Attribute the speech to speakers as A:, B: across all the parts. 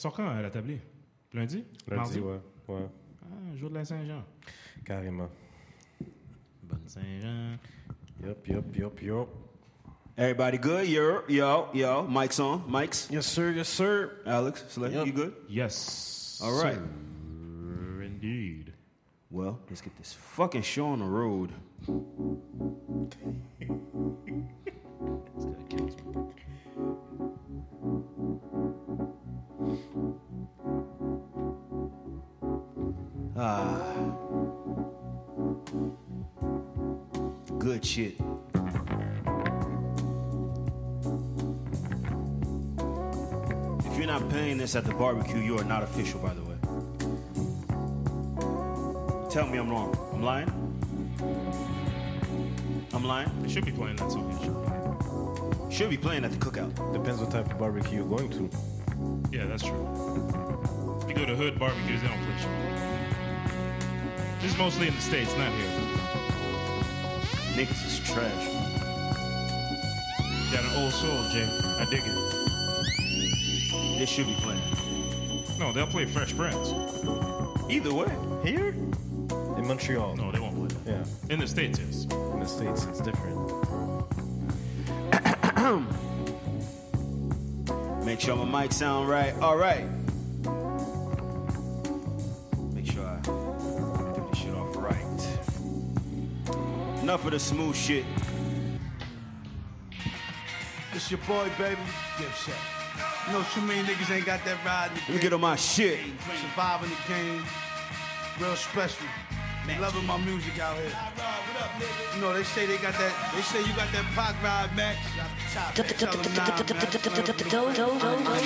A: Sort quand à la tablée? Lundi?
B: Lundi, ouais. ouais.
A: Ah, jour de la Saint-Jean.
B: Carrément.
A: Bonne Saint-Jean.
B: Yup, yup, yup, yup.
C: Everybody good? Yo, yo, yo. Mike's on. Mike's.
B: Yes, sir, yes, sir.
C: Alex, Slay,
B: Yep.
C: you good?
A: Yes.
C: All right.
A: sir, Indeed.
C: Well, let's get this fucking show on the road. Ah. Good shit. If you're not paying this at the barbecue, you are not official, by the way. Tell me I'm wrong. I'm lying? I'm lying?
A: They should be playing that song. They should be playing it.
C: Should be playing at the cookout.
B: Depends what type of barbecue you're going to.
A: Yeah, that's true. You go to hood barbecues, they don't play shit. This is mostly in the States, not here.
C: Niggas is trash.
A: Got an old soul, Jay. I dig it.
C: They should be playing.
A: No, they'll play Fresh Prince.
C: Either way,
B: Here? In Montreal.
A: No, they won't play that.
B: Yeah.
A: In the States, yes.
B: In the States, it's different.
C: make sure my mic sound right. All right. Make sure I do this shit off right. Enough of the smooth shit.
D: It's your boy, baby, Dipset. You know, too many niggas ain't got that ride in the
C: Let me get on my shit.
D: game. Surviving the game, real special. Loving my music out here. You know, they say they got that, they say you got that pop ride, Max. Tell 'em nah,
E: Go, go, go, go.
D: Max.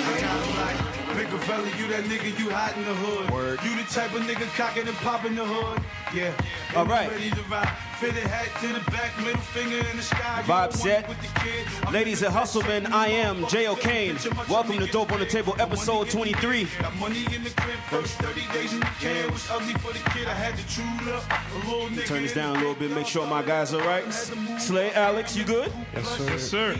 D: Nigga fella, you that nigga, you hot in the hood.
C: Word.
D: You the type of nigga cocking and popping the hood. Yeah. And
C: All
D: you
C: right.
D: Ready to ride. Fitted hat to the back, middle finger in the sky. You
C: Vibe
D: the one
C: set.
D: with the kid. I'm
C: Ladies
D: in
C: and
D: the
C: hustlemen, I am Jay O'Kane. Welcome to Dope on the Table, episode 23.
D: Got money in the crib, first 30 days in the can was ugly for the kid. I had to chew up a little nigga.
C: Turn this down a little bit, make sure my guys are right. Slay, Alex, you good?
A: Yes, sir.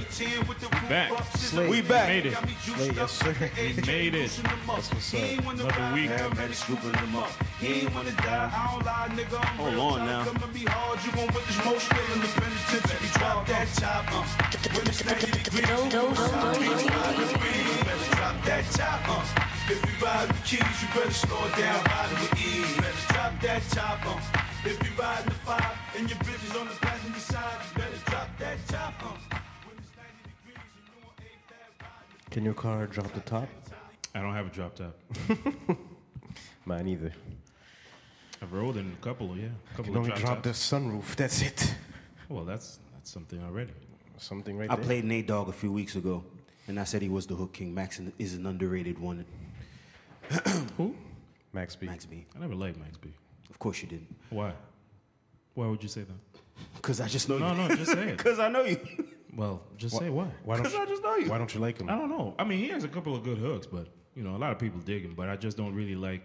A: Back.
B: Slay.
C: We back.
A: Made it.
B: Slay, yes, sir.
A: We made it.
B: That's what's up.
A: Another week.
D: Yeah, man, scooping them up. He ain't wanna die. I don't lie, nigga. I'm
C: Hold
D: real
C: on
D: tough.
C: now.
D: Come and be hard. You gon' with this most still in the penitentiary. Drop that top. uh. When it's 90 degrees,
E: Go, go, go, go, go.
D: better drop that top. uh. If you ride with keys, you better slow it down. E. Ride it with ease. Better drop that top. uh. If you ride the five and your bitch is on the passenger side, you better drop that top. uh. When it's 90 degrees, you know I ain't that ride.
B: Can your car drop the top?
A: I don't have it dropped up.
B: Mine either.
A: I've rolled in a couple, yeah. A
B: You
A: couple
B: can
A: of
B: only
A: drop,
B: drop the
A: tops.
B: sunroof. That's it.
A: Well, that's that's something already.
B: Something right
C: I
B: there.
C: played Nate Dogg a few weeks ago, and I said he was the hook king. Max is an underrated one.
A: Who?
B: Max B.
C: Max B.
A: I never liked Max B.
C: Of course you didn't.
A: Why? Why would you say that?
C: Cause I just know
A: No,
C: you.
A: no, just say it.
C: Cause I know you.
A: Well, just say why.
B: Why don't
C: Cause I
B: you,
C: just know you.
B: Why don't you like him?
A: I don't know. I mean, he has a couple of good hooks, but you know, a lot of people dig him. But I just don't really like.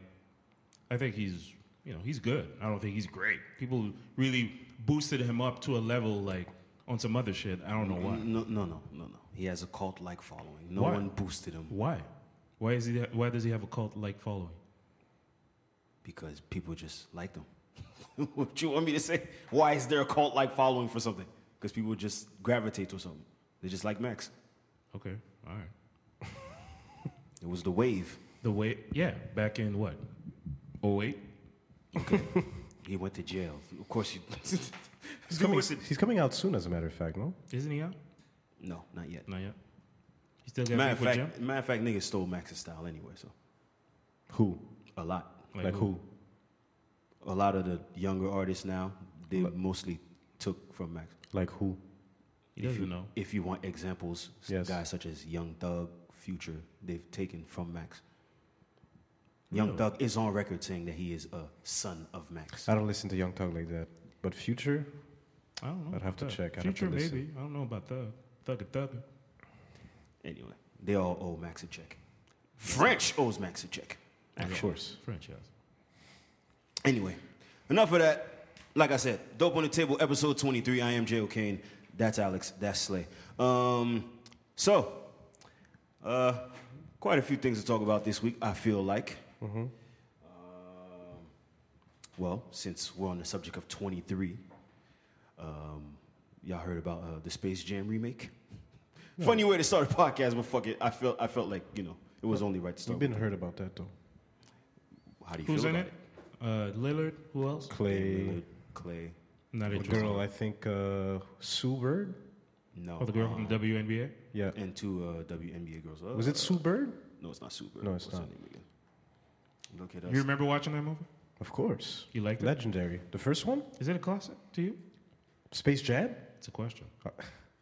A: I think he's, you know, he's good. I don't think he's great. People really boosted him up to a level like on some other shit. I don't know why.
B: Mm-hmm.
C: No, no, no, no, no. He has a cult-like following. No
A: Why?
C: one boosted him
A: Why? Why is he? Why does he have a cult like following?
C: because people just liked him. what you want me to say? Why is there a cult-like following for something? Because people just gravitate to something. They just like Max.
A: Okay, all right.
C: It was the wave.
A: The way, yeah, back in what? Oh eight.
C: He went to jail. Of course you.
B: He's coming, he's coming out soon, as a matter of fact, no?
A: Isn't he out?
C: No, not yet.
A: Not yet. He still got
C: Matter
A: beef
C: of
A: with Jim.
C: fact, matter of fact, niggas stole Max's style anyway. So
B: Who?
C: a lot.
B: Like, who?
C: a lot of the younger artists now they mostly took from Max.
B: Like who?
A: He doesn't know.
C: If you want examples, s-
B: Yes.
C: guys such as Young Thug, Future, they've taken from Max. Young
A: Really?
C: Thug is on record saying that he is a son of Max.
B: I don't listen to Young Thug like that. But Future,
A: I don't know.
B: I'd have to
A: Thug.
B: check. I'd have
A: Future
B: to listen.
A: maybe. I don't know about Thug. Thugger Thugger.
C: Anyway, they all owe Max a check. French owes Max a check.
B: of course.
A: French yes.
C: Anyway, enough of that. Like I said, Dope on the Table, episode 23. I am Jay O'Kane. That's Alex. That's Slay. Um, so, uh, quite a few things to talk about this week, I feel like.
A: Mm-hmm.
C: Um, well, since we're on the subject of 23, um, y'all heard about uh, the Space Jam remake? Funny way to start a podcast, but fuck it. I felt, I felt like, you know, it was only right to
B: We've
C: start.
B: been heard about that though.
C: How do you
A: Who's
C: feel
A: in
C: about
A: it? Uh, Lillard. Who else?
B: Clay,
C: Lillard, Clay.
A: Not
B: the
A: interested.
B: girl, I think uh, Sue Bird.
C: No.
A: Oh, the girl
C: uh,
A: from the WNBA.
B: Yeah.
C: and two uh, WNBA girls. Uh,
B: Was it Sue Bird?
C: No, it's not super.
B: No, it's
C: What's her
B: not.
C: name again? Look at us.
A: You remember watching that movie?
B: Of course.
A: You liked it?
B: Legendary. The first one?
A: Is it a classic to you?
B: Space Jam?
A: It's a question.
B: Uh,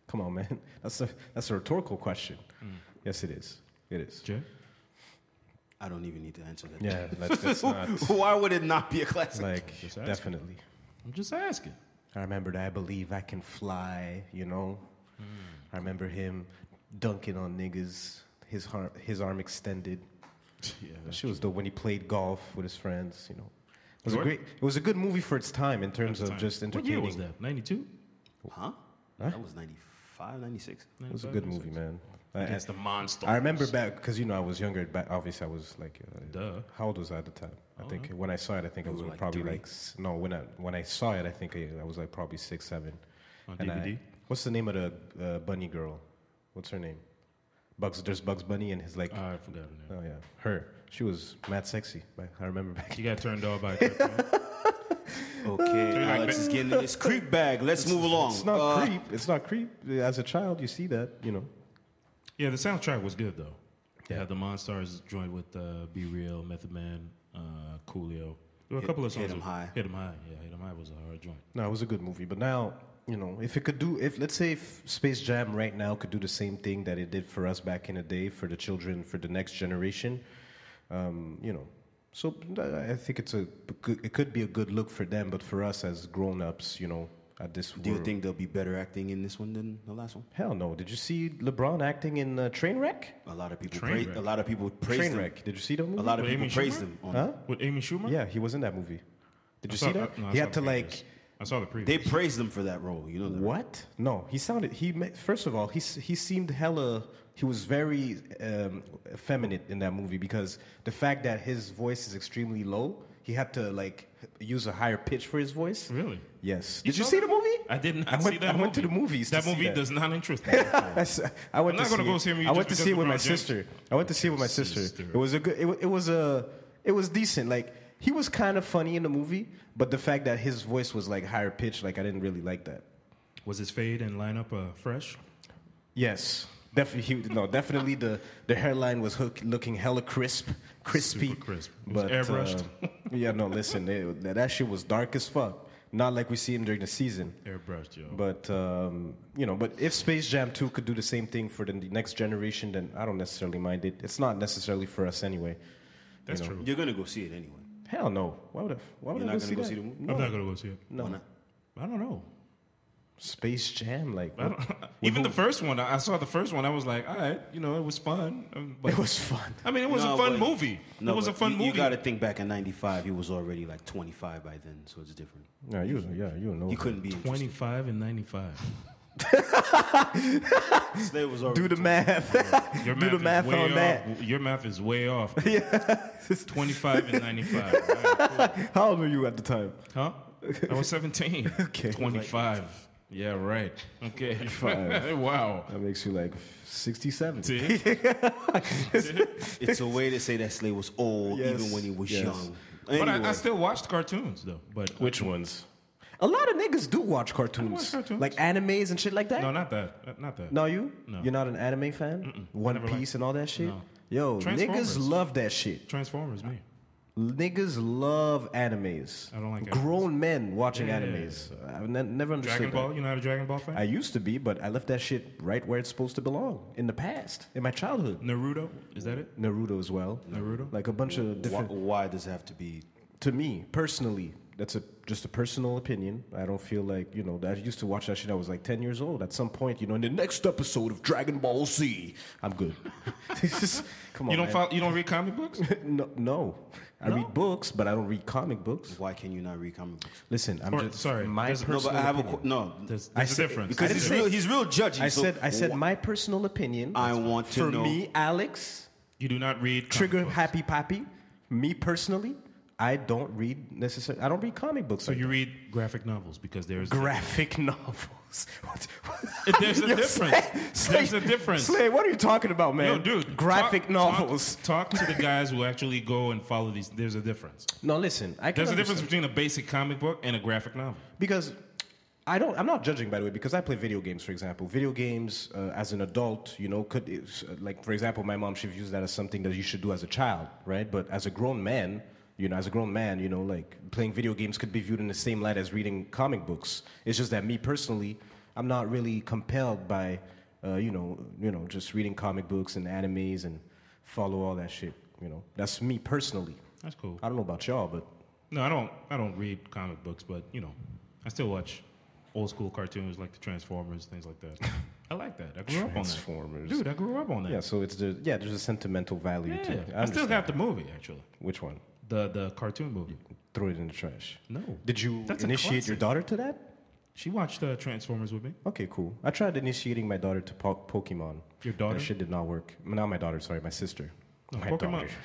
B: Come on, man. That's a that's a rhetorical question.
A: Hmm.
B: Yes, it is. It is.
A: Jay?
C: I don't even need to answer that.
B: Yeah, let's, let's not
C: Why would it not be a classic?
B: like
A: Just ask.
B: definitely.
A: I'm just asking.
B: I remembered I believe I can fly, you know.
A: Hmm.
B: I remember him dunking on niggas, his arm, his arm extended.
A: Yeah.
B: She was the when he played golf with his friends, you know. It was a
A: Jordan?
B: great it was a good movie for its time in terms of just
A: What
B: entertaining.
A: year was that? 92?
C: Huh? That was 95, 96.
B: It was a good movie, man. I,
A: That's the monster.
B: I remember back because you know I was younger. Back, obviously, I was like, uh,
A: Duh.
B: how old was I at the time? I think when I saw it, I think I
C: You
B: was
C: were like
B: probably
C: three.
B: like s- no. When I when I saw it, I think I, I was like probably six, seven.
A: On
B: And I-
A: DVD?
B: what's the name of the uh, bunny girl? What's her name? Bugs. There's Bugs Bunny and his like.
A: Ah, I forgot her name.
B: oh yeah, her. She was mad sexy. but I remember back.
A: She got turned off by a third man.
C: Okay, uh, Alex is getting in this creep bag. Let's move along.
B: It's not
C: Uh,
B: creep. It's not creep. As a child, you see that. You know.
A: Yeah, the soundtrack was good, though. They had the Monstars joined with uh, Be Real, Method Man, uh, Coolio. There were a
C: Hit-
A: couple of songs.
C: Hit 'em
A: that-
C: High.
A: Hit 'em High, yeah. Hit 'em High was a hard joint.
B: No, it was a good movie. But now, you know, if it could do, if let's say if Space Jam right now could do the same thing that it did for us back in the day, for the children, for the next generation, um, you know. So I I think it's a it could be a good look for them, but for us as grown-ups, you know, at this
C: do you
B: world-
C: think there'll be better acting in this one than the last one?
B: Hell no! Did you see LeBron acting in uh, Trainwreck?
C: A lot of people
A: Trainwreck.
C: praise. A lot of people praised him.
B: Trainwreck. Did you see that movie?
C: A lot of
A: What,
C: people
A: Amy
C: praised
A: Schumer?
C: him. On,
B: Huh?
A: With Amy Schumer?
B: Yeah, he was in that movie. Did
A: I
B: you
A: saw-
B: see that?
A: I- no, I
B: he
A: saw
B: had to
A: the
B: like.
A: previous. I saw the previous.
C: They praised him for that role. You know that. right?
B: What? No, he sounded. He ma- first of all, he s- he seemed hella. He was very um, effeminate in that movie because the fact that his voice is extremely low, he had to like use a higher pitch for his voice.
A: Really?
B: Yes.
A: Mm-hmm. You
B: Did you
A: saw
B: see
A: that?
B: the movie?
A: I didn't.
B: I went,
A: see that
B: I went to the
A: movie.
B: movies.
A: That
B: to see
A: movie does not interest me.
B: I s- I went
A: I'm not gonna
B: to see
A: go
B: it.
A: see a movie
B: I
A: just
B: went to see
A: because
B: it with
A: LeBron
B: my
A: James.
B: sister. I went to see it with my sister.
A: Sister.
B: It was a good. It, wa- it was a. It was decent. Like he was kind of funny in the movie, but the fact that his voice was like higher pitched, like I didn't really like that.
A: Was his fade and lineup uh, fresh?
B: Yes, definitely. He, no, definitely the the hairline was hook, looking hella crisp, crispy,
A: Super crisp. It was airbrushed.
B: uh, yeah, no. Listen, it, that, that shit was dark as fuck. Not like we see him during the season.
A: Airbrushed, yo.
B: But um, you know, but if Space Jam 2 could do the same thing for the next generation, then I don't necessarily mind it. It's not necessarily for us anyway.
A: That's
B: you know.
A: true.
C: You're gonna go see it anyway.
B: Hell no. Why would I? Why would
C: You're
B: I
C: not
B: go
C: gonna
B: see
C: go
B: that?
C: see the movie?
A: I'm not gonna go see it.
B: No,
C: Why not?
A: I don't know.
B: Space Jam. Like
A: I don't, even the first one, I I saw the first one. I was like, all right, you know, it was fun. Um, but-
B: it was fun.
A: I mean, it was
C: No,
A: a fun
C: but-
A: movie. it was a
C: but
A: fun
C: you,
A: movie.
C: You got to think back in '95. He was already like 25 by then, so it's different.
B: No, you yeah, you know.
C: He couldn't be interested.
A: 25 and 95.
C: Slade was already
B: do the
C: 25.
B: math.
A: Your
B: do the
A: is
B: math
A: way
B: on
A: off.
B: that.
A: Your math is way off. It's 25 and 95. All right, cool.
B: How old were you at the time?
A: Huh? I was 17.
B: Okay.
A: 25. yeah, right. Okay. wow.
B: That makes you like 67.
A: See?
C: It's a way to say that Slade was old
B: Yes,
C: even when he was
B: yes.
C: young.
A: But I, I
C: Anyway,
A: still watched cartoons, though. But
B: Which ones? A lot of niggas do watch cartoons,
A: watch cartoons.
B: like animes and shit like that.
A: No, not that. Not that.
B: No, you?
A: No.
B: You're not an anime fan? One
A: Never
B: Piece
A: liked-
B: and all that shit?
A: No.
B: Yo,
A: Transformers.
B: niggas love that shit.
A: Transformers, me.
B: Niggas love animes.
A: I don't like animes.
B: Grown men watching
A: Yeah.
B: animes. I've ne- never understood
A: Dragon
B: that.
A: Ball. You know how to Dragon Ball fan?
B: I used to be, but I left that shit right where it's supposed to belong in the past, in my childhood.
A: Naruto. Is that it?
B: Naruto as well.
A: Mm. Naruto?
B: Like a bunch of
C: why,
B: different.
C: why does it have to be?
B: to me personally that's a just a personal opinion i don't feel like you know i used to watch that shit i was like 10 years old at some point you know in the next episode of dragon ball z i'm good It's just- come on
A: You don't
B: man.
A: follow, you don't read comic books?
B: no, no i read books but i don't read comic books
C: Why can you not read comic books?
B: listen i'm
A: Or-
B: just
A: sorry,
B: my
A: there's- no,
C: No,
B: personal
C: but I have a
B: opinion.
C: qu- no.
A: There's,
B: I
A: there's a
B: said-
A: difference.
C: Because he's
B: say-
C: real. He's real judgy.
B: I
C: so
B: said, I said
C: wh-
B: my personal opinion.
C: I want to
B: for
C: know-
B: me, Alex.
A: You do not read comic
B: Trigger
A: books.
B: Happy Pappy. Me personally, I don't read necessarily. I don't read comic books.
A: So
B: like
A: you read graphic novels because there's
B: that. graphic novels. What-
A: There's a
B: Yo,
A: difference.
B: Slay-
A: There's
B: Slay-
A: a difference.
B: Slay, what are you talking about, man?
A: Yo, dude,
B: graphic
A: talk-
B: novels.
A: Talk, talk to the guys who actually go and follow these. There's a difference.
B: No, listen. I can
A: There's a
B: understand.
A: difference between a basic comic book and a graphic novel.
B: because I don't. I'm not judging, by the way, because I play video games, for example. Video games, uh, as an adult, you know, could is, uh, like, for example, my mom she views that as something that you should do as a child, right? But as a grown man, you know, as a grown man, you know, like playing video games could be viewed in the same light as reading comic books. It's just that me personally, I'm not really compelled by, uh, you know, you know, just reading comic books and animes and follow all that shit. You know, that's me personally.
A: That's cool.
B: I don't know about y'all, but
A: No, I don't. I don't read comic books, but you know, I still watch old school cartoons like the Transformers, things like that. I like that. I grew up on that.
B: Transformers.
A: Dude, I grew up on that.
B: Yeah, so it's the yeah. There's a sentimental value to
A: Yeah.
B: it.
A: I, still
B: understand.
A: got the movie actually,
B: which one?
A: the the cartoon movie.
B: Throw it in the trash.
A: No.
B: Did you
A: That's a
B: initiate your
A: classic.
B: daughter to that?
A: She watched uh, Transformers with me.
B: Okay, cool. I tried initiating my daughter to po- Pokemon.
A: Your daughter?
B: That shit did not work. Not my daughter. Sorry, my sister.
A: No,
B: my
A: Pokemon.
B: daughter.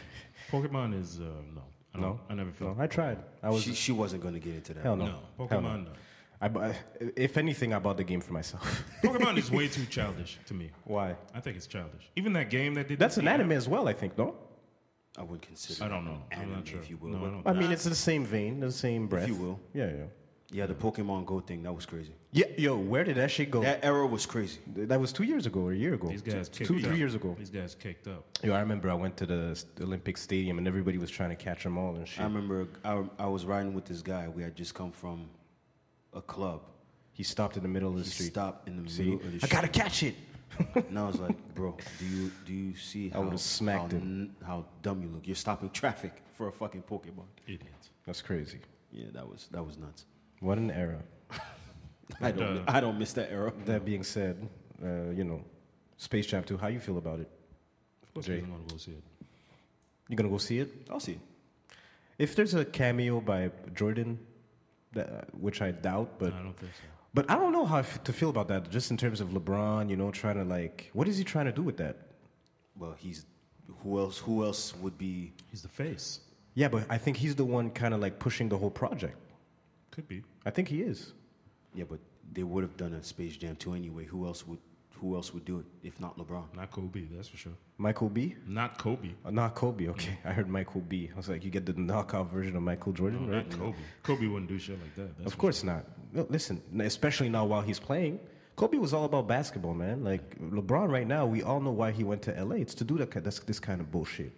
A: Pokemon is uh, no. I don't,
B: No,
A: I never felt.
B: No, I tried. I was
C: she, she wasn't gonna get into that.
B: hell no.
A: No,
B: Hell
A: Pokemon, no.
B: I bu- if anything, I bought the game for myself.
A: Pokemon is way too childish to me.
B: Why?
A: I think it's childish. Even that game that did
B: That's
A: that-
B: an anime as well, I think. No,
C: I wouldn't consider.
A: I don't know.
C: it an
A: I'm
C: anime,
A: not sure.
C: If you will,
A: No, I
C: What-
A: don't-
B: I mean it's the same vein, the same breath.
C: you will.
B: Yeah, yeah.
C: yeah, the Pokemon Go thing that was crazy.
B: Yeah, yo, where did that shit
A: Oh.
B: go?
C: That era was crazy.
B: That was two years ago or a year ago.
A: These guys
B: two,
A: kicked
B: two
A: up.
B: three years ago.
A: These guys kicked up.
B: Yo, I remember I went to the s- Olympic Stadium and everybody was trying to catch them all and
C: I
B: shit.
C: remember I, I was riding with this guy. We had just come from a club.
B: he stopped in the middle of the
C: He
B: street.
C: stopped in the
B: See?
C: middle of
B: I
C: the street,
B: gotta catch it.
C: and I was like, "Bro, do you do you see how
B: would've smacked
C: how,
B: him.
C: n- how dumb you look? You're stopping traffic for a fucking Pokemon."
A: Idiots.
B: That's crazy.
C: Yeah, that was that was nuts.
B: What an era.
C: I don't
A: uh,
C: I don't miss that era.
B: That being said, uh, you know, Space Jam 2, how you feel about it?
A: Of course,
B: Jay.
A: we don't want to go see it.
B: You gonna go see it?
C: I'll see.
B: If there's a cameo by Jordan, that, which I doubt, but
A: No, I don't think so.
B: but I don't know how I f- to feel about that. Just in terms of LeBron, you know, trying to like, what is he trying to do with that?
C: Well, he's who else? Who else would be?
A: He's the face.
B: Yeah, but I think he's the one kind of like pushing the whole project.
A: Could be.
B: I think he is.
C: Yeah, but they would have done a Space Jam 2 anyway. Who else would? Who else would do it if not LeBron?
A: Not Kobe, that's for sure.
B: Michael B.
A: Not Kobe.
B: Uh, not Kobe. Okay,
A: Mm.
B: I heard Michael B. I was like, you get the knockout version of Michael Jordan, right?
A: Not Kobe. Kobe wouldn't do shit like that. That's
B: Of course not. No, listen, n- especially not while he's playing. Kobe was all about basketball, man. Like LeBron, right now, we all know why he went to LA. It's to do that. ki- That's this kind of bullshit.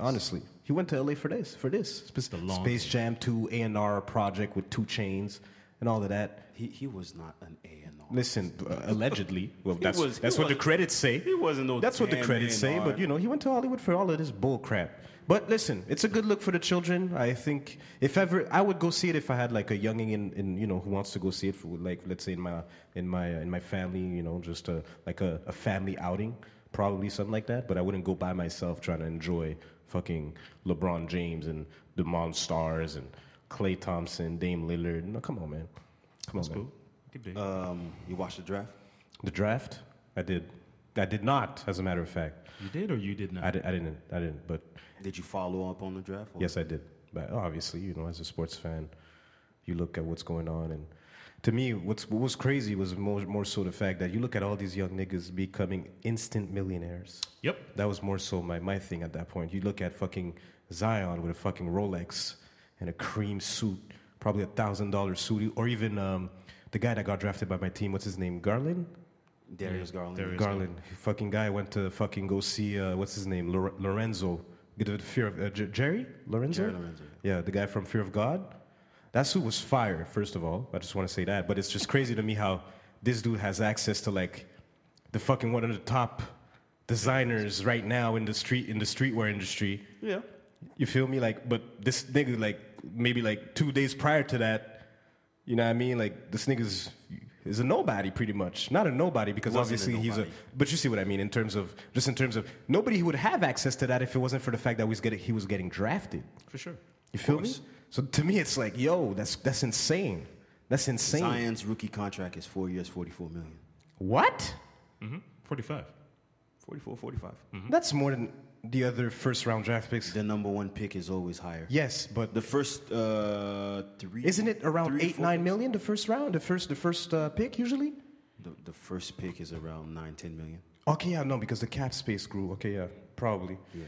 B: Honestly, he went to LA for this, for this Sp-
A: The long
B: Space Jam Two A and R project with Two Chains and all of that.
C: He he was not an A and R.
B: Listen, uh, allegedly. Well, that's,
C: was- he
B: that's what the
C: was-
B: credits say.
C: he wasn't no
B: That's what the
C: damn
B: credits say.
C: A&R.
B: But you know, he went to Hollywood for all of this bull crap. But listen, it's a good look for the children. I think if ever I would go see it if I had like a younging in, in you know who wants to go see it for like let's say in my in my in my family you know just a, like a, a family outing probably something like that. But I wouldn't go by myself trying to enjoy fucking LeBron James and Demond Stars and Clay Thompson, Dame Lillard. No, come on, man. Come on, man.
A: cool. Could be.
B: Uh,
C: Um, you watched the draft?
B: The draft? I did. I did not, as a matter of fact.
A: you did or you did not?
B: I, di- I didn't. I didn't. But
C: Did you follow up on the draft? or-
B: yes, I did. But obviously, you know, as a sports fan, you look at what's going on. And to me, what's, what was crazy was more, more so the fact that you look at all these young niggas becoming instant millionaires.
A: yep.
B: That was more so my, my thing at that point. You look at fucking Zion with a fucking Rolex and a cream suit, probably a thousand dollar suit, or even um, the guy that got drafted by my team. What's his name? Garland.
C: Darius Garland.
A: Darius.
B: Garland, fucking guy went to fucking go see uh, what's his name, Lor- Lorenzo. Get the fear of uh, J- Jerry Lorenzo.
C: Jerry Lorenzo,
B: Yeah, the guy from Fear of God. That suit was fire. First of all, I just want to say that. But it's just crazy to me how this dude has access to like the fucking one of the top designers right now in the street in the streetwear industry.
C: Yeah.
B: You feel me? Like, but this nigga, like, maybe like two days prior to that, you know what I mean? Like, this nigga's is a nobody, pretty much. Not a nobody because
C: Wasn't a
B: obviously he's a.
C: nobody.
B: But you see what I mean in terms of just in terms of nobody would have access to that if it wasn't for the fact that he was getting, he was getting drafted.
A: For sure.
B: You feel me? So to me, it's like, yo, that's that's insane. That's insane.
C: Zion's rookie contract is four years, forty-four million.
B: What?
A: 45.
C: 44, 45.
B: That's more than the other first round draft picks.
C: Mm-hmm. The number one pick is always higher.
B: Yes, but
C: The first uh, three.
B: isn't it around
C: three to
B: eight,
C: four
B: nine
C: picks?
B: million the first round? The first, the first uh, pick usually.
C: The, the first pick is around nine, ten million.
B: Okay, yeah, no, because the cap space grew. Okay, yeah, probably.
C: Yeah.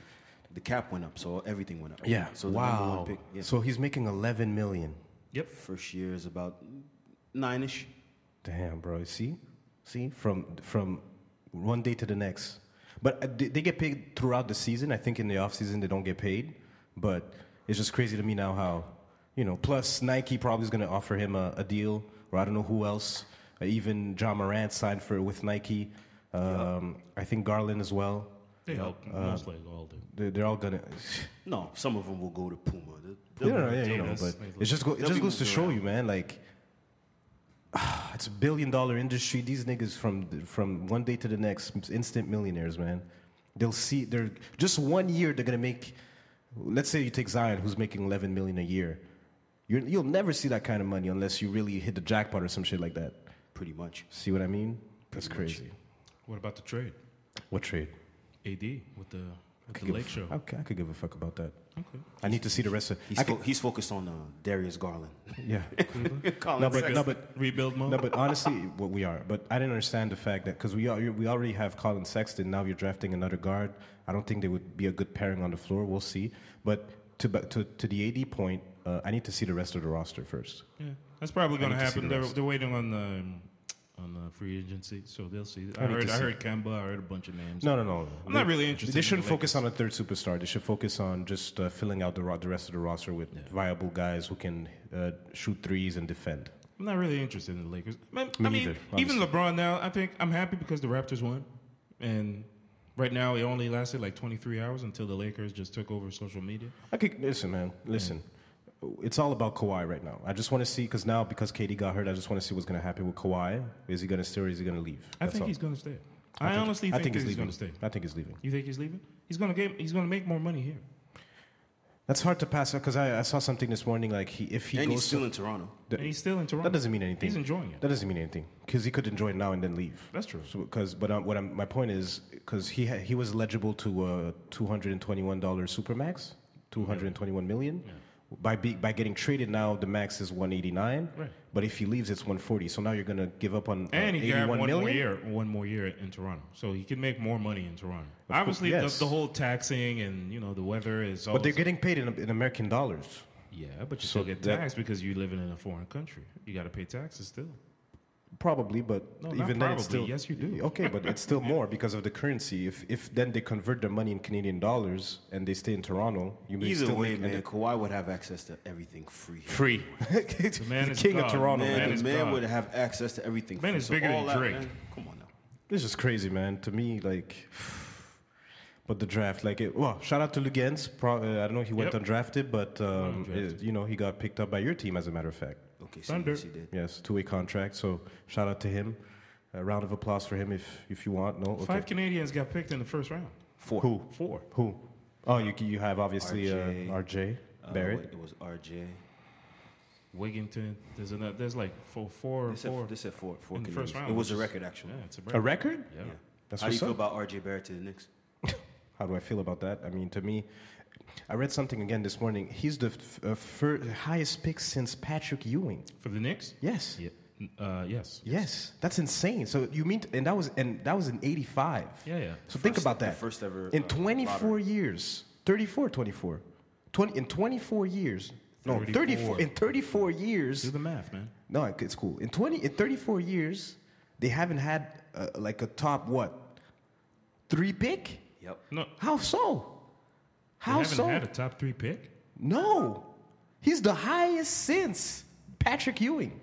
C: The cap went up, so everything went up.
B: Yeah.
C: So the number
B: wow.
C: one pick. Yeah.
B: So he's making 11 million.
A: Yep.
C: First year is about nine ish.
B: Damn, bro. See, see, from from one day to the next. But uh, they, they get paid throughout the season. I think in the off season they don't get paid. But it's just crazy to me now how you know. Plus Nike probably is going to offer him a, a deal, or I don't know who else. Uh, even John Morant signed for with Nike. Um, I think Garland as well.
A: They help
B: Uh,
A: most like all the.
B: They're, they're all gonna.
C: No, some of them will go to Puma. The- the-
B: Yeah, no, yeah, you know,
A: that's-
B: but it just go, it
C: They'll
B: just
C: be
B: goes to
C: moved
B: show you, man. Like, it's a billion dollar industry. These niggas from from one day to the next, instant millionaires, man. They'll see they're just one year they're gonna make. Let's say you take Zion, who's making 11 million a year. You're, you'll never see that kind of money unless you really hit the jackpot or some shit like that.
C: pretty much.
B: See what I mean? That's crazy.
A: What about the trade?
B: What trade?
A: AD with the with the
B: Give a
A: Lake
B: f-
A: Show.
B: Okay, I could give a fuck about that.
A: Okay.
B: I need to see the rest of.
C: He's,
B: I could,
C: fo- he's focused on uh, Darius Garland.
B: yeah.
C: Colin
B: no, but
C: Sexton.
B: no, but
A: Rebuild mode.
B: No, but honestly, what we are. But I didn't understand the fact that because we are, we already have Colin Sexton. Now you're drafting another guard. I don't think they would be a good pairing on the floor. We'll see. But to but to, to the AD point, uh, I need to see the rest of the roster first.
A: Yeah, that's probably going to
B: need to see
A: happen.
B: the
A: They're,
B: rest.
A: they're waiting on the um, on the free agency, so they'll see. I,
B: need
A: heard
B: to
A: I
B: see.
A: heard Kemba. I heard a bunch of names.
B: No, no, no. no.
A: I'm not really interested
B: They
A: in
B: shouldn't
A: the
B: focus on a third superstar. They should focus on just uh, filling out the ro- the rest of the roster with viable guys who can uh, shoot threes and defend.
A: I'm not really interested in the Lakers. I mean,
B: Me
A: I mean
B: neither,
A: even LeBron now. I think I'm happy because the Raptors won, and right now it only lasted like 23 hours until the Lakers just took over social media.
B: I could listen, man. Listen, it's all about Kawhi right now. I just want to see because now because KD got hurt, I just want to see what's going to happen with Kawhi. Is he going to stay or is he going to leave?
A: I
B: That's
A: think
B: all.
A: he's going to stay. I, honestly think, that he's,
B: leaving.
A: going to stay.
B: I think he's leaving.
A: You think he's leaving? He's going to get. He's going to make more money here.
B: That's hard to pass up because I, I saw something this morning like he if he
C: and
B: goes
C: he's still
B: to,
C: in Toronto.
B: The-
A: and he's still in Toronto.
B: that doesn't mean anything.
A: He's enjoying it.
B: That doesn't mean anything because he could enjoy it now and then leave.
A: That's true.
B: So, cause, but um, what I'm, my point is, because he ha- he was eligible to uh, two hundred and twenty one dollar supermax, two hundred and twenty one million. By be, by getting traded now, the max is one eighty nine.
A: Right.
B: But if he leaves, it's one forty. So now you're gonna give up on uh,
A: And he got
B: 81
A: one more
B: million?
A: year, one more year in Toronto, so he can make more money in Toronto. Obviously,
B: yes.
A: the, the whole taxing and you know the weather is.
B: But they're
A: always-
B: getting paid in, in American dollars.
A: yeah, but you
B: So
A: still get
B: that-
A: taxed because you're living in a foreign country. You got to pay taxes still.
B: Probably, but
A: No,
B: even
A: not
B: then, it's
A: probably.
B: still
A: Yes, you do.
B: Okay, but it's still more because of the currency. If if then they convert their money in Canadian dollars and they stay in Toronto, you may
C: Either
B: still
C: way,
B: make
C: man, Kawhi would have access to everything free.
B: free.
A: The man is
B: King of
A: God.
B: Toronto,
A: The
C: Man,
B: man
A: is
C: the man
A: God.
C: would have access to everything.
A: Man
C: free.
A: is bigger than
C: all that,
A: Drake.
C: man, Come on now.
B: This is crazy, man. To me, like, but the draft, like, it, well, shout out to Lugens. Pro, uh, I don't know if he went
A: Yep.
B: undrafted, but um,
A: Undrafted.
B: it- you know he got picked up by your team, as a matter of fact.
C: Okay, so
A: Thunder.
C: yes, he did.
B: Yes, two-way contract. So shout out to him. A round of applause for him, if if you want. No, okay.
A: Five Canadians got picked in the first round.
C: Four.
B: Who?
A: Four.
B: Who? Oh, you you have obviously
C: RJ.
B: RJ, uh, RJ
C: Uh,
B: Barrett.
C: wait, it was RJ.
A: Wigginton. There's another. There's like four, four,
C: They said,
A: four.
C: they said four. four
A: in the
C: Canadians.
A: first round.
C: It was a
A: which is-
C: record, actually.
A: Yeah, it's a
B: A
A: record.
B: record?
A: yeah.
B: That's
C: How do you
B: what's
C: feel
B: up.
C: about RJ Barrett to the Knicks?
B: How do I feel about that? I mean, to me, I read something again this morning. He's the f- uh, fir- highest pick since Patrick Ewing.
A: For the Knicks.
B: Yes.
A: Yeah. Uh, yes.
B: Yes, that's insane. So you mean, and that was, and that was in '85.
A: Yeah, yeah.
B: So think
C: First-
B: about
C: the
B: that.
C: first ever,
B: in
C: uh,
B: 24
C: lottery.
B: years, 34, 24, 20 in 24 years. No, 34.
A: 34.
B: in 34 years.
A: Do the math, man.
B: No, it- it's cool. In 20, in 34 years, they haven't had uh, like a top what, three pick?
C: Yep.
A: No.
B: How so? How
A: they haven't
B: so?
A: had a top three pick.
B: No, he's the highest since Patrick Ewing.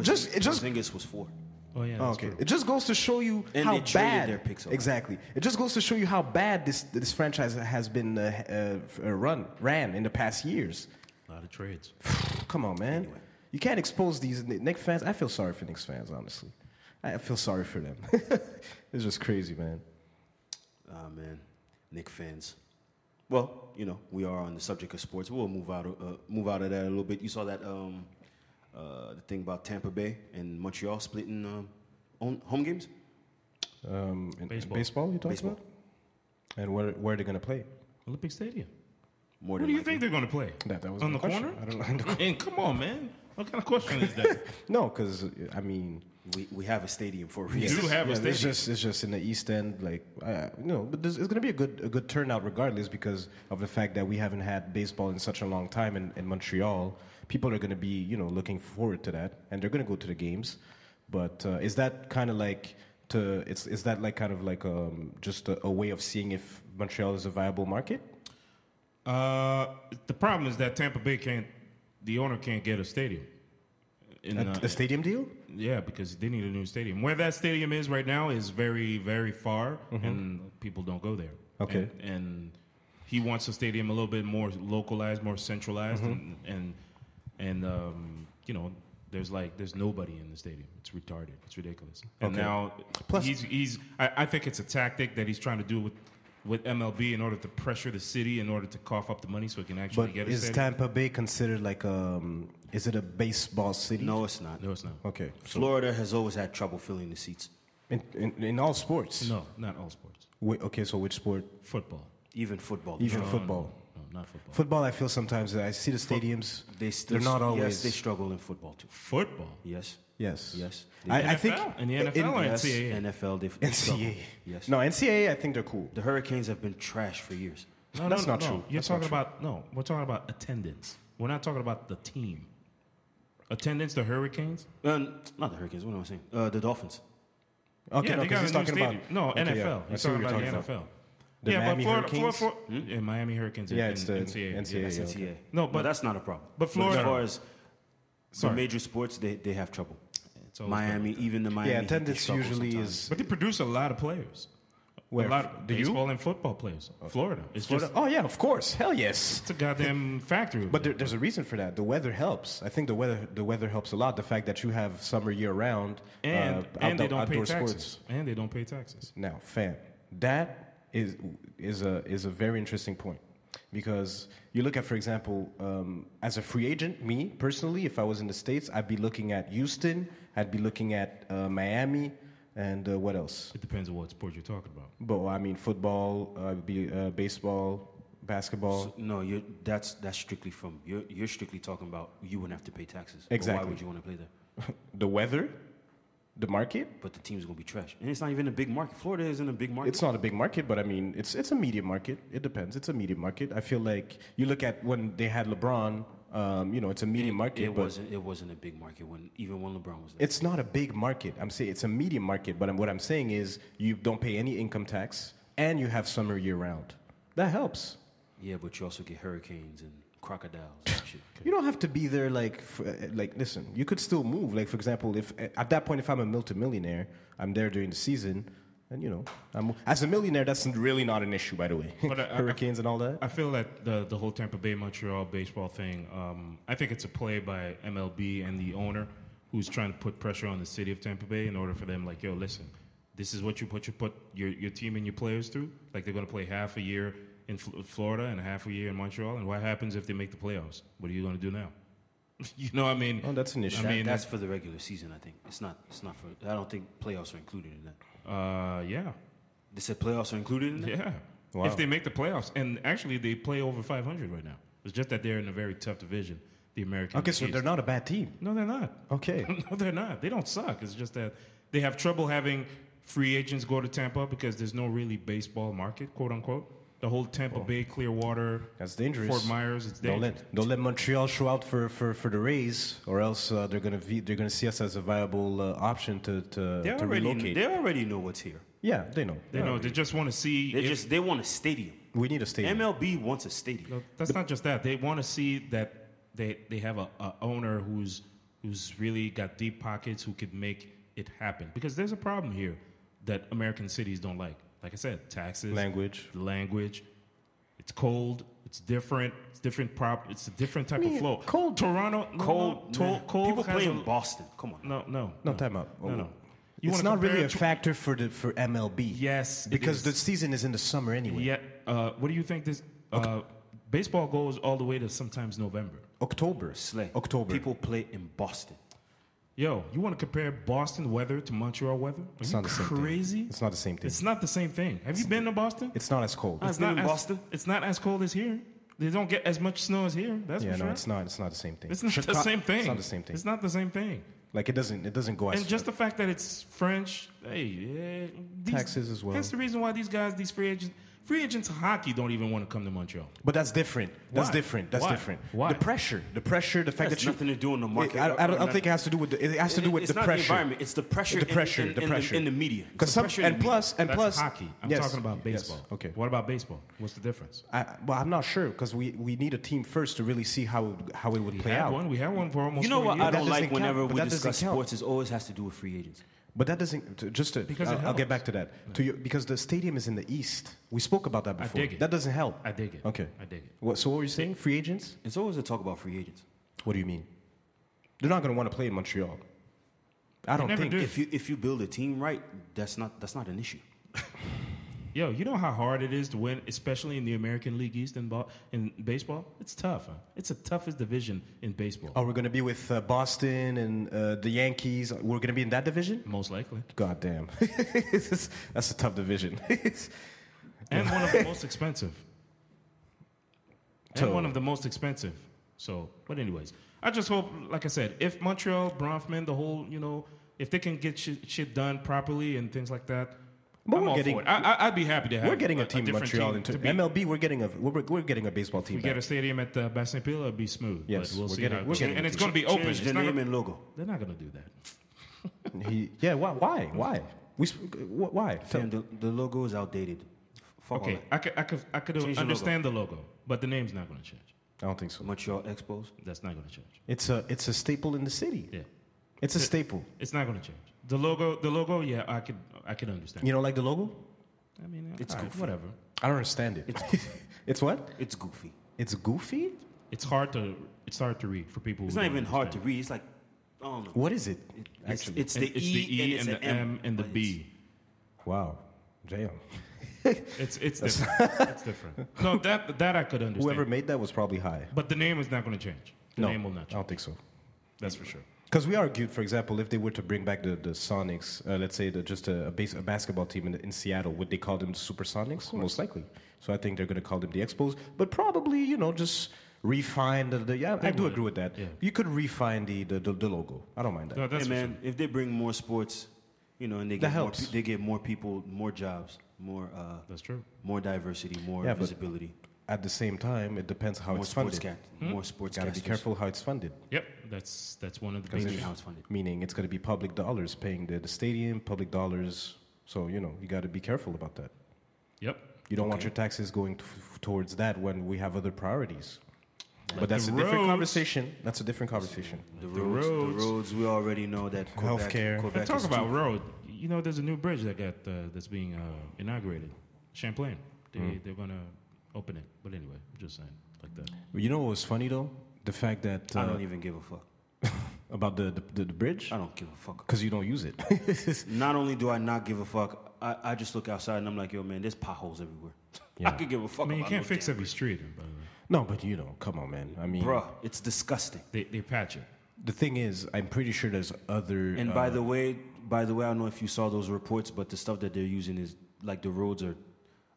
B: Just-
C: Porzingis-
B: it just-
C: Porzingis was four.
A: Oh yeah.
B: Oh,
A: That's
B: okay,
A: True.
B: it just goes to show you
C: And
B: how
C: they traded
B: bad.
C: their picks away.
B: exactly, it just goes to show you how bad this this franchise has been uh, uh, f- uh, run ran in the past years.
A: A lot of trades.
B: Come on, man, you can't expose these Kn- Knicks fans. I feel sorry for Knicks fans, honestly. I feel sorry for them. it's just crazy, man.
C: Ah, man. Nick fans. Well, you know, we are on the subject of sports. We'll move out of, uh, move out of that a little bit. You saw that um, uh, the thing about Tampa Bay and Montreal splitting um, own, home uh, games?
B: Um, in- in
A: Baseball.
B: baseball, you talking
C: Baseball.
B: about? And where, where are they going to play?
A: Olympic Stadium.
C: More
A: What
C: than
A: do you
C: likely.
A: think they're going to play?
B: That, that was
A: on
B: my
A: the
B: question.
A: corner.
B: I don't, I don't,
A: And come on, man. What kind of question is that?
B: no, because, I mean,
C: We, we have a stadium for a
A: You
C: reason.
A: do have a
B: Yeah,
A: stadium.
B: it's just it's just in the East End, like I, you know, but there's, it's going to be a good a good turnout regardless because of the fact that we haven't had baseball in such a long time in, in Montreal. People are going to be you know looking forward to that, and they're going to go to the games. But uh, is that kind of like to it's is that like kind of like um, just a, a way of seeing if Montreal is a viable market?
A: Uh, the problem is that Tampa Bay can't. The owner can't get a stadium. In,
B: A, a
A: uh,
B: stadium deal?
A: yeah, because they need a new stadium. Where that stadium is right now is very, very far, and people don't go there.
B: Mm-hmm. Okay.
A: And, and he wants a stadium a little bit more localized, more centralized,
B: Mm-hmm.
A: and and and um, you know, there's like there's nobody in the stadium. It's retarded. It's ridiculous. And
B: Okay.
A: now
B: Plus-
A: he's he's I, I think it's a tactic that he's trying to do with. With MLB, in order to pressure the city, in order to cough up the money, so it can actually
B: But
A: get a
B: is
A: stadium.
B: Tampa Bay considered like um is it a baseball city?
C: No, it's not.
A: no, it's not.
B: Okay.
C: Florida has always had trouble filling the seats,
B: In, in, in all sports.
A: No, not all sports.
B: Wait, okay, so which sport?
A: Football.
C: even football.
B: Even football.
A: No, not football.
B: Football, I feel sometimes I see the stadiums.
C: They still
B: are not always.
C: Yes, they struggle in football too.
A: football.
C: Yes.
B: yes.
C: Yes.
B: I, I think
A: NFL? In the NFL or
C: Yes,
A: NCAA?
C: NFL. They've they struggle.
B: NCAA.
C: Yes.
B: No, NCAA. I think they're cool.
C: The Hurricanes have been trash for years.
A: No,
B: That's
A: no,
B: not
A: no.
B: true.
A: You're
B: That's not
A: talking
B: true.
A: about no. We're talking about attendance. We're not talking about the team. Attendance, the Hurricanes.
C: Uh, not the Hurricanes. What am I saying? Uh, the Dolphins.
B: Okay,
A: yeah,
B: no,
A: they
B: 'cause
A: got a
B: he's
A: new
B: talking
A: stadium.
B: about
A: no
B: okay,
A: NFL.
B: yeah,
A: You're
B: I see
A: talking
B: what you're
A: about
B: talking
A: the
B: about.
A: NFL.
B: The
A: yeah,
B: Miami
A: but Florida,
B: Hurricanes? Hmm?
A: Florida, Florida- yeah, Miami Hurricanes.
B: Yeah,
A: and-
B: it's the
A: and NCAA.
B: NCAA.
C: That's
B: yeah,
C: NCAA.
B: okay.
A: No, but-
C: that's not a problem.
A: but Florida-
C: as far as
A: Sorry.
C: the major sports, they, they have trouble.
A: It's always been
C: Miami,
A: like that.
C: even the Miami.
B: Oh, Yeah,
C: Heat, they
B: attendance
C: struggle
B: usually
C: sometimes.
B: is.
A: But they produce a lot of players.
B: Where?
A: a lot of
B: Do you?
A: baseball and football players. Florida. It's just
B: Oh yeah, of course. Hell yes.
A: it's a goddamn factory.
B: But there, there's a reason for that. The weather helps. I think the weather the weather helps a lot. The fact that you have summer year round
A: and
B: uh,
A: and
B: outdo-
A: they don't pay
B: outdoor
A: taxes.
B: sports.
A: And they don't pay taxes.
B: Now, fam, that is is a is a very interesting point because you look at, for example, um, as a free agent, me personally, if I was in the states, I'd be looking at Houston, I'd be looking at uh, Miami, and uh, what else?
A: It depends on what sport you're talking about.
B: But I mean, football, uh, be uh, baseball, basketball.
C: No, you're, that's that's strictly from you're, you're strictly talking about you wouldn't have to pay taxes. But
B: Exactly.
C: why would you want to play there?
B: the weather, the market.
C: But the team's gonna be trash, and it's not even a big market. Florida isn't a big market.
B: It's not a big market, but I mean, it's it's a medium market. It depends. It's a medium market. I feel like you look at when they had LeBron. Um, you know, it's a medium market.
C: It
B: but
C: wasn't. It wasn't a big market when even when LeBron was there.
B: It's not a big market. I'm saying it's a medium market, but I'm, what I'm saying is you don't pay any income tax and you have summer year round. That helps.
C: yeah, but you also get hurricanes and crocodiles and shit.
B: You don't have to be there like for, like listen, you could still move. Like for example, if eh, at that point if I'm a Milton millionaire, I'm there during the season and you know, I'm, as a millionaire that's really not an issue by the way.
A: But uh, I- I-
B: Hurricanes and all that.
A: I feel that the the whole Tampa Bay Montreal baseball thing. Um, I think it's a play by MLB and the owner, who's trying to put pressure on the city of Tampa Bay in order for them, like, yo, listen, this is what you put your put your your team and your players through. Like they're gonna play half a year in Fl- Florida and half a year in Montreal. And what happens if they make the playoffs? What are you gonna do now? you know, what I mean,
B: Oh, that's an issue.
A: I mean,
C: that's for the regular season. I think it's not. It's not for. I don't think playoffs are included in that.
B: Um,
A: uh, yeah,
C: They said playoffs are included in that.
A: yeah.
B: Wow.
A: If they make the playoffs, and actually they play over 500 right now. It's just that they're in a very tough division, the American.
B: Okay, so
A: East.
B: they're not a bad team.
A: No, they're not.
B: Okay.
A: no, they're not. They don't suck. It's just that they have trouble having free agents go to Tampa because there's no really baseball market, quote unquote. The whole Tampa Bay, Clearwater,
B: Oh. That's dangerous.
A: Fort Myers, it's
B: Don't
A: dangerous.
B: let, don't let Montreal show out for, for, for the Rays, or else uh, they're gonna ve- they're gonna see us as a viable uh, option to to,
C: They
B: to
C: already.
B: relocate.
C: They already know what's here.
B: yeah, they know.
A: They know they just want to see.
C: They
A: if-
C: just. They want a stadium.
B: We need a stadium.
C: MLB wants a stadium.
A: no, that's not just that. They want to see that they they have a, a owner who's who's really got deep pockets who could make it happen. Because there's a problem here that American cities don't like. Like I said, taxes,
B: Language.
A: the language. It's cold. It's different. It's different prop. It's a different type
B: mean,
A: of flow.
B: cold-
A: Toronto. no,
C: Cold.
A: No, to-
C: man.
A: cold.
C: People
A: has
C: play
A: a-
C: in Boston. Come on.
A: No, no.
B: No, time out.
A: No, no.
B: it's
A: wanna
B: not really
A: compare
B: a
A: to-
B: factor for the for MLB.
A: Yes, it
B: because
A: is.
B: the season is in the summer anyway.
A: Yeah. Uh, what do you think? This uh, baseball goes all the way to sometimes November.
B: October,
C: Slay.
B: October.
C: People play in Boston.
A: Yo, you want to compare Boston weather to Montreal weather? Are
B: It's
A: you
B: not the same thing.
A: crazy?
B: It's not the same thing.
A: It's not the same thing. Have you been to Boston?
B: It's not as cold.
C: It's been in
A: as,
C: Boston.
A: It's not as cold as here. They don't get as much snow as here. That's
B: yeah,
A: for
B: no,
A: sure.
B: it's not. It's not the same thing.
A: It's not the
B: Chica-
A: same thing.
B: It's not the same thing.
A: It's not the same thing.
B: Like it doesn't. It doesn't go as.
A: And just the fact that it's French, hey, yeah, these-
B: Taxes as well.
A: That's the reason why these guys, these free agents, free agents of hockey, don't even want to come to Montreal.
B: but that's different. That's
A: Why?
B: different. That's
A: Why?
B: different.
A: Why?
B: The pressure. The pressure. The fact
C: That's
B: that you.
C: nothing to do in the market.
B: I, I don't, I don't
C: Or
B: think it has to do with. The, it has to do with
C: it's
B: the
C: not
B: pressure.
C: the environment. It's the pressure.
B: the pressure.
C: In, in,
B: the
C: in
B: pressure.
C: in the media. It's
B: Because
C: the
B: some
C: pressure in
B: and
C: the media.
B: plus and
A: That's
B: plus
A: hockey. I'm
B: yes,
A: talking about
B: yes,
A: baseball.
B: okay.
A: What about baseball? What's the difference?
B: I, well, I'm not sure because we, we need a team first to really see how how it would
A: we
B: play
A: had
B: out.
A: one. We had one for almost.
C: You know
A: four
C: what I
A: years.
B: that
C: don't
B: doesn't
C: like
B: count,
C: whenever
B: but
C: we
B: that doesn't
C: discuss
B: count.
C: sports, it always has to do with free agents.
B: But that doesn't to- just to,
A: Because it
B: I'll, I'll
A: helps.
B: get back to that to you because the stadium is in the east. We spoke about that before.
A: dig it.
B: That doesn't help.
A: I dig it.
B: Okay,
A: I dig it.
B: What, so what were you saying? Free agents?
C: It's always a talk about free agents.
B: What do you mean? They're not going to want to play in Montreal. I don't
A: never
B: think.
A: do.
C: If you if you build a team right, that's not that's not an issue.
A: Yo, you know how hard it is to win, especially in the American League East in, bo- in baseball. It's tough. Huh? It's the toughest division in baseball.
B: Oh, we're going to be with uh, Boston and uh, the Yankees. We're going to be in that division.
A: Most likely,
B: God damn, that's a tough division.
A: and one of the most expensive.
B: So-
A: And one of the most expensive. So, but anyways, I just hope, like I said, if Montreal Bronfman, the whole, you know, if they can get shit, shit done properly and things like that,
B: But
A: I'm
B: we're
A: all
B: getting-
A: for it. I, I, I'd be happy to have.
B: we're getting a, team in
A: different
B: Montreal.
A: team
B: into
A: to be-
B: MLB, we're getting a we're, we're getting a baseball team.
A: we
B: back.
A: get a stadium at the Bassin Pile, it'd be smooth.
B: Yes,
A: but we'll
B: we're
A: see
B: getting-
A: how it
B: we're
A: goes.
B: getting
A: and
B: a
A: it's going to be open.
C: Change
A: It's
C: the
A: not
C: name
A: gonna-
C: and logo.
A: they're not going to do that.
B: He, yeah, why? Why? Why? We, sp- wh- why?
C: Damn, the, the logo is outdated. Fuck all
A: Okay,
C: that.
A: I could, I could, I could
C: Change the
A: understand the logo, but the name's not going to change.
B: I don't think so.
C: Montreal Expos.
A: That's not going to change.
B: It's a it's a staple in the city.
A: Yeah,
B: It's a staple.
A: it's not going to change. The logo, the logo, yeah, I could, I could understand.
B: You don't like the logo?
A: I mean,
C: It's
A: all
C: goofy.
A: whatever.
B: I don't understand it. It's, what?
C: It's goofy.
B: It's goofy.
A: It's hard to, it's hard to read for people.
C: It's
A: who
C: not
A: don't
C: even hard to
A: understand.
C: read. It's like I don't know.
B: What is it?
C: It's,
B: Actually,
C: it's the
A: And it's
C: E
A: the E
C: and,
A: and,
C: it's
A: the M and the
C: but
A: B.
B: wow, damn.
A: It's, it's different. it's different. No, that, that I could understand.
B: Whoever made that was probably high.
A: but the name is not going to change. The
B: no,
A: name will not
B: I
A: change.
B: don't think so.
A: That's for sure.
B: Because we argued, for example, if they were to bring back the, the Sonics, uh, let's say the, just a, a, base, a basketball team in, in Seattle, would they call them the Supersonics? Most likely. So I think they're going to call them the Expos, but probably, you know, just refine the. the yeah, I do
A: would,
B: agree with that.
A: yeah.
B: You could refine the, the, the, the logo. I don't mind that.
A: No,
C: Hey
A: that's for
C: man, if they bring more sports, you know, and they
B: That
C: get more,
B: helps.
C: pe- they get more people, more jobs, more uh,
A: That's Oh, true.
C: more diversity, more
B: Yeah, but-
C: visibility,
B: At the same time, it depends how
C: more
B: it's
C: sports
B: funded.
C: cat,
A: Hmm?
C: more sports
B: Got to be careful how it's funded.
A: Yep, that's that's one of the big
C: Mainly
A: things.
C: how it's funded.
B: Meaning it's going to be public dollars paying the, the stadium, public dollars. So, you know, you got to be careful about that.
A: Yep.
B: You don't want your taxes going t- towards that when we have other priorities. but that's a
A: the
B: different
A: roads.
B: conversation. That's a different conversation.
C: The roads, the roads,
A: roads.
C: we already know that Quebec,
B: Healthcare.
A: And
C: Quebec
A: talk
C: is
A: about
C: too-
A: road. You know, there's a new bridge that got uh, that's being uh, inaugurated, Champlain. They
C: Mm.
A: they're gonna open it. But anyway, I'm just saying like that.
B: You know what was funny though? The fact that
C: I
B: uh,
C: don't even give a fuck.
B: about the the, the, the bridge
C: I don't give a fuck.
B: because you don't use it.
C: Not only do I not give a fuck, I, I just look outside and I'm like, yo, man, there's potholes everywhere. I
B: Yeah.
C: could give a fuck.
A: I mean, you
C: about
A: can't
C: no
A: fix
C: damn-
A: every street. By the way,
B: no, but you know, come on, man. I mean,
C: Bruh, it's disgusting.
A: they they patch it.
B: the thing is, I'm pretty sure there's other.
C: And
B: uh,
C: by the way, by the way, I don't know if you saw those reports, but the stuff that they're using is like the roads are,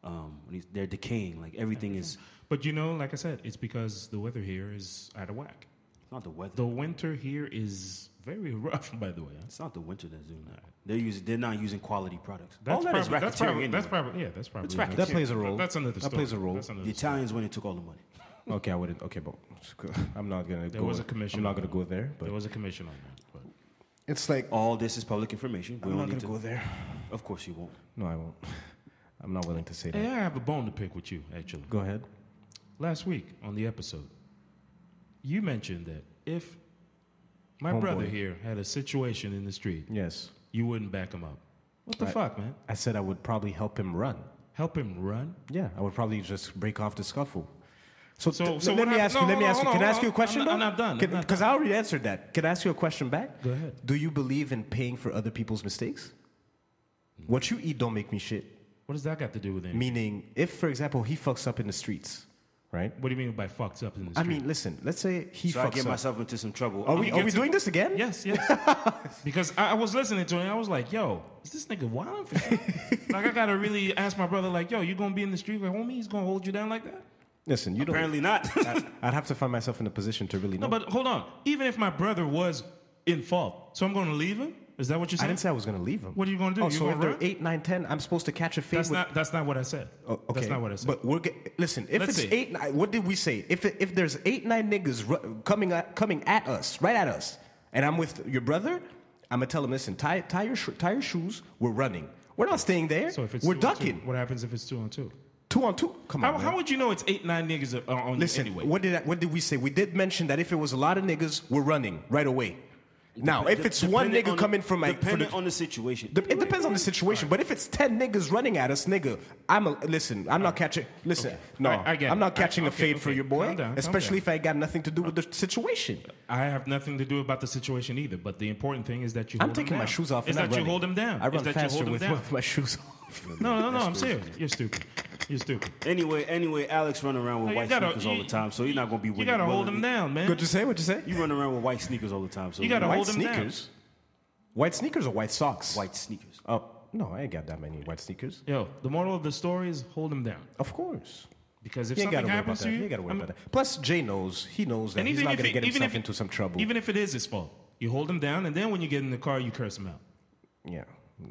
C: um, they're decaying. Like everything is
A: But you know, like I said, it's because the weather here is out of whack.
C: it's not the weather.
A: The winter here is very rough. By the way,
C: It's not the winter that's doing that. They're using. They're not using quality products.
A: that's
C: All that is
A: probably, that's
C: racketeering.
A: probably,
C: anyway.
A: that's probably yeah, that's probably
C: It's
A: another-
B: that plays a role.
A: That's another story.
B: That plays a role.
A: That's another
C: the
A: story.
C: Italians went and took all the money.
B: okay, I wouldn't. Okay, but I'm not gonna.
A: There
B: go,
A: was a commission
B: I'm
A: on
B: not gonna
A: that.
B: go there. But Oh,
A: There was a commission on that. But.
B: it's like
C: All this is public information. We
B: I'm not
C: don't
B: gonna
C: need
B: go
C: to.
B: there.
C: Of course you won't.
B: No, I won't. I'm not willing to say that.
A: Hey, I have a bone to pick with you, actually.
B: Go ahead.
A: Last week on the episode, you mentioned that if my
B: Homeboy.
A: brother here had a situation in the street,
B: Yes,
A: you wouldn't back him up. What the
B: Right.
A: fuck, man?
B: I said I would probably help him run.
A: Help him run?
B: Yeah, I would probably just break off the scuffle. So,
A: So-
B: th-
A: so
B: let
A: what
B: me
A: I-
B: ask you.
A: no,
B: Let me
A: hold
B: ask
A: on,
B: you. Can
A: hold
B: I
A: on,
B: ask you a
A: I'm
B: question?
A: not- I'm not done, I'm not
B: Because I already answered that. Can I ask you a question back?
A: Go ahead.
B: Do you believe in paying for other people's mistakes?
A: Mm.
B: What you eat don't make me shit.
A: What does that got to do with anything?
B: Meaning, if for example he fucks up in the streets, right?
A: What do you mean by fucks up in the
B: I
A: street?
B: mean, listen. Let's say he
C: So I
B: fucks
C: get
B: up.
C: myself into some trouble.
B: are we
A: gonna
B: are
A: get
B: we
A: to-
B: doing this again?
A: yes, yes. because I, I was listening to it and I was like, yo, is this nigga wild? For sure? like, I gotta really ask my brother, like, yo, you gonna be in the street with homie? He's gonna hold you down like that?
B: Listen, you
C: Apparently not.
B: don't. I'd have to find myself in a position to really know.
A: No, but hold on. Even if my brother was in fault, so I'm gonna leave him? Is that what you're
B: I
A: saying?
B: didn't say I was going to leave him.
A: What are you gonna do?
B: Oh,
A: You
B: so
A: gonna
B: if they're
A: run?
B: eight, nine, ten, I'm supposed to catch a fade
A: that's
B: with.
A: not that's not what I said.
B: Oh, okay.
A: That's not what I said.
B: But we're get, listen. If
A: Let's
B: it's
A: see.
B: eight, nine, what did we say? If it- if there's eight, nine niggas ru- coming at, coming at us, right at us, and I'm with your brother, I'm gonna tell him, listen, tie tie your sho- tie your shoes. We're running. We're not staying there.
A: so if it's
B: we're
A: two on
B: ducking.
A: two, what happens if it's two on two?
B: Two on two. Come on.
A: How,
B: man.
A: how would you know it's eight nine niggas uh, on you
B: Listen,
A: anyway?
B: what did I, what did we say? We did mention that if it was a lot of niggas, we're running right away. Now, if it's one
C: Depending
B: nigga
C: on-
B: coming from my, for
C: depending
B: the,
C: on the situation.
B: Dep- it depends on the situation, but if it's ten niggas running at us, nigga, I'm a listen. I'm not catching. Listen, no,
A: Alright, I get
B: am
A: it.
B: not catching
A: Okay,
B: a fade for
A: okay.
B: your boy,
A: Calm down, calm
B: especially
A: down.
B: if I got nothing to do with the situation.
A: I have nothing to do about the situation either. But the important thing is that you.
B: I'm
A: hold them
B: taking my
A: down.
B: shoes off.
A: Is
B: and
A: that
B: I'm
A: you
B: running.
A: hold them down?
B: I run
A: is that you
B: faster
A: hold them
B: with,
A: down?
B: with my shoes off.
A: No, no, no. I'm serious. You're stupid. You're stupid.
C: Anyway, anyway, Alex run around with
A: No, you
C: white
A: gotta-
C: sneakers all
A: you-
C: the time, so you're not gonna be.
A: You
C: winning.
A: gotta
C: Run-
A: hold them down, man.
B: What'd you say? What'd you say?
C: You run around with white sneakers all the time, so
A: You gotta
B: White
A: hold them down.
B: sneakers. White sneakers or white socks?
C: white sneakers.
B: Oh no, I ain't got that many white sneakers.
A: Yo, the moral of the story is hold them down
B: Of course.
A: because if
B: You ain't
A: something
B: gotta worry about
A: happens
B: that.
A: to
B: You
A: you,
B: ain't gotta worry
A: I mean,
B: about that. Plus, Jay knows. He knows that he's not
A: if
B: gonna
A: it-
B: get
A: even
B: himself
A: if-
B: into some trouble.
A: Even if it is his fault, you hold him down, and then when you get in the car, you curse him out.
B: yeah.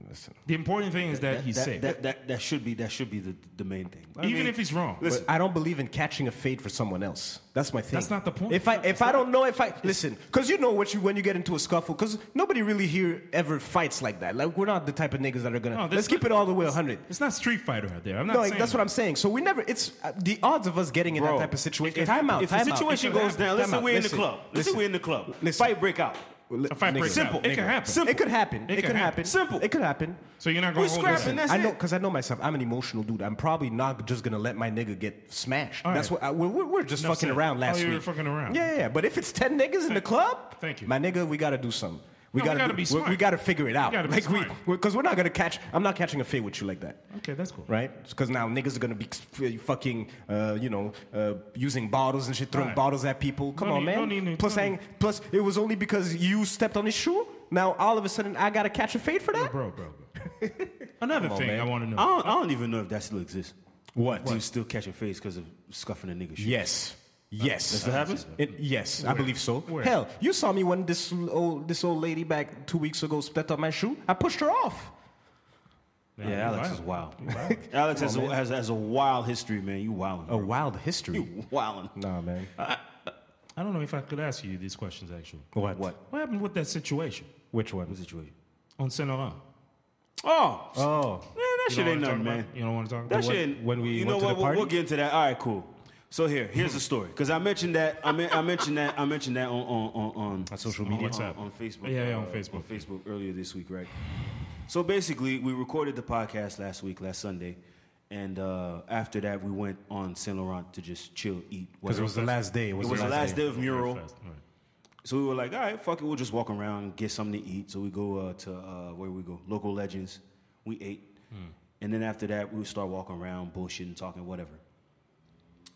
B: Listen.
A: The important thing is that, he's
C: that,
A: safe,
C: That, that that should be that should be the the main thing. I
A: even
C: mean,
A: if he's wrong.
C: listen,
B: I don't believe in catching a fade for someone else. That's my thing.
A: That's not the point.
B: If I if I don't know if I listen, because you know what you when you get into a scuffle, because nobody really here ever fights like that. Like we're not the type of niggas that are gonna.
A: No, this-
B: let's keep it all the way 100.
A: It's not Street Fighter out there. I'm not
B: No,
A: saying
B: that's what I'm saying. So we never. It's uh, the odds of us getting in
C: Bro,
B: that type of situation.
C: if-
B: time out.
C: If
B: time
C: the
B: out.
C: situation
B: It could
C: goes
B: happen.
C: down,
B: Time
C: let's say
B: out.
C: we're in the
B: Listen,
C: club. Let's say
B: listen.
C: we're in the club.
B: Listen.
C: Fight break out.
B: Li-
A: A fight
B: nigga,
A: breaks
B: simple.
A: out. It can
B: nigga.
A: happen.
B: It could
A: It
B: happen. It
A: can
B: could happen.
A: happen.
C: Simple.
B: It could happen.
A: So you're not gonna
C: We're
A: hold
C: scrapping.
A: him down.
C: That's
B: I know
C: it.
B: because I know myself. I'm an emotional dude. I'm probably not just gonna let my nigga get smashed.
A: All
B: That's
A: right.
B: what I, we're, we're we're just
A: Enough
B: fucking
A: said.
B: around last
A: Oh, you were
B: week.
A: fucking around.
B: Yeah, yeah, yeah. But if it's ten niggas in the club,
A: Thank you.
B: my nigga. We gotta do something. We
A: No, we
B: gotta,
A: gotta
B: do-
A: be
B: we- We,
A: smart.
B: gotta figure it out.
A: gotta be
B: like
A: smart.
B: we, because we're not gonna catch. I'm not catching a fade with you like that,
A: Okay, that's cool.
B: right? Because now niggas are gonna be f- fucking, uh, you know, uh, using bottles and shit, throwing
A: Right.
B: bottles at people. Come
A: No
B: on,
A: need-
B: man.
A: no need- no
B: plus, I
A: need.
B: ain't- plus, it was only because you stepped on his shoe. Now all of a sudden, I gotta catch a fade for that.
A: Bro, bro, bro. Another
B: on,
A: thing
B: man.
A: I want to know.
C: I don't, I don't even know if that still exists.
B: What?
C: Dude still catching phase because of scuffing a nigga shit.
B: Yes. Yes.
C: That still happens?
B: It, yes, I believe so.
A: Where?
B: Hell, you saw me when this l- old this old lady back two weeks ago stepped on my shoe. I pushed her off.
A: Nah,
C: Yeah,
A: you
C: Alex
A: wild.
C: is wild. Alex has, a, has, has a wild history, man. You wildin'.
A: Oh.
B: A wild history.
C: You wildin'.
B: Nah, man.
A: Uh, I don't know if I could ask you these questions actually.
B: What?
C: What?
A: What happened with that situation
B: Which one?
C: situation?
A: on Saint Laurent?
C: Oh, man,
B: Oh,
C: that
A: Uh, You don't
C: shit ain't
A: wanna talk
C: nothing,
A: about
C: man.
A: it? You don't want to talk about
C: That
A: it?
C: shit. ain't-
B: when we
C: you
B: went
C: know
B: to
C: what?
B: the
C: we'll- We'll
B: party?
C: get into that. All right, cool. So here, here's the story. Because I mentioned that. I, men- I mentioned that. I mentioned that on on on, on
A: social media.
C: on, on,
A: WhatsApp.
C: on Facebook.
A: Yeah, yeah, on
C: uh,
A: Facebook.
C: Facebook earlier this week, right? So basically, we recorded the podcast last week, last Sunday, and uh, after that, we went on Saint Laurent to just chill, eat.
B: because it
C: whatever.
B: was the last day.
C: It was the last day of mural.
A: Very fast, all right.
C: So we were like, all right, fuck it, we'll just walk around, get something to eat. So we go uh, to uh, where we go, local legends. We ate,
B: Hmm.
C: and then after that, we would start walking around, bullshitting, talking, whatever.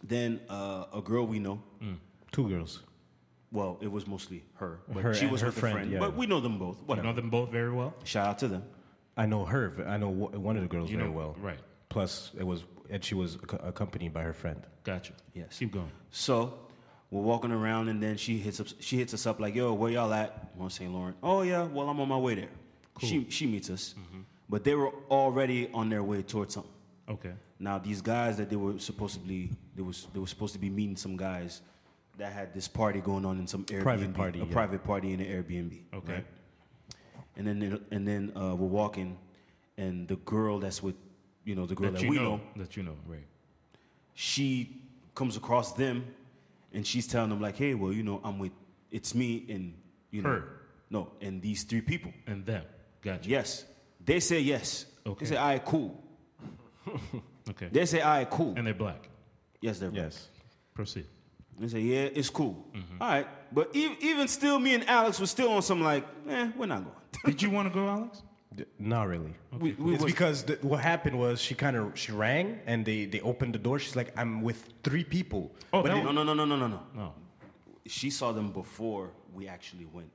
C: Then uh, a girl we know,
B: Two girls.
C: well, it was mostly her, but
B: Her
C: she
B: and
C: was
B: her
C: with a
B: friend, yeah.
C: but we know them both.
A: You
C: Whatever.
A: know them both very well.
C: Shout out to them.
B: I know her. v- I know wh- one of the girls
A: You
B: very
A: know-
B: well.
A: right.
B: Plus, it was and she was ac- accompanied by her friend.
A: Gotcha.
C: Yes.
A: Keep going.
C: So we're walking around, and then she hits up. She hits us up like, "Yo, where y'all at?" We're on St. Lawrence. Oh yeah, well I'm on my way there. She she meets us,
B: Mm-hmm.
C: but they were already on their way towards something.
A: Okay.
C: Now these guys that they were supposedly they was they were supposed to be meeting some guys that had this party going on in some Airbnb,
B: Private party,
C: a
B: yeah.
C: private party in an Airbnb.
A: Okay.
C: right? And then they- and then uh, we're walking, and the girl that's with you know the girl
A: That,
C: that,
A: you
C: we
A: know,
C: know
A: That you know. Right.
C: she comes across them, and she's telling them like, hey, well you know I'm with it's me and you know
A: Her.
C: no and these three people.
A: And them. Gotcha.
C: Yes, they say yes.
A: Okay.
C: They say all right, cool.
A: Okay.
C: They say all right, cool.
A: And they're black.
C: yes, they're
B: Yes.
A: Proceed.
C: They say, yeah, it's cool. All right. But e- even still, me and Alex was still on some like, eh, we're not going.
A: Did you want to go, Alex?
B: D- Not really.
C: We- we
B: it's
C: was-
B: because the, what happened was she kind of she rang and they they opened the door. She's like, I'm with three people.
A: Oh, that was-
C: But it- no, no, no, no, no, no, no.
A: no,
C: She saw them before we actually went.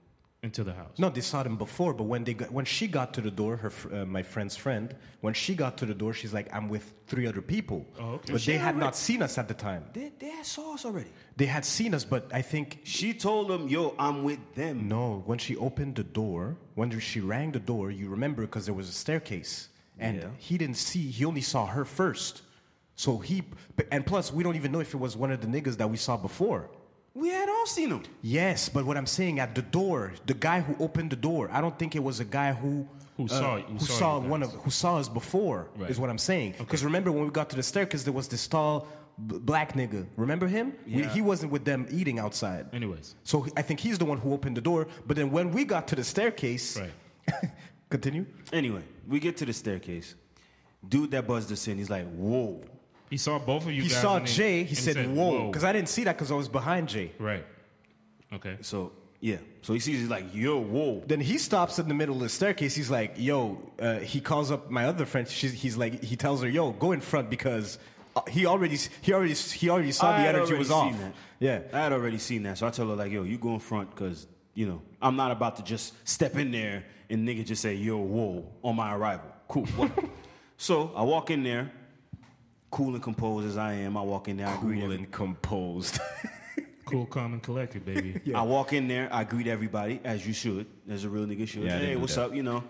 A: into the house.
B: No, they saw them before, but when they got, when she got to the door, her fr- uh, my friend's friend, when she got to the door, she's like, "I'm with three other people."
A: Oh, okay.
B: But
C: She
B: they had
C: already-
B: not seen us at the time.
C: They, they had saw us already.
B: They had seen us, but I think
C: She told them, "Yo, I'm with them."
B: no. When she opened the door, when she rang the door, you remember because there was a staircase, and
C: Yeah.
B: he didn't see. He only saw her first. So he p- and plus we don't even know if it was one of the niggas that we saw before.
C: We had all seen them.
B: Yes, but what I'm saying at the door, the guy who opened the door, I don't think it was a guy who uh,
A: Who saw- who
B: who
A: saw
B: saw
A: you
B: one of
A: guys.
B: who saw us before
A: Right.
B: is what I'm saying. Because remember when we got to the staircase, there was this tall b- black nigga. Remember him? We, he wasn't with them eating outside.
A: Anyways,
B: So he- I think he's the one who opened the door. But then when we got to the staircase,
A: right.
B: continue.
C: Anyway, we get to the staircase. Dude that buzzed us in, he's like, "Whoa."
A: He saw both of you.
B: He
A: guys
B: saw
A: and
B: Jay. He
A: and
B: said, "Whoa," because I didn't see that because I was behind Jay.
A: right. Okay.
C: So yeah, so he sees, he's like, "Yo, whoa."
B: Then he stops in the middle of the staircase. He's like, "Yo!" Uh, he calls up my other friend. She's, he's like, he tells her, "Yo, go in front because uh, he already he already he already saw
C: I
B: the
C: had
B: energy was
C: already
B: off."
C: seen that.
B: Yeah,
C: I had already seen that, so I tell her like, "Yo, you go in front, cause you know I'm not about to just step in there and nigga just say yo whoa on my arrival." Cool. whatever. so I walk in there, cool and composed as I am. I walk in there, I greet
B: cool
C: everybody.
B: and composed.
A: Cool, calm, and collected, baby.
C: I walk in there, I greet everybody as you should, as a real nigga should.
B: Yeah, I didn't
C: hey,
B: do
C: what's
B: that.
C: up? You know.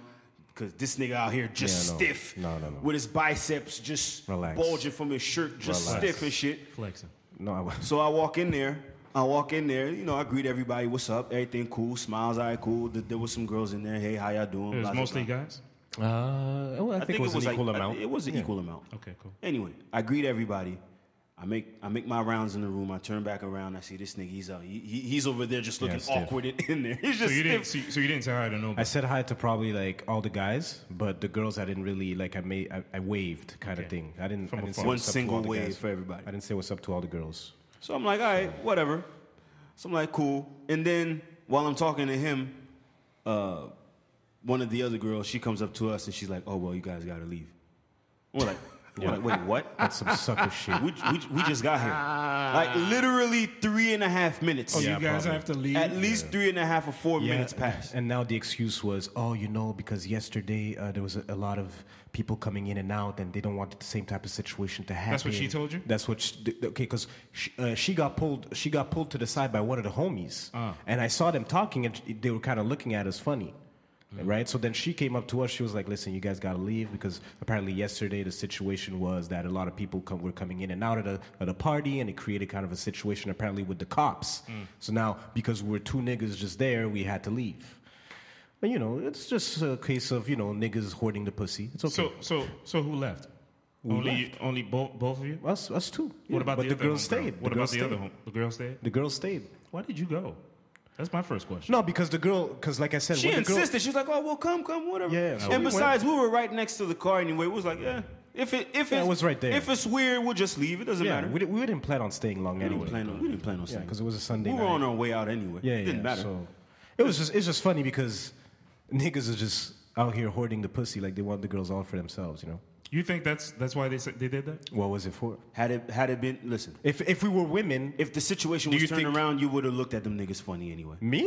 C: Cause this nigga out here just
B: Yeah, no.
C: stiff,
B: No, no, no.
C: with his biceps just
B: Relax.
C: bulging from his shirt, just
B: Relax.
C: stiff and shit.
A: Flexing.
B: no, I was.
C: So I walk in there. I walk in there. You know, I greet everybody. What's up? Everything cool? Smiles? All right, cool. Th- There was some girls in there. Hey, how y'all doing?
A: It was
C: Blah, blah,
A: mostly
C: blah.
A: guys.
B: Uh, well, I, think, it was, an
C: like-
B: equal
C: I-
B: amount.
C: it was an equal amount.
A: Okay, cool.
C: Anyway, I greet everybody. I make I make my rounds in the room. I turn back around. I see this nigga. He's out. He, he- he's over there just looking
B: stiff.
C: awkward in- in there. He's
A: So
C: just
A: you didn't.
C: stiff.
A: See, so you didn't say hi to
B: I
A: nobody.
B: said hi to probably like all the guys, but the girls I didn't really like. I made I, I waved kind
A: Okay.
B: of thing. I didn't.
A: From
B: I didn't
A: afar.
B: say
C: One
B: what's up to
C: single
B: all the
C: wave
B: guys.
C: for everybody.
B: I didn't say what's up to all the girls.
C: So I'm like, all right, whatever. So I'm like, cool. And then while I'm talking to him, uh, one of the other girls, she comes up to us and she's like, oh, well, you guys got to leave. We're like, we're like, wait, what?
B: That's some sucker shit.
C: We, we, we just got here. Like literally three and a half minutes.
A: Oh,
B: Yeah,
A: you guys
B: probably.
A: have to leave.
C: At least three and a half or four minutes passed.
B: And now the excuse was, oh, you know, because yesterday uh, there was a, a lot of people coming in and out, and they don't want the same type of situation to happen.
A: what she told you?
B: That's what. She, th- okay, because she, uh, she got pulled. She got pulled to the side by one of the homies,
A: Ah.
B: and I saw them talking, and they were kind of looking at us funny.
A: Mm.
B: Right, so then she came up to us. She was like, "Listen, you guys gotta leave because apparently yesterday the situation was that a lot of people come, were coming in and out of the of the party, and it created kind of a situation apparently with the cops.
A: Mm.
B: So now because we're two niggas just there, we had to leave. But, you know, it's just a case of you know niggas hoarding the pussy. It's okay.
A: So so so who left? only only bo- both of you.
B: us, us too.
A: What about
B: but
A: the,
B: the,
A: other
B: girls
A: homegirl?
B: stayed?
A: What about
B: girls
A: the
B: stayed.
A: other home? The girl stayed.
B: The girls stayed.
A: Why did you go? That's my first question.
B: No, because the girl, because like I said,
C: She
B: when the girl,
C: insisted. She was like, oh, well, come, come, whatever.
B: Yeah, so
C: and
B: we
C: besides, we were right next to the car anyway. It was like, yeah. If it, if
B: Yeah, it
C: it's-
B: was right there.
C: If it's weird, we'll just leave. It doesn't
B: yeah,
C: matter.
B: we, didn't- we didn't plan on staying long
C: We
B: anyway.
C: didn't plan on, we didn't plan on
B: Yeah,
C: staying.
B: because it was a Sunday
C: we were
B: night.
C: on our way out anyway.
B: yeah, yeah.
C: it didn't matter.
B: So it was just it's just funny because niggas are just out here hoarding the pussy like they want the girls all for themselves. You know
A: You think that's that's why they said they did that?
B: what was it for?
C: Had it had it been listen,
B: If if we were women,
C: if the situation
A: Do
C: was
A: you
C: turned
A: think-
C: around, you would have looked at them niggas funny anyway.
B: me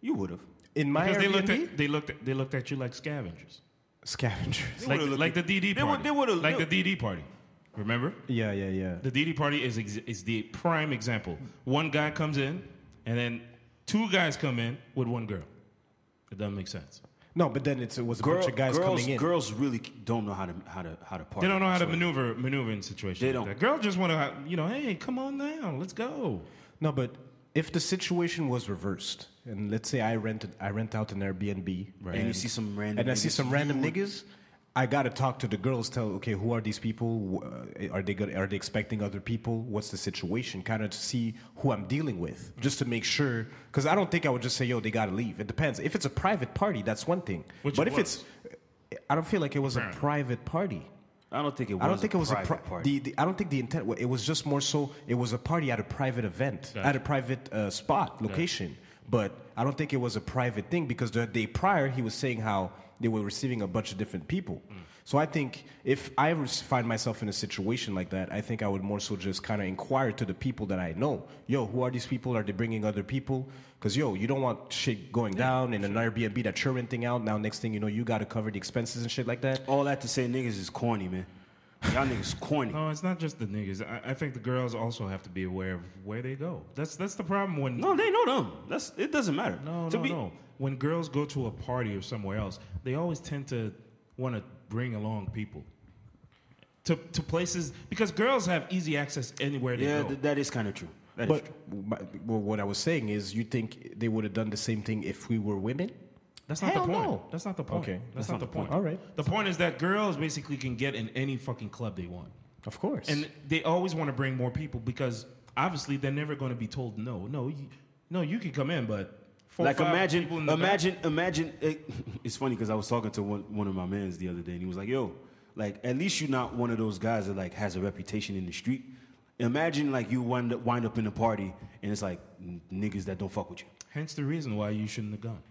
C: You would have.
B: in my
A: Because
B: Airbnb,
A: they looked at they looked at, they looked at you like scavengers,
B: scavengers.
A: like,
C: would've looked
A: like the
C: at-
A: DD
C: they would-
A: party.
C: they would've
A: like
C: looked-
A: the DD party. Remember
B: Yeah, yeah, yeah.
A: the DD party is ex- is the prime example. One guy comes in, and then two guys come in with one girl. It doesn't make sense.
B: No, but then it's, it was a bunch of guys
C: girls,
B: coming in.
C: girls really don't know how to how to how to party.
A: They don't know how to
C: So
A: maneuver maneuver in situations.
C: They
A: like
C: don't.
A: That. Girl just want to, you know, hey, come on down, let's go.
B: No, but if the situation was reversed, and let's say I rented, I rent out an Airbnb,
C: And you see some random
B: and I see
C: niggas,
B: some random niggas. I gotta talk to the girls. Tell okay, who are these people? Wh- uh, Are they gonna, are they expecting other people? What's the situation? Kind of to see who I'm dealing with, just to make sure. Because I don't think I would just say, "Yo, they gotta leave." It depends. If it's a private party, that's one thing.
A: Which
B: but
A: it
B: if it's, I don't feel like it was a
A: Apparently.
B: private party.
C: I don't think it was.
B: I don't think it was a
C: private
B: pri-
C: party.
B: The, the, I don't think the intent. wa- It was just more so. It was a party at a private event,
A: Gotcha.
B: at a private uh, spot location. But I don't think it was a private thing because the day prior he was saying how they were receiving a bunch of different people.
C: Mm.
B: So I think if I was- find myself in a situation like that, I think I would more so just kind of inquire to the people that I know. Yo, who are these people? Are they bringing other people? Because yo, you don't want shit going down in an Airbnb that you're renting out. Now next thing you know, you got to cover the expenses and shit like that.
C: All that to say, niggas is corny, man. Y'all niggas corny.
A: No, it's not just the niggas. I, I think the girls also have to be aware of where they go. That's that's the problem when
C: No, they know them. That's it. Doesn't matter.
A: No,
C: to
A: no,
C: be,
A: no. When girls go to a party or somewhere else, they always tend to want to bring along people to to places because girls have easy access anywhere they
C: Yeah,
A: go.
C: th- that is kind of true. That is
B: But
C: true.
B: my- well, what I was saying is, you think they would have done the same thing if we were women?
A: That's not
B: Hell
A: the point.
B: no.
A: That's not the point.
B: Okay,
A: That's, not, the point.
B: All right.
A: The point is that girls basically can get in any fucking club they want.
B: Of course.
A: And they always want to bring more people because obviously they're never going to be told no. No, you, no, you can come in, but four,
C: like
A: five
C: imagine,
A: people in the back-
C: imagine, imagine. It, it's funny because I was talking to one, one of my mans the other day, and he was like, "Yo, like at least you're not one of those guys that like has a reputation in the street. Imagine like you wind up wind up in a party, and it's like n- niggas that don't fuck with you.
A: Hence the reason why you shouldn't have gone.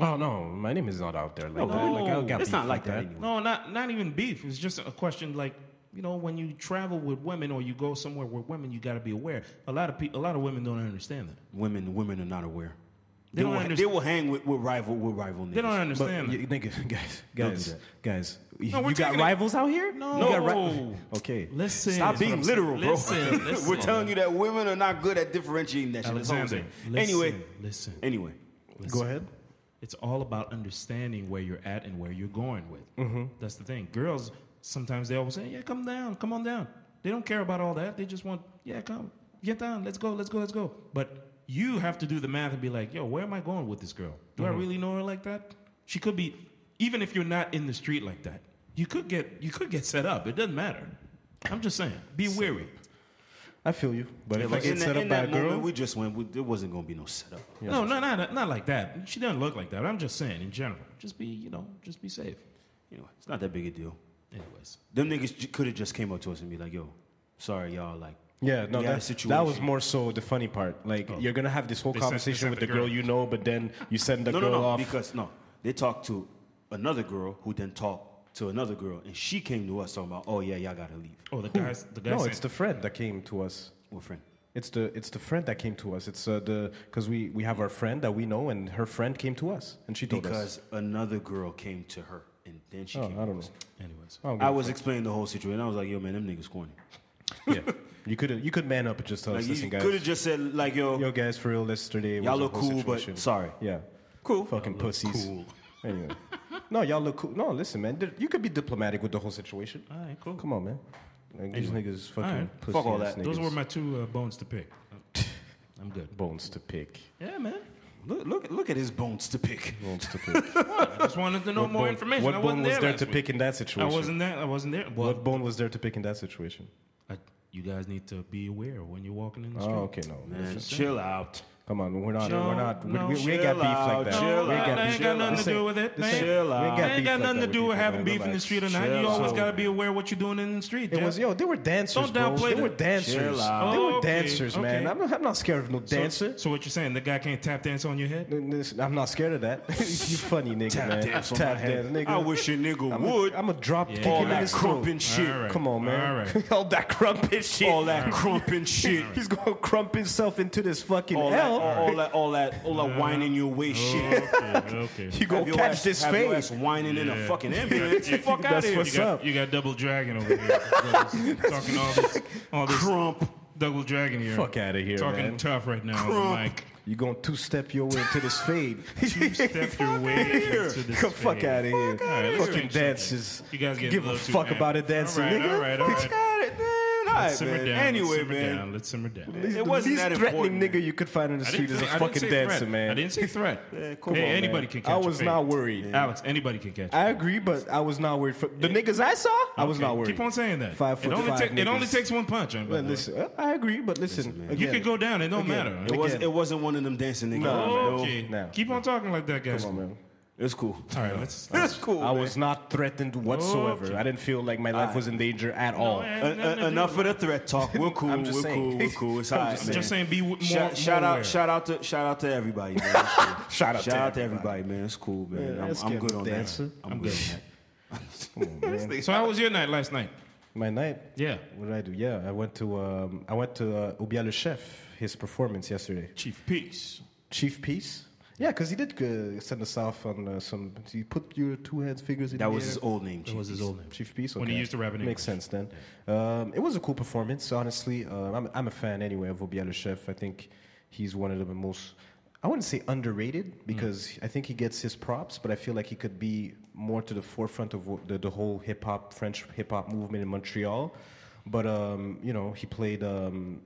B: oh no, my name is not out there like
C: No,
B: that. Like, I don't got
C: it's
B: beef
C: not like that. anymore.
A: No, not not even beef. It's just a question like you know when you travel with women or you go somewhere with women, you got to be aware. A lot of people, a lot of women don't understand that.
C: Women, women are not aware.
A: They
C: They,
A: don't
C: will,
A: understand-
C: they will hang with, with rival with rival niggas.
A: They don't
B: But
A: understand.
B: you,
A: that.
B: nigga, guys,
C: Don't do
B: guys,
C: that.
B: guys, you-
A: No, we're
B: you got
A: taking it-
B: rivals out here?
A: No.
B: You got
A: No.
B: okay.
A: Listen,
C: Stop being literal, bro.
A: Listen, listen.
C: We're telling you that women are not good at differentiating that shit. That's all I'm
A: Alexander.
C: saying.
A: listen,
C: Anyway,
A: listen.
C: anyway,
B: Go ahead.
A: It's all about understanding where you're at and where you're going with. That's the thing. Girls sometimes they always say, "Yeah, come down, come on down." They don't care about all that. They just want, "Yeah, come, get down, let's go, let's go, let's go." But you have to do the math and be like, "Yo, where am I going with this girl? Do I really know her like that? She could be, even if you're not in the street like that, you could get you could get set up. It doesn't matter. I'm just saying, be wary.
B: I feel you, but if I
C: like,
B: get
C: in,
B: set
C: that,
B: up
C: in
B: by a
C: that
B: girl,
C: moment, we just went. We, there wasn't gonna be no setup.
A: No, no, not not like that. She doesn't look like that. I'm just saying in general. Just be, you know, just be safe.
C: Anyway, it's not that big a deal.
A: Anyways.
C: Them niggas could have just came up to us and be like, "Yo, sorry, y'all." Like,
B: yeah, no,
C: we had a
B: that, that
C: situation. Oh.
B: was more so the funny part. Like you're gonna have this whole
A: They sent- they
B: conversation
A: sent
B: with
A: the
B: the girl.
A: girl.
B: you know, but then you send the
C: no, no,
B: girl
C: no,
B: off.
C: because no, they talked to another girl who then talked to another girl, and she came to us talking about, "Oh yeah, y'all gotta leave."
A: Oh, the guys, the guys.
B: no, it's the friend that came to us.
C: Well, friend,
B: It's the it's the friend that came to us. It's uh, the because we we have our friend that we know, and her friend came to us, and she told us.
C: because another girl came to her, and then she
B: Oh,
C: came.
B: I
C: to
B: don't
C: us.
B: know.
A: Anyways,
B: I don't
C: I
B: give a
C: was explaining the whole situation. I was like, "Yo, man, them niggas corny."
B: yeah. You could you could man up and just tell
C: Like,
B: us,
C: you
B: listen,
C: could have
B: guys.
C: just said, "Like, yo,
B: Yo, guys, for real, yesterday. was
C: Y'all
B: a
C: look
B: whole
C: cool, but
B: situation.
C: sorry.
B: Yeah.
C: Cool.
B: Fucking pussies.
A: cool.
B: Anyway. no, y'all look cool. No, listen, man. there- You could be diplomatic with the whole situation.
A: all right, cool.
B: Come on, man. Like, these niggas fucking
A: Alright.
B: pussy
C: Fuck all
B: ass
C: that.
B: niggas.
A: Those were my two uh, bones to pick. I'm good.
B: bones to pick.
A: Yeah, man.
C: look, look, look at his bones to pick."
B: Bones to pick.
A: I just wanted to know
B: What
A: more
B: bone-
A: information.
B: What
A: I
B: bone
A: wasn't
B: was
A: there,
B: there
A: last
B: to
A: week.
B: pick in that
A: I
B: situation?
A: wasn't there. I wasn't there. Well,
B: What bone was there to pick in that situation?
A: I, you guys need to be aware when you're walking in the street.
B: Oh, okay, no.
C: Man,
A: just
C: chill out.
B: Come on, we're not.
A: No,
B: we're not. We,
A: no,
B: we, we ain't got
C: chill
B: beef like that.
C: out,
A: No, that,
B: we ain't got
A: that ain't
B: beef.
A: got nothing to
B: This
A: do
B: ain't-
A: with it.
B: this
A: man.
C: Chill
A: That
C: out.
B: We ain't got
A: ain't
B: beef
A: got
B: like
A: nothing
B: that
A: to do with
B: people,
A: having
B: man.
A: beef in the
B: Relax.
A: street or not.
C: Chill
A: You always
C: out.
A: got to be aware what you're doing in the street.
B: It
A: Jack.
B: was yo. They were dancers,
A: Don't
B: bro.
A: downplay
B: They
A: the-
B: were dancers.
C: Chill out.
B: They were
A: Okay,
B: dancers, man.
A: okay.
B: I'm not, I'm not scared of no
A: So-
B: dancer.
A: So what you're saying? The guy can't tap dance on your head?
B: Listen, I'm not scared of that. you funny nigga,
C: Tap
B: man.
C: dance on
B: Tap
C: my head.
B: dance, nigga.
C: I wish your nigga
B: I'm
C: would.
B: A, I'm a drop kick
C: all
B: him in
C: that
B: his throat.
C: crumping shit.
A: All right.
B: Come on, man.
A: All right.
B: all that crumping shit.
C: All that crumping shit.
B: He's gonna crump himself into this fucking
C: All that,
B: hell.
C: all that, all that, all that whining your way shit.
A: okay. okay.
B: You
C: Have
B: gonna
C: your
B: catch
C: ass-
B: this
C: have your ass
B: face.
C: whining in a fucking ambulance.
A: Yeah.
C: Fuck out
B: That's
C: of here.
B: what's
A: You got,
B: up.
A: you got double dragon over here, brothers. talking all this, all this
C: Crump.
A: double dragon here.
B: Fuck outta here,
A: talking
B: man.
A: tough right now.
C: Crump.
A: Mike,
B: You gonna two step your way into this fade.
A: two step your way
C: here.
A: into this.
B: Come fuck
A: fade.
B: out of here.
A: outta here.
B: Fucking
A: Let's drink
B: dances.
A: You guys getting
B: give
A: a
B: a
A: little too
B: fuck
A: amped.
B: about a dancing,
A: All right,
B: nigga.
A: all right, all right.
C: Fuck out of man. All right,
A: Simmer
C: man.
A: down.
C: anyway,
A: let's simmer
C: man.
A: down. Let's simmer down.
C: It
B: The
C: wasn't
B: least
C: that
B: threatening
C: important,
B: nigga you could find in the
A: I didn't
B: street is
A: say-
B: a
A: I didn't
B: fucking
A: say
B: dancer,
A: threat.
B: man.
A: I didn't say threat.
C: come
A: hey,
C: on, man.
A: anybody can catch
B: I
A: a
B: was
A: fade.
B: not worried.
A: Alex, anybody can catch.
B: I agree, but I was not worried. For, the niggas I saw, I was
A: Okay,
B: not worried.
A: Keep on saying that.
B: Five foot
A: it only
B: five
A: take- it only
B: niggas.
A: takes one punch. I'm
B: But listen, uh, I agree, but listen,
A: you
B: again,
A: could go down. It don't
B: Again.
A: matter.
C: It, was,
B: Again.
C: it wasn't one of them dancing niggas.
B: No,
C: man.
A: okay.
B: no.
A: Keep on talking like that, guys.
B: Come on, man.
C: It's cool.
A: All right, let's.
C: It's cool.
B: I
C: man.
B: was not threatened whatsoever.
A: Okay.
B: I didn't feel like my life was in danger at all.
A: man.
C: En- en- enough of the threat talk. We're cool.
B: I'm just
C: we're
B: saying.
C: cool. We're cool. It's all right,
A: just-
C: man.
A: just saying be w- more-
C: Shout,
A: more
C: shout
A: aware.
C: out. Shout out to. Shout out to everybody. Man. It's cool.
B: Shout out to
C: everybody, man. It's cool, man. I'm,
B: let's
C: I'm
B: get
C: good on
B: dancing.
C: that. I'm, good on that.
A: So how was your night last night?
B: My night.
A: Yeah.
B: What did I do? Yeah, I went to um, I went to uh, Obia Le Chef his performance yesterday.
A: Chief Peace.
B: Chief Peace. Yeah, because he did uh, send us off on uh, some. He put your two hands fingers in
C: That
B: the
C: was
B: air.
C: his old name. Chief.
A: his old name?
B: Chief Peace. Okay.
A: When he used to rap in
B: Makes sense then. Um, it was a cool performance, honestly. Um, I'm, I'm a fan anyway of Obia Le Chef. I think he's one of the most, I wouldn't say underrated,
A: Mm.
B: because I think he gets his props, but I feel like he could be more to the forefront of wh- the, the whole hip hop, French hip hop movement in Montreal. But, um, you know, he played. Um,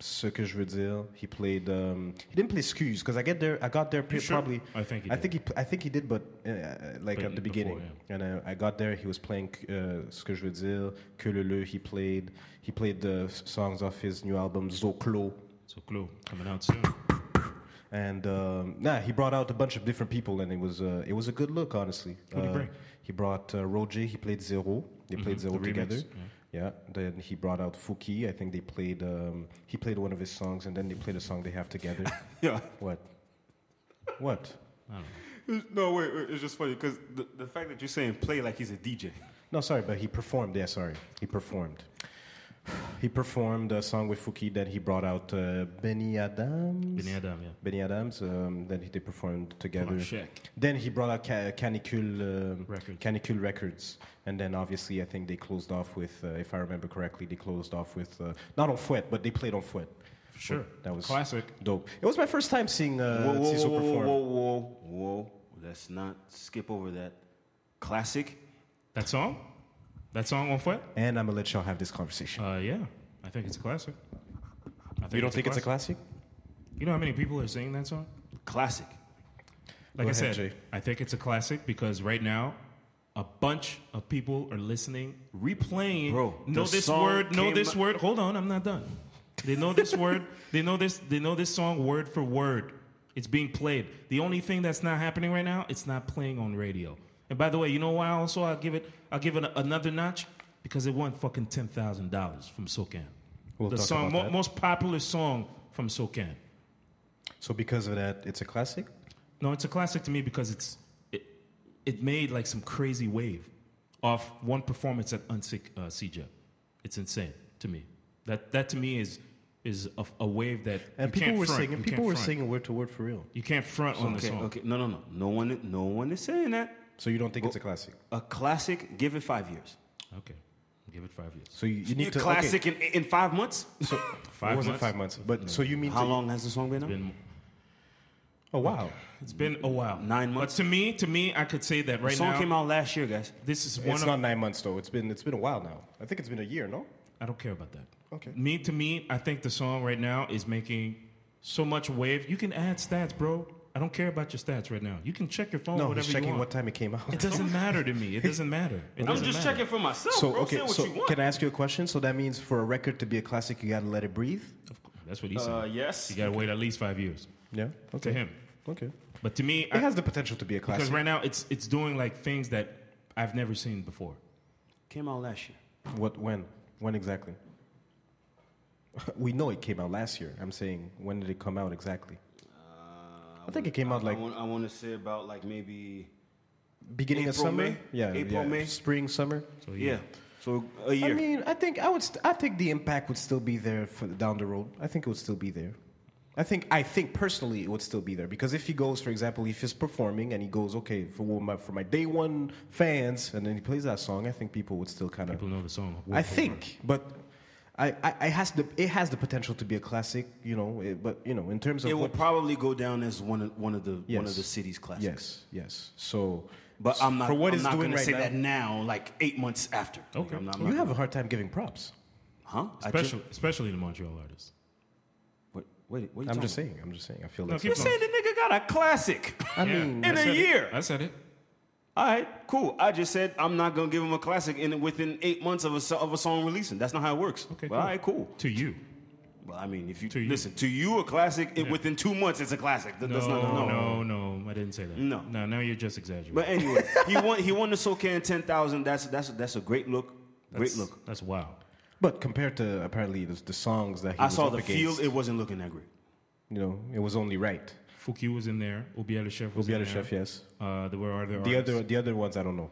B: Ce que je veux dire. He played. Um, he didn't play Scuse because I get there. I got there pre-
A: sure?
B: probably.
A: I think he
B: I
A: did.
B: think he. pl- I think he did, but uh, like
A: But
B: at
A: before,
B: the beginning.
A: yeah.
B: And uh, I got there. He was playing uh, "Ce que je veux dire," "Que le le." He played. He played the s- songs off his new album "Zoclo,"
A: So Clue coming out soon.
B: and um, nah, he brought out a bunch of different people, and it was uh, it was a good look, honestly.
A: Who'd he
B: Uh,
A: bring? Mm-hmm.
B: He brought uh, Roger. He played Zero. They played Zero
A: the remix,
B: together.
A: yeah.
B: Yeah. Then he brought out Fuki. I think they played. Um, he played one of his songs, and then they played a song they have together.
C: Yeah.
B: what? What?
C: No, wait, wait. It's just funny because the, the fact that you're saying play like he's a DJ.
B: No, sorry, but he performed. Yeah, sorry, he performed. He performed a song with Fuki. Then he brought out uh, Benny Adams.
A: Benny Adam, yeah.
B: Benny Adams. Um, then he, they performed together.
A: Blanchet.
B: Then he brought out Ca- Canicule um,
A: Records.
B: Canicule Records, and then obviously I think they closed off with, uh, if I remember correctly, they closed off with uh, not on Fouet, but they played on Fouet.
A: For sure.
B: That was
A: classic.
B: Dope. It was my first time seeing uh,
C: Whoa, whoa,
B: Tizo
C: whoa, whoa,
B: perform.
C: whoa, whoa, whoa. Let's not skip over that. Classic.
A: That song? That song on foot?
B: And I'm gonna let y'all have this conversation.
A: Uh, yeah. I think it's a classic. I
B: you don't think it's a classic?
A: You know how many people are singing that song?
C: Classic.
A: Like I
B: Go ahead,
A: said,
B: Jay.
A: I think it's a classic because right now, a bunch of people are listening, replaying.
C: Bro,
A: know
C: the
A: this
C: song
A: word, know
C: came
A: this
C: out-
A: word. Hold on, I'm not done. They know this word. They know this. They know this song word for word. It's being played. The only thing that's not happening right now, it's not playing on radio. And by the way, you know why? Also, I'll give it. I'll give it another notch because it won fucking ten thousand dollars from SoCan.
B: We'll
A: the
B: talk
A: song,
B: about
A: mo-
B: that.
A: most popular song from SoCan.
B: So because of that, it's a classic.
A: No, it's a classic to me because it's it, it made like some crazy wave off one performance at Unsick uh, CJ. It's insane to me. That that to me is is a, a wave that
B: And
A: you
B: people
A: can't
B: were
A: front.
B: singing.
A: You
B: People
A: can't
B: were
A: front.
B: singing word to word for real.
A: You can't front on the
C: Okay,
A: song.
C: okay. No, no, no. No one, no one is saying that.
B: So you don't think it's a classic?
C: A classic. Give it five years.
A: Okay. give it five years.
B: So you, you need
C: Your
B: to okay.
C: classic in, in five months.
B: So
A: Five
B: it wasn't
A: months?
B: five months, but so you mean
C: How
B: to-
C: long has the song been out?
A: Been-
B: Oh wow!
A: it's been a while.
C: Nine months?
A: But to me, to me, I could say that
C: the
A: right
C: song
A: now.
C: came out last year, guys.
A: This is one
B: It's
A: of
B: not nine months though. It's been it's been a while now. I think it's been a year. No.
A: I don't care about that.
B: Okay.
A: Me to me, I think the song right now is making so much wave. You can add stats, bro. I don't care about your stats right now. You can check your phone.
B: no,
A: whatever
B: he's checking
A: you
B: what
A: want.
B: time it came out.
A: It doesn't matter to me. It doesn't matter. It
C: I'm
A: doesn't
C: just
A: matter.
C: checking for myself,
B: So
C: bro.
B: okay,
C: Say what
B: so
C: you want.
B: can I ask you a question? So that means for a record to be a classic, you gotta let it breathe.
A: Of course, That's what he said.
C: uh, yes.
A: You gotta wait at least five years
B: Yeah.
A: to
B: Okay.
A: him.
B: Okay.
A: But to me,
B: It
A: I,
B: has the potential to be a
A: because
B: classic.
A: right now it's it's doing like things that I've never seen before.
C: Came out last year.
B: what? When? When exactly? we know it came out last year. I'm saying when did it come out exactly? I think it came out like
C: Uh, I want, I want to say about like maybe
B: beginning of
C: April,
B: summer.
C: May?
B: Yeah.
C: April,
B: yeah.
C: May?
B: Spring, summer.
A: So
C: yeah. So a year.
B: I mean, I think I would. St- I think the impact would still be there for down the road. I think it would still be there. I think. I think personally, it would still be there because if he goes, for example, if he's performing and he goes, okay, for my for my day one fans, and then he plays that song, I think people would still kind of.
A: people know the song.
B: I think, but. I, I, I has the it has the potential to be a classic, you know. It, but you know, in terms of
C: it will
B: what,
C: probably go down as one of one of the one of
B: Yes.
C: the city's classics.
B: yes, yes. So,
C: But I'm not.
B: for what
C: I'm
B: it's
C: not
B: doing
C: gonna
B: right
C: say
B: now.
C: that now, like eight months after. Like,
A: Okay.
C: I'm not, I'm
B: you
C: not-
B: have a hard time giving props.
C: huh? I just-
A: especially especially the Montreal artists.
C: what, wait, what are you
B: I'm
C: talking
B: just saying. I'm just saying. I feel like
A: keep
C: You're saying the nigga got a classic.
B: I
A: Yeah,
B: mean,
A: I
C: in a
A: said it.
C: year.
A: I said it.
C: All right, cool. I just said I'm not gonna give him a classic in within eight months of a so- of a song releasing. That's not how it works.
A: Okay,
C: But, All right, cool.
A: To you,
C: Well, I mean, if you
A: To you.
C: listen to you, a classic. It,
A: Yeah.
C: Within two months, it's a classic. That,
A: No,
C: that's not
A: no, no, I didn't say that.
C: No.
A: no, now you're just exaggerating.
C: But anyway, he won. He won the SoCan ten thousand. That's that's that's a great look.
A: That's-
C: great look.
A: That's wow.
B: But compared to apparently the, the songs that he
C: I
B: was
C: saw
B: up
C: the
B: against,
C: field. It wasn't looking that great.
B: you know, it was only right.
A: Fuki was in there. Obiela Chef was in there.
B: Chef, yes.
A: Uh, there were other
B: The
A: artists.
B: other, the other ones, I don't know.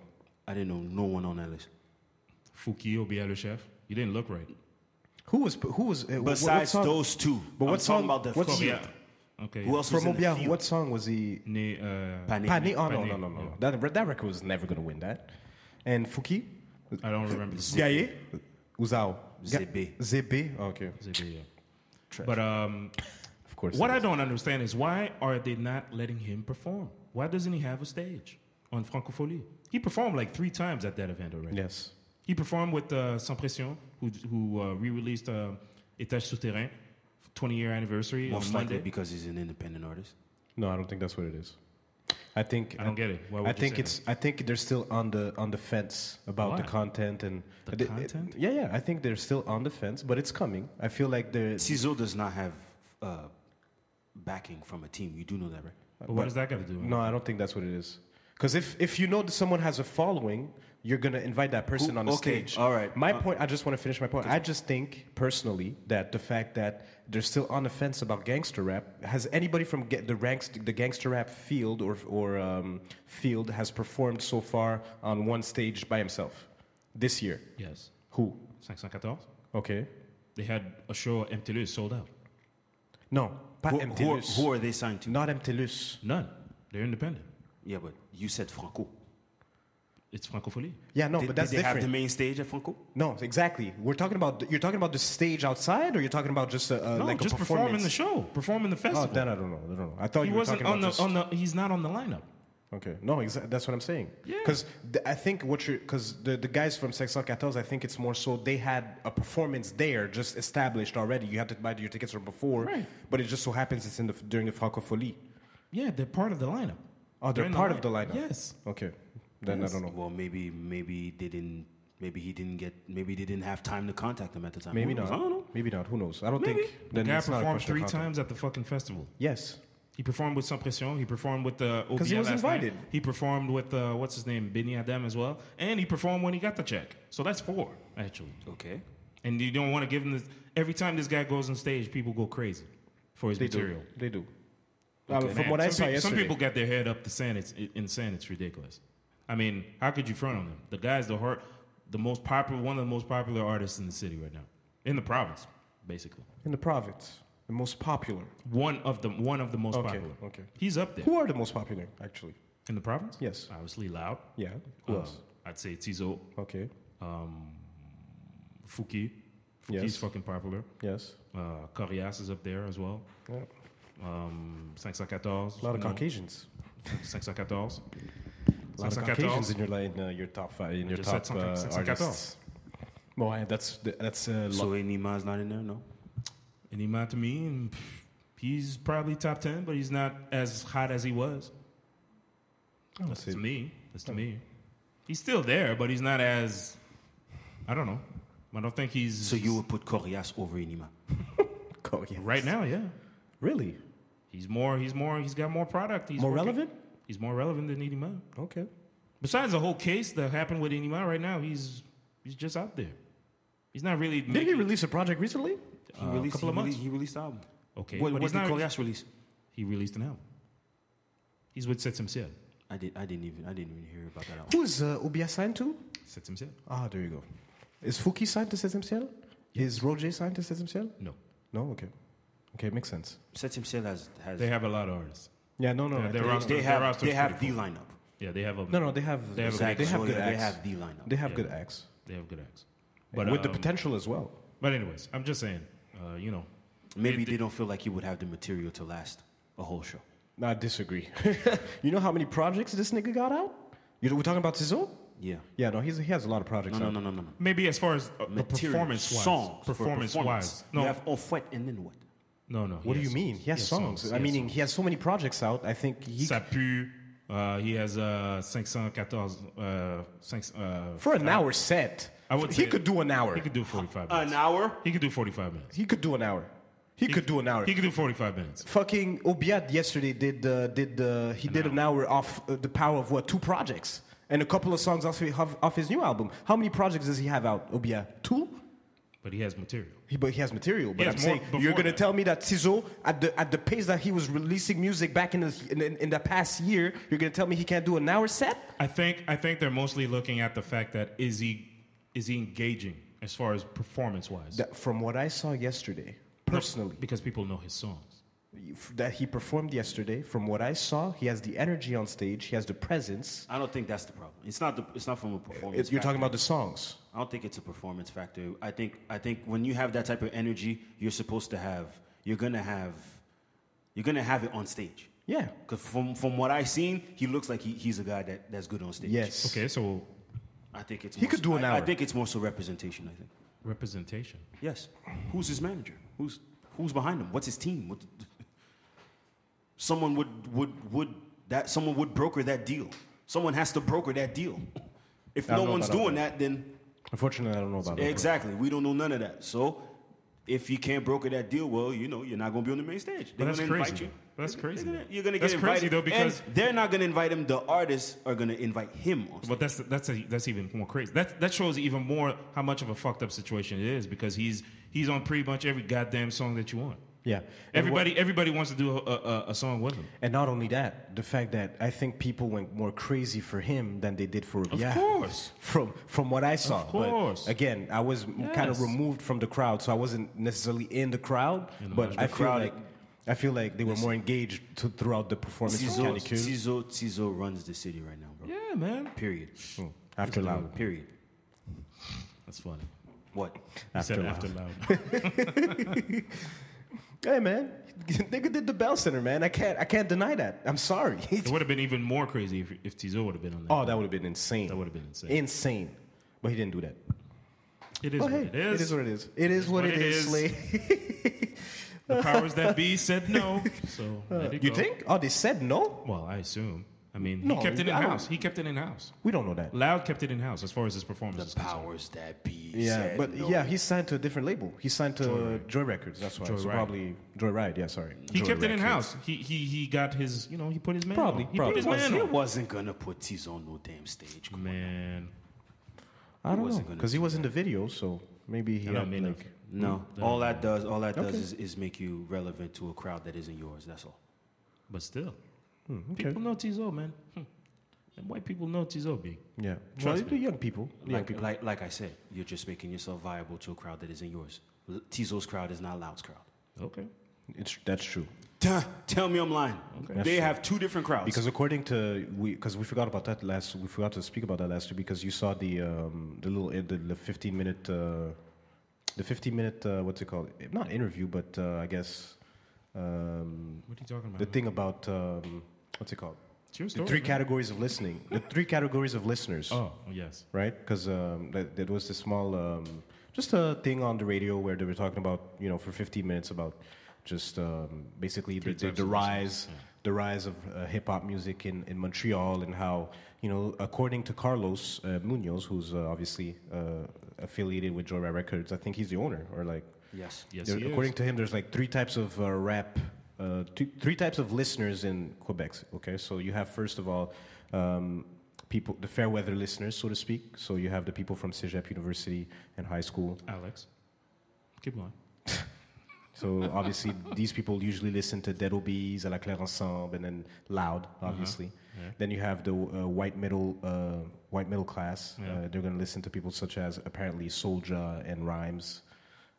C: I didn't know no one on that list.
A: Fuki Obiela Chef. You didn't look right.
B: Who was, who was? Uh, wh- what
C: Besides
B: song-
C: those two,
B: But what
C: I'm
B: song-
C: talking about the
B: what
C: field.
B: song-
A: Okay.
C: Who else
B: from
C: was in the
B: Obiahu?
C: field?
B: What song was he?
A: Ne- uh,
C: Pané.
B: Pani? Oh no,
A: Pané,
B: no, no, no.
A: yeah.
B: That re- that record was never gonna win that. And Fuki,
A: I don't remember the song.
B: Gaye, Uzao, Ga-
C: Zebe.
B: Zebe. Oh, okay,
C: Trash.
A: But um,
B: of course.
A: what I don't understand is why are they not letting him perform? Why doesn't he have a stage on Francophonie? He performed like three times at that event already.
B: yes.
A: He performed with uh, Sans Pression, who, who uh, re-released uh, Étage Souterrain, 20-year anniversary
C: Most
A: on
C: likely
A: Monday.
C: because he's an independent artist.
B: No, I don't think that's what it is. I think
A: I don't get it. Why would
B: I
A: you
B: think
A: say
B: it's. I think they're still on the on the fence about the
A: Why?
B: content and
A: The
B: They-
A: content?
B: yeah, yeah. I think they're still on the fence, but it's coming. I feel like they're.
C: Cizo does not have uh, backing from a team. You do know that, right?
A: but what does that got to do? with
B: No,
A: it?
B: I don't think that's what it is. Because if if you know that someone has a following, you're gonna invite that person
C: Who-
B: on the
C: okay,
B: stage.
C: all right.
B: My
C: Uh,
B: point. I just want to finish my point. I just think personally that the fact that they're still on the fence about gangster rap has anybody from ga- the ranks the gangster rap field or or um, field has performed so far on one stage by himself this year.
A: Yes.
B: Who?
A: 514.
B: Okay.
A: They had a show at MTLU sold out.
B: No, pas
C: Who, who, are,
B: MTLUS.
C: who are they signed to?
B: Not MTLUS.
A: None. They're independent.
C: Yeah, but you said Franco.
A: It's Francophonie.
B: Yeah, no,
C: did,
B: but that's
C: did they
B: different.
C: have the main stage at Franco?
B: No, exactly. We're talking about you're talking about the stage outside, or you're talking about just a, a
A: No,
B: Uh, like
A: just
B: a performance.
A: performing the show, performing the
B: Oh,
A: festival.
B: then I don't know. I don't know. I thought
A: he
B: you were
A: wasn't
B: talking
A: on
B: about
A: the
B: just,
A: on the. He's not on the lineup.
B: Okay, no, exa- that's what I'm saying.
A: Yeah.
B: Because I think what you're because the, the guys from 514, I think it's more so they had a performance there just established already. You had to buy your tickets from before,
A: Right.
B: but it just so happens it's in the during the Francofolie.
A: Yeah, they're part of the lineup.
B: Oh, they're,
A: in
B: part of the lineup.
A: Yes.
B: Okay, then I don't know.
C: Well, maybe maybe they didn't. Maybe he didn't get. Maybe they didn't have time to contact him at the time.
B: Maybe
C: Who knows?
B: not.
C: I don't know.
B: Maybe not. Who knows? I don't
C: Maybe.
B: think.
A: The
B: Then
A: guy
B: it's not a
A: performed
B: question of
A: three
B: content.
A: times at the fucking festival.
B: Yes.
A: He performed with Sans Pression. He performed with the uh,
B: 'Cause he
A: OBL
B: was
A: last night.
B: invited.
A: He performed with uh, what's his name, Benny Adam as well, and he performed when he got the check. So that's four actually.
C: Okay.
A: And you don't want to give him this. Every time this guy goes on stage, people go crazy for his
B: They
A: material.
B: do. They do. Uh, from
A: Man,
B: what I
A: some
B: saw
A: peop-
B: yesterday,
A: some people got their head up the sand. It's it- insane. It's ridiculous. I mean, how could you front on them? The guy's the heart, the most popular, one of the most popular artists in the city right now, in the province, basically.
B: in the province, the most popular.
A: One of the one of the most
B: Okay,
A: popular.
B: okay.
A: He's up there
B: Who are the most popular, actually?
A: in the province.
B: Yes.
A: Obviously, loud.
B: Yeah. Who
A: Um,
B: else?
A: I'd say Tizo,
B: Okay.
A: Fuki. Fuki's
B: Yes.
A: fucking popular.
B: Yes.
A: Uh, Corias is up there as well.
B: Yeah.
A: Um, 514.
B: A lot of
A: you know.
B: Caucasians.
A: 514.
B: A lot of Caucasians in your line, uh, your top five, in your
A: just
B: top
A: said
B: uh,
A: something,
B: artists. Well, I- that's that's uh,
C: So
B: lo-
C: Enima's not in there, no.
A: And he might to me, and pff, he's probably top 10, but he's not as hot as he was. That's
B: see.
A: to me. That's to me. He's still there, but he's not as. I don't know. I don't think he's.
C: So you would put Corias over Enima.
B: Caucasians.
A: right now, yeah.
B: Really?
A: He's more. He's more. He's got more product. He's
B: More
A: working-
B: relevant?
A: He's more relevant than Inima.
B: Okay.
A: Besides the whole case that happened with Inima right now, he's he's just out there. He's not really.
B: Did he
A: making-
B: release a project recently?
C: He
A: Uh, a
C: released
A: couple of
C: he rele-
A: months.
C: he released the album.
A: Okay,
C: What,
A: but
C: what
A: he's
C: did
A: not-
C: Corias release?
A: He released an album. He's with Setim Ciel.
C: I did. I didn't even. I didn't even hear about that album.
B: Who is uh, Ubia signed to?
A: Setim Ciel?
B: Ah, there you go. Is Fuki signed to Sesame Ciel? Is Roger signed to Sesame Ciel?
A: No.
B: No. Okay. Okay, makes sense.
C: Setim Sel has has.
A: They have a lot of artists.
B: Yeah. No. No.
A: Yeah,
B: I
A: they're
B: think-
A: roster-
C: they
A: their
C: have,
A: roster's
C: they have the
A: pretty
C: lineup.
A: Yeah, they have a
B: no. No. They have.
A: They have a
B: they
A: good
B: have
C: So,
B: good
C: yeah, they
B: acts.
C: have the lineup.
B: They have
A: Yeah.
B: good acts.
A: they have good acts.
B: But with the
A: um,
B: potential as well.
A: But anyways, I'm just saying, uh, you know,
C: Maybe they don't feel like he would have the material to last a whole show.
B: No, I disagree. you know how many projects this nigga got out? You know, we're talking about Tizo?
C: Yeah.
B: Yeah, no, he's, he has a lot of projects
C: No, no,
B: out.
C: no, no, no. no.
A: maybe as far as uh, the
C: Material,
A: performance wise,
C: songs, for
A: performance wise,
C: You
A: no,
C: have off wet and then what?
A: no, no.
B: What do you mean? He has songs. I mean, he has so many projects out. I think he.
A: ça pue. Uh, he has uh, 514. Uh, 5, uh,
B: for an hour set,
A: I would
B: he
A: say-
B: could do an hour.
A: he could do 45 minutes.
C: An hour.
A: He could do 45 minutes.
B: He could do an hour. He, could do an hour.
A: He could do 45 minutes.
B: Fucking Obiad yesterday did uh, did uh, he did an hour off uh, the power of what two projects and a couple of songs off, off, off his new album. How many projects does he have out? Obiad two.
A: But he has material.
B: He, but he has material. But
A: has
B: I'm
A: more
B: saying
A: before
B: you're gonna
A: that.
B: tell me that Tizo at the at the pace that he was releasing music back in the in, in, in the past year, you're gonna tell me he can't do an hour set?
A: I think I think they're mostly looking at the fact that is he is he engaging as far as performance wise?
B: That, from what I saw yesterday, personally,
A: because people know his songs.
B: f- that he performed yesterday, from what I saw, he has the energy on stage, he has the presence.
C: I don't think that's the problem. It's not the. It's not from a performance.
B: It's, you're
C: factor.
B: talking about the songs.
C: I don't think it's a performance factor. I think I think when you have that type of energy, you're supposed to have. You're gonna have. You're gonna have it on stage.
B: Yeah.
C: Cause from from what I've seen, he looks like he, he's a guy that, that's good on stage.
B: Yes.
A: Okay, so
C: I think it's.
B: He
C: more
B: could
C: so-
B: do an
C: I, I
B: hour.
C: think it's more so representation. I think.
A: representation.
C: Yes. Who's his manager? Who's who's behind him? What's his team? What, someone would would would that someone would broker that deal. Someone has to broker that deal. If
B: I
C: no
B: don't know
C: one's
B: about all
C: doing that, then
B: Unfortunately, I don't know about that.
C: exactly, we don't know none of that. So if you can't broker that deal, well, you know, you're not going to be on the main stage.
A: But
C: They're
A: that's
C: going to invite
A: crazy,
C: you.
A: though. That's
C: They're
A: crazy,
C: gonna-
A: though.
C: You're going to get
A: That's
C: invited.
A: crazy, though, because-
C: and they're not going to invite him. The artists are going to invite him. On stage.
A: But that's that's a, that's even more crazy. That that shows even more how much of a fucked up situation it is because he's he's on pretty much every goddamn song that you want.
B: Yeah. And what-
A: Everybody everybody wants to do a, a, a song with him.
B: And not only that, the fact that I think people went more crazy for him than they did for Obiad.
A: course.
B: From from what I saw.
A: Of
B: But
A: course.
B: again, I was kind of
A: Yes.
B: removed from the crowd, so I wasn't necessarily in the crowd, but I
A: management.
B: feel
C: Crowd-
B: like I feel like they were more engaged to, throughout the performance of
C: Tizo,
B: Kenny Q
C: Tizo, Tizo runs the city right now, bro.
A: Yeah, Oh, man.
C: Period.
B: after loud.
C: Period.
A: That's funny.
C: What?
A: He
B: After
A: said
B: loud.
A: after loud.
B: Hey man, nigga did the Bell Center, man. I can't I can't deny that. I'm sorry.
A: it would have been even more crazy if, if Tizo would have been on that.
B: oh, that would have been insane.
A: That would've been insane.
B: Insane. But he didn't do that.
A: it is
B: But
A: what
B: hey,
A: it is.
B: it is what it is. It is what, it is. Slay.
A: the powers that be said no. So let it
B: You
A: go.
B: think? Oh, they said no?
A: Uh, Well, I assume. I mean,
B: No,
A: he kept it in
B: I don't-
A: house. He kept it in house.
B: We don't know that.
A: Loud kept it in house as far as his
C: The
A: performance. is concerned.
C: powers that be.
B: Yeah,
C: said
B: but
C: no.
B: yeah, he's signed to a different label. He's signed to Joy, Records. That's why.
A: Joy
B: so
A: Ride.
B: probably Joy Ride. Yeah, sorry.
A: He
B: Joy
A: kept it in
B: Records.
A: house. He he he got his. You know, he put his man.
B: Probably,
A: on. He
B: probably.
A: put his man.
C: he
A: on.
C: wasn't gonna put Tizo on no damn stage. Come on.
A: Man,
B: I don't know
C: wasn't gonna
B: because he was in the video, so maybe he.
A: I don't
B: had,
A: mean
B: like-
A: like-
C: No,
A: Mm-hmm.
C: all that does, all that does
B: Okay.
C: is, is make you relevant to a crowd that isn't yours. That's all.
A: but still,
B: hmm, okay.
A: people know Tizo, man. Hmm. And white people know Tizo big.
B: yeah.
A: Trust
B: well, the young people. Young
C: Like,
B: people.
C: like, like I said, you're just making yourself viable to a crowd that isn't yours. L- Tizo's crowd is not Loud's crowd.
A: Okay.
B: It's, that's true.
C: Duh, Tell me I'm lying.
A: Okay.
C: They have two different crowds.
B: Because according to we, because we forgot about that last, we forgot to speak about that last week because you saw the um, the little the, the fifteen minute, uh, the fifteen minute uh, what's it called? Not interview, but uh, I guess um,
A: What are you talking about?
B: the thing about um, what's it called?
A: It's your
B: The
A: story,
B: three
A: man.
B: categories of listening. The three categories of listeners,
A: Oh yes.
B: right? Because um, that, that was the small, um, just a thing on the radio where they were talking about, you know, for 15 minutes about just um, basically the, the,
A: types
B: the
A: of
B: rise, the rise of uh, hip hop music in, in Montreal and how, you know, according to Carlos uh, Munoz, who's uh, obviously uh, affiliated with Joyride Records, I think he's the owner or like
C: yes,
A: Yes.
B: there-
A: he is.
B: according to him, there's like three types of uh, rap, uh, two, three types of listeners in Quebec. Okay, so you have first of all um, people, the fair weather listeners, so to speak. So you have the people from Cégep University and high school.
A: Alex. Keep going.
B: So obviously, these people usually listen to Dead Obies, À la Claire Ensemble, and then Loud,
A: Uh-huh.
B: obviously. Then you have the uh, white middle uh, white middle class. Uh, they're going to listen to people such as apparently Soldier and Rhymes,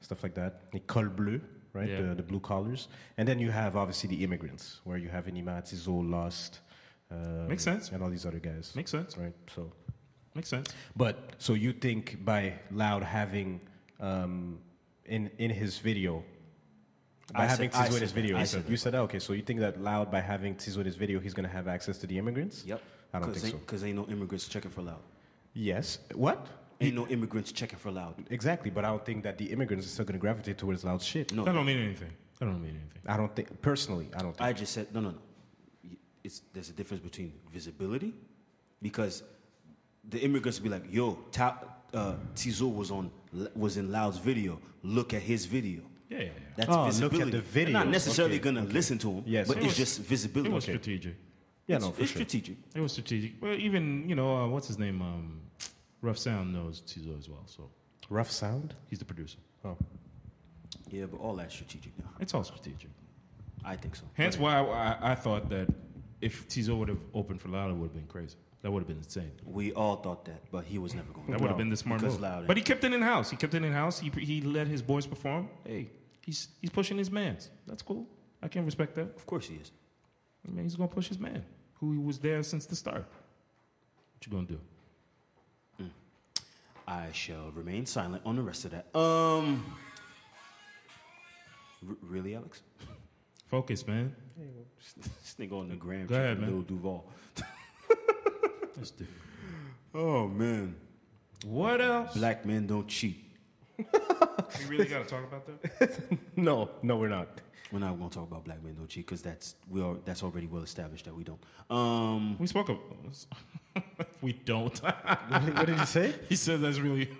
B: stuff like that. Les cols bleus, right?
A: Yeah.
B: The, the blue collars. And then you have obviously the immigrants, where you have Enima, Tizo, Lost, um,
A: Makes sense.
B: and all these other guys.
A: Makes sense.
B: right. So
A: Makes sense.
B: but so you think by Loud having um, in in his video, by
C: I
B: having
C: said-
B: Tizo
C: I
B: in
C: said
B: his
C: that.
B: video,
C: I
B: you
C: said
B: said, you said that. Okay, so you think that Loud by having Tizo in his video, he's gonna have access to the immigrants?
C: Yep.
B: I don't
C: Cause
B: think so.
C: ain't, Because ain't no immigrants checking for Loud.
B: Yes. What?
C: Ain't no immigrants checking for Loud.
B: Exactly, but I don't think that the immigrants are still gonna gravitate towards Loud shit.
C: No,
A: That don't mean anything. That don't mean anything.
B: I don't think personally. I don't think.
C: I just said no, no, no. Y- It's, there's a difference between visibility, because the immigrants be like, "Yo, Ta, uh, Tizo was on was in Loud's video. Look at his video."
A: Yeah, yeah, yeah.
C: That's
B: Oh, look at
C: visibility.
B: the
C: They're not
B: video.
C: necessarily
B: Okay,
C: gonna listen to him.
B: Yes.
C: but
B: It
C: it's
B: was-
C: just visibility.
A: It was
C: It's-
A: strategic.
B: Yeah, no, for
C: it's
B: sure.
C: strategic.
A: It was strategic. Well, even you know uh, what's his name? Um, Rough Sound knows Tizo as well, so
B: Rough sound.
A: he's the producer.
B: Oh,
C: Yeah, but all that's strategic now.
A: It's all strategic.
C: I think so.
A: Hence why I, I thought that if Tizo would have opened for Lala, it would have been crazy. That would have been insane.
C: We all thought that, but he was never going.
A: That would have been the smart
C: because
A: move.
C: Loud
A: But he kept it in house. He kept it in house. He he let his boys perform. Hey, he's he's pushing his man's. That's cool. I can respect that.
C: of course he is.
A: I mean, he's gonna push his man, who was there since the start. What you gonna do?
C: I shall remain silent on the rest of that. Um, r- really, Alex?
A: Focus, man.
C: this nigga on the gram.
A: Go ahead, man.
C: Lil Duval.
A: Let's do. it.
C: Oh man,
A: What else?
C: black men don't cheat.
A: We really gotta talk about that.
B: no, no, we're not.
C: We're not gonna talk about black men don't cheat because that's we are that's already well established that we don't. Um,
A: We spoke of. we don't.
B: what did you say?
A: he says that's really.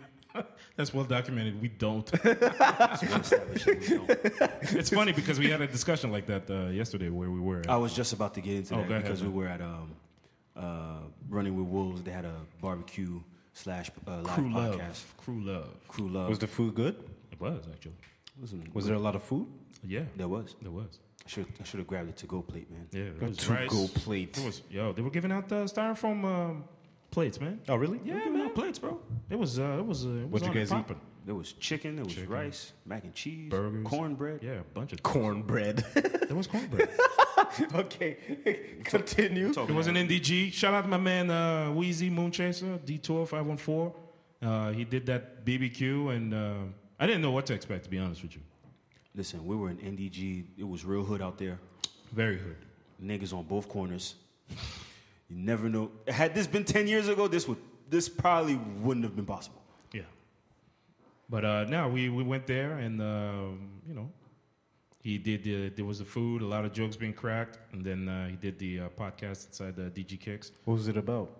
A: That's well documented. We don't.
C: it's well established that we don't.
A: It's funny because we had a discussion like that uh, yesterday where we were.
C: I was just about to get into
A: Oh,
C: that
A: go ahead,
C: because
A: man.
C: we were at um, uh, Running with Wolves. They had a barbecue slash uh, live
A: crew
C: podcast.
A: love. Crew love.
C: Crew Love.
B: Was the food good?
A: It was actually.
C: Listen,
B: Was there a lot of food?
A: Yeah,
C: there was.
A: there was.
C: I should I should have grabbed it to go plate, man.
A: Yeah, there was
B: to
A: rice.
B: go plate.
A: There was yo. They were giving out the styrofoam um, plates, man.
B: Oh, really?
A: Yeah, man. Plates, bro. It was. Uh, it was. Uh, it was
B: What'd you
A: on and
B: guys eat?
A: popping.
C: There was chicken, there was rice, mac and cheese,
A: Burgers.
C: cornbread.
A: Yeah, a bunch of.
B: Cornbread.
A: There was cornbread.
B: okay, continue.
A: It was an NDG. Shout out to my man uh, Wheezy Moonchaser, oh Detour 514. Uh, he did that BBQ, and uh, I didn't know what to expect, to be honest with you.
C: Listen, we were in NDG. It was real hood out there.
A: Very hood.
C: Niggas on both corners. you never know. Had this been ten years ago, this would this probably wouldn't have been possible.
A: Yeah. But uh, now we, we went there, and, um, you know, he did the, there was the food, a lot of jokes being cracked, and then uh, he did the uh, podcast inside the DG Kicks.
B: What was it about?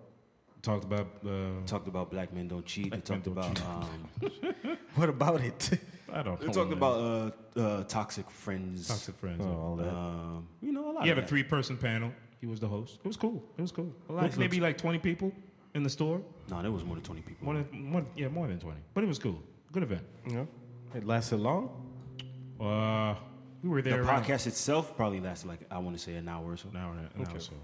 A: Talked about, uh,
C: Talked about black men don't cheat. They
A: Black men
C: talked
A: don't
C: about
A: cheat.
C: um,
B: What about it?
A: I don't know.
C: they talked
A: man.
C: about uh, uh, toxic friends.
A: Toxic Friends.
B: oh, all that.
C: Um, you know a lot.
A: He
C: of
A: had a
C: that.
A: three person panel. He was the host. It was cool. It was cool.
C: Looks-
A: maybe like 20 people in the store.
C: No, there was more than twenty people.
A: More than, more, yeah, more than 20. But it was cool. Good event.
B: yeah. It lasted long.
A: Uh, we were
C: the
A: there around
C: podcast itself probably lasted like I want to say an hour or so.
A: an hour and a- an hour, so.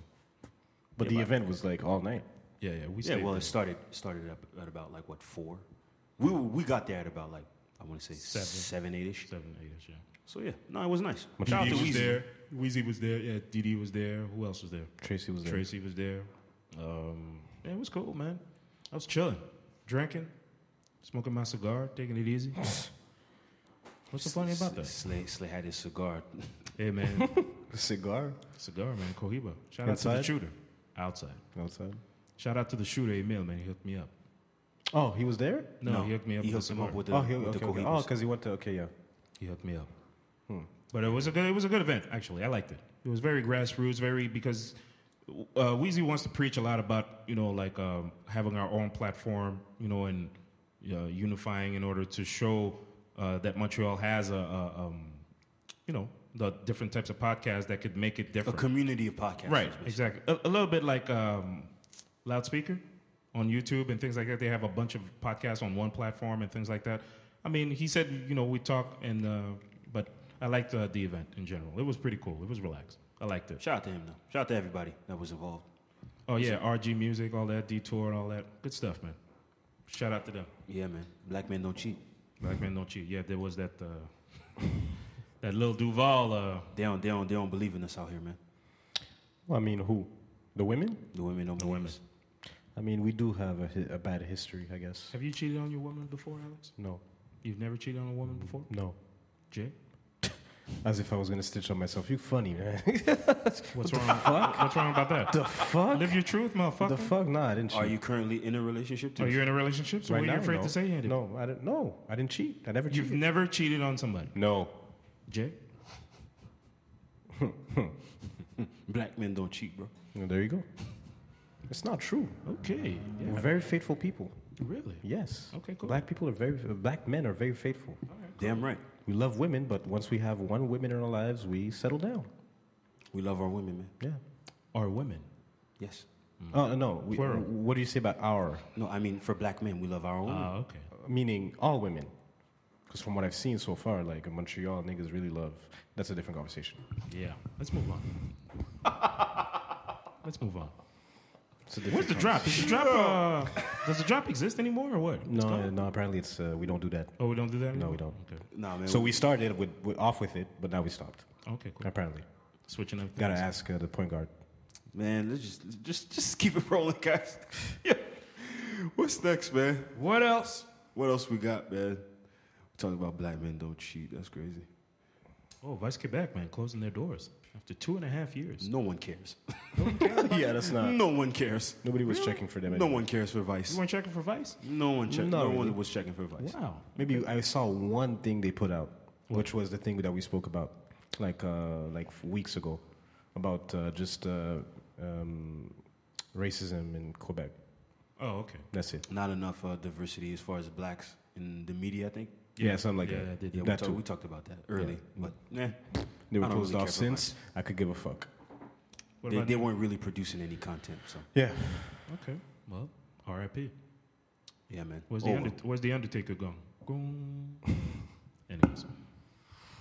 B: But the event was like all night.
A: Yeah, yeah. We
C: Yeah,
A: stayed
C: well,
A: there.
C: it started started up at about like what four? We were- we got there at about like I want to say
A: Seven.
C: seven eight ish.
A: seven, eight ish, yeah.
C: So yeah, no, it was nice. Shout out
A: DD
C: to
A: was
C: Weezy.
A: there. Weezy was there. Yeah, DD was there. Who else was there?
B: Tracy was there.
A: Tracy was there. Um, yeah, it was cool, man. I was chilling, drinking, smoking my cigar, taking it easy. What's so funny about that?
C: Slay Slay had his cigar.
A: Hey, man.
B: Cigar
A: cigar, man. Cohiba. Shout out to the
B: Inside?
A: shooter. Outside.
B: outside.
A: Shout out to the shooter, Emil, man. He hooked me up.
B: Oh, he was there.
A: No, he hooked me up
C: He
A: with a
C: hooked him
A: cigar.
C: up with the,
B: oh, he,
C: with
B: okay,
C: the
B: okay.
C: Cohibas.
B: Oh, because he went to. Okay, yeah.
A: He hooked me up. But it was a good it was a good event actually. I liked it. It was very grassroots, very because uh, Weezy wants to preach a lot about you know like um, having our own platform, you know, and you know, unifying in order to show uh, that Montreal has a, a um, you know the different types of podcasts that could make it Oh,
C: a
A: different.
C: community of podcasts.
A: Right, exactly. A, a little bit like um, loudspeaker on YouTube and things like that. They have a bunch of podcasts on one platform and things like that. I mean, he said, you know, we talk and, uh, but I liked uh, the event in general. It was pretty cool. It was relaxed. I liked it.
C: Shout out to him though. Shout out to everybody that was involved.
A: Oh yeah, RG music, all that detour and all that good stuff, man. Shout out to them.
C: Yeah, man. Black men don't cheat.
A: Black man, don't cheat. Yeah, there was that uh, that little Duval. Uh,
C: They don't they don't they don't believe in us out here, man.
B: Well, I mean, who? The women?
C: The women don't. The women.
B: I mean, we do have a, hi- a bad history, I guess.
A: have you cheated on your woman before, Alex?
B: No,
A: You've never cheated on a woman before,
B: no.
A: Jay?
B: As if I was gonna stitch on myself. You funny man.
A: What's wrong? What's wrong about that?
B: the fuck?
A: Live your truth, motherfucker.
B: The fuck? Nah, I didn't cheat.
C: Are you currently in a relationship? Too?
A: Are you in a relationship? So
B: right
A: what are
B: now?
A: you afraid
B: no.
A: to say, Andy?
B: No, I didn't. No, I didn't cheat. I never
A: You've
B: cheated.
A: never cheated on somebody.
B: No.
A: Jay?
C: Black men don't cheat, bro.
B: Well, there you go. It's not true.
A: Okay. Yeah.
B: We're very faithful people.
A: Really?
B: Yes.
A: Okay, cool.
B: Black people are very. uh, Black men are very faithful.
C: Damn right.
B: we love women, but once we have one woman in our lives, we settle down.
C: We love our women, man.
B: Yeah.
A: Are women?
C: Yes.
B: Oh no. We,
A: Mm. Plural.
B: what do you say about our?
C: No, I mean for black men, we love our own.
B: Uh,
A: Ah, okay.
B: Meaning all women. Because from what I've seen so far, like in Montreal, niggas really love. That's a different conversation.
A: Yeah. Let's move on. Let's move on.
B: It's a different
A: Where's the drop? Is the drop uh, does the drop exist anymore or what? What's going
B: No,
A: on?
B: no. Apparently, it's uh, we don't do that.
A: Oh, we don't do that anymore?
B: No, we don't.
A: Okay.
C: Nah, man.
B: So we started with, with off with it, but now we stopped.
A: Okay, cool.
B: Apparently,
A: Switching up.
B: gotta
A: things.
B: ask uh, the point guard.
C: man, let's just just just keep it rolling, guys. yeah. What's next, man?
A: What else?
C: What else we got, man? We're talking about black men don't cheat. That's crazy.
A: Oh, Vice Quebec, man, closing their doors after two and a half years.
C: No one cares.
B: yeah, that's not.
C: no one cares.
B: Nobody was checking for them.
C: No
B: anyway.
C: one cares for
A: You
C: Vice.
A: weren't checking for Vice?
C: No one checked.
B: Not
C: No
B: really.
C: one was checking for Vice.
A: Wow.
B: Maybe I saw one thing they put out, which was the thing that we spoke about, like uh, like weeks ago, about uh, just uh, um, racism in Quebec.
A: Oh, okay.
B: That's it.
C: Not enough uh, diversity as far as blacks in the media. I think.
B: Yeah, something like
A: Yeah, that
B: that.
A: did-
C: Yeah, we,
B: that
C: talk,
B: too.
C: we talked about that early, but nah,
B: They were
C: I don't
B: closed
C: really
B: off
C: care for
B: since. I could give a fuck.
A: What
C: they,
A: about
C: they weren't really producing any content. So
B: Yeah.
A: Okay. Well, R.I.P.
C: yeah, man. Oh,
A: Where's the,
C: Over.
A: under, where's the Undertaker gone? Gone. Anyways.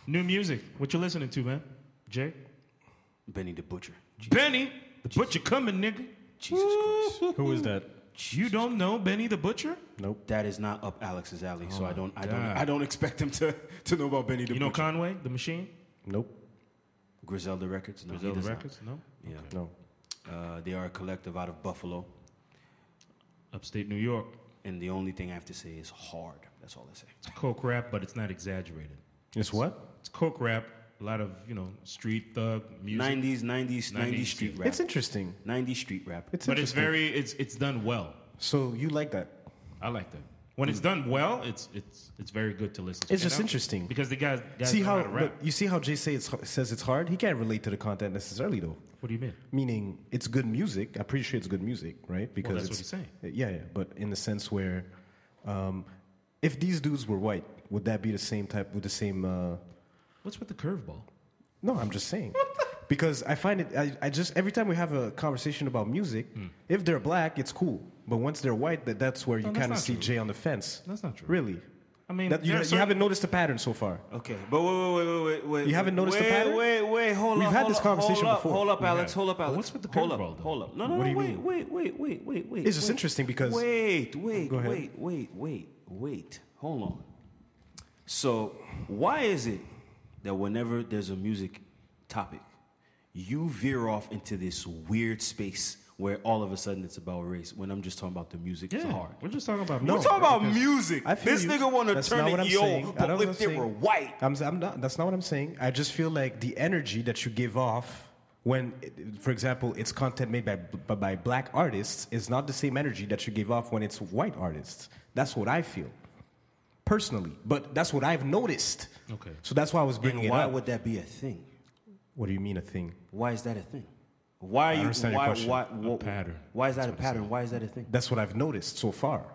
A: New music. What you listening to, man? Jay?
C: Benny the Butcher.
A: Benny, the butcher coming, nigga.
C: Jesus Christ.
B: Who is that?
A: You don't know Benny the butcher?
B: Nope.
C: That is not up Alex's alley, so I don't, I don't,
A: Oh God.
C: I don't expect him to, to know about Benny the
A: You know
C: Butcher.
A: Conway, the machine?
B: Nope.
C: Griselda Records. No, he
A: Griselda
C: does not.
A: Records? No?
C: Yeah,
B: No.
C: uh, they are a collective out of Buffalo,
A: Upstate New York.
C: and the only thing I have to say is hard. That's all I say.
A: It's coke rap, but it's not exaggerated.
B: It's what?
A: It's coke rap, a lot of, you know, street thug music.
C: Nineties, nineties,
A: 90s,
C: nineties street rap.
B: It's interesting.
C: Nineties street rap.
B: It's
A: but it's
B: interesting.
A: very it's it's done well.
B: So you like that?
A: I like that. When it's done well, it's it's it's very good to listen to.
B: It's
A: And
B: just
A: I-
B: interesting.
A: Because the guys, guys
B: see
A: know
B: how
A: to rap.
B: but you see how Jay say it's, says it's hard. He can't relate to the content necessarily though.
A: What do you mean? Oh,
B: Meaning it's good music. I appreciate it's good music, right? Because
A: that's
B: it's,
A: what
B: Yeah, yeah. But in the sense where, um, if these dudes were white, would that be the same type? With the same? Uh,
A: What's with the curveball?
B: no, I'm just saying. Because I find it, I, I just every time we have a conversation about music,
A: Hmm.
B: if they're black, it's cool. But once they're white, that, that's where you
A: that's
B: kind of
A: not
B: see
A: true.
B: Jay on the fence.
A: That's not true.
B: Really,
A: I mean,
B: That- you,
A: there are
B: you
A: certain-
B: haven't noticed a pattern so far.
C: Okay, but wait, wait, wait, wait, wait, wait.
B: You haven't noticed the
C: wait,
B: pattern?
C: Wait, wait, hold
B: We've
C: up.
B: had
C: hold
B: this
C: up,
B: conversation
C: hold up,
B: before.
C: Hold up, Alex.
A: have.
C: Hold up,
A: But
C: Alex.
A: what's with the
C: hold up,
A: curveball, though?
C: Hold up. No, no,
B: What do
C: no.
B: you
C: wait,
B: mean?
C: wait, wait, wait, wait, wait.
B: It's just
C: wait.
B: interesting because- Oh,
C: Wait, wait,
B: Go ahead.
C: wait, wait, wait, wait. Hold on. So, why is it that whenever there's a music topic, you veer off into this weird space where all of a sudden it's about race when I'm just talking about the music? It's
A: Yeah,
C: hard.
A: We're just talking about
B: No.
A: music.
C: We're talking about
B: because
C: music.
B: I feel
C: This
B: you.
C: nigga want to
B: That's
C: turn
B: not what
C: it
B: I'm saying.
C: yo,
B: I don't
C: but
B: know
C: if they
B: what I'm
C: were
B: saying.
C: white,
B: I'm, s- I'm not. That's not what I'm saying. I just feel like the energy that you give off when, it- for example, it's content made by by, by black artists is not the same energy that you give off when it's white artists. That's what I feel, personally. But that's what I've noticed.
A: Okay.
B: So that's why I was bringing
C: then
B: it
C: why
B: up.
C: would that be a thing?
B: what do you mean a thing?
C: Why is that a thing? Why are you?
B: understand your
C: why,
B: question.
C: why, wha-
A: pattern.
C: Why is that a pattern? Why is that a thing?
B: That's what I've noticed so far.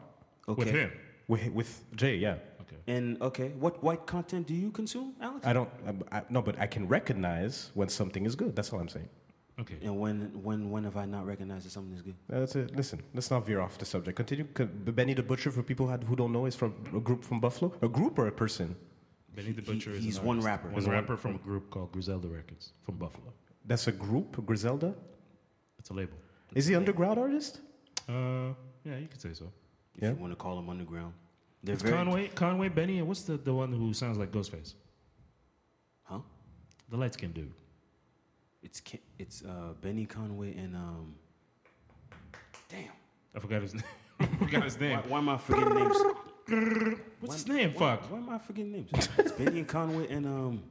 C: Okay.
A: with him.
B: With, with Jay, yeah.
A: Okay.
C: And okay, what white content do you consume, Alex?
B: I don't. I, I, no, but I can recognize when something is good. That's all I'm saying.
A: Okay.
C: and when when when have I not recognized that something is good?
B: Uh, That's it. Listen, let's not veer off the subject. Continue. C- Benny the Butcher, for people had- who don't know, is from a group from Buffalo. A group or a person?
A: Benny the Butcher
C: he-
A: is
C: he's
A: an
C: one
A: artist.
C: rapper.
A: One
C: He's one-
A: rapper from a group called Griselda Records from Buffalo.
B: That's a group, Griselda?
A: It's a label.
B: Is he underground artist?
A: Uh, yeah, you could say so.
C: If
B: Yeah.
C: you want to call them underground, they're
A: It's
C: very
A: Conway, Conway, Benny, and what's the, the one who sounds like Ghostface?
C: huh?
A: The light skinned dude.
C: It's Ke- it's uh, Benny Conway and um, damn,
A: I forgot his name. I forgot his name.
C: why, why am I forgetting names?
A: What's his
C: Why-
A: name?
C: why-
A: Fuck.
C: Why am I forgetting names? It's Benny and Conway and um.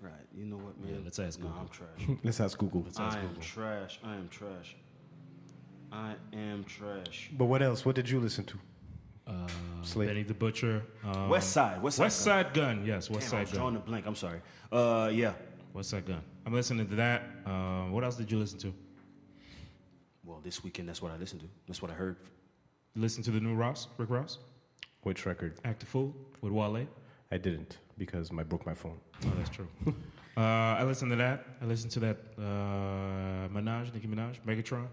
C: Right, you know what, man?
A: Yeah, let's ask
C: No,
A: Google.
C: I'm trash.
B: Let's ask Google.
A: Sounds
C: I am
A: Google.
C: trash. I am trash. I am trash.
B: But what else? What did you listen to?
A: Uh,
B: Slate.
A: Benny the Butcher. Um,
C: West Side. West Side.
A: West Side Gun. Yes, West
C: Damn, I was
A: Side Gun.
C: drawing a blank. I'm sorry. Uh, yeah.
A: West Side Gun. I'm listening to that. Um, what else did you listen to?
C: Well, this weekend, that's what I listened to. That's what I heard.
A: Listen to the new Ross, Rick Ross,
B: Which record?
A: Act a Fool with Wale.
B: I didn't because I broke my phone.
A: Oh, that's true. uh, I listened to that. I listened to that uh, Minaj, Nicki Minaj, Megatron.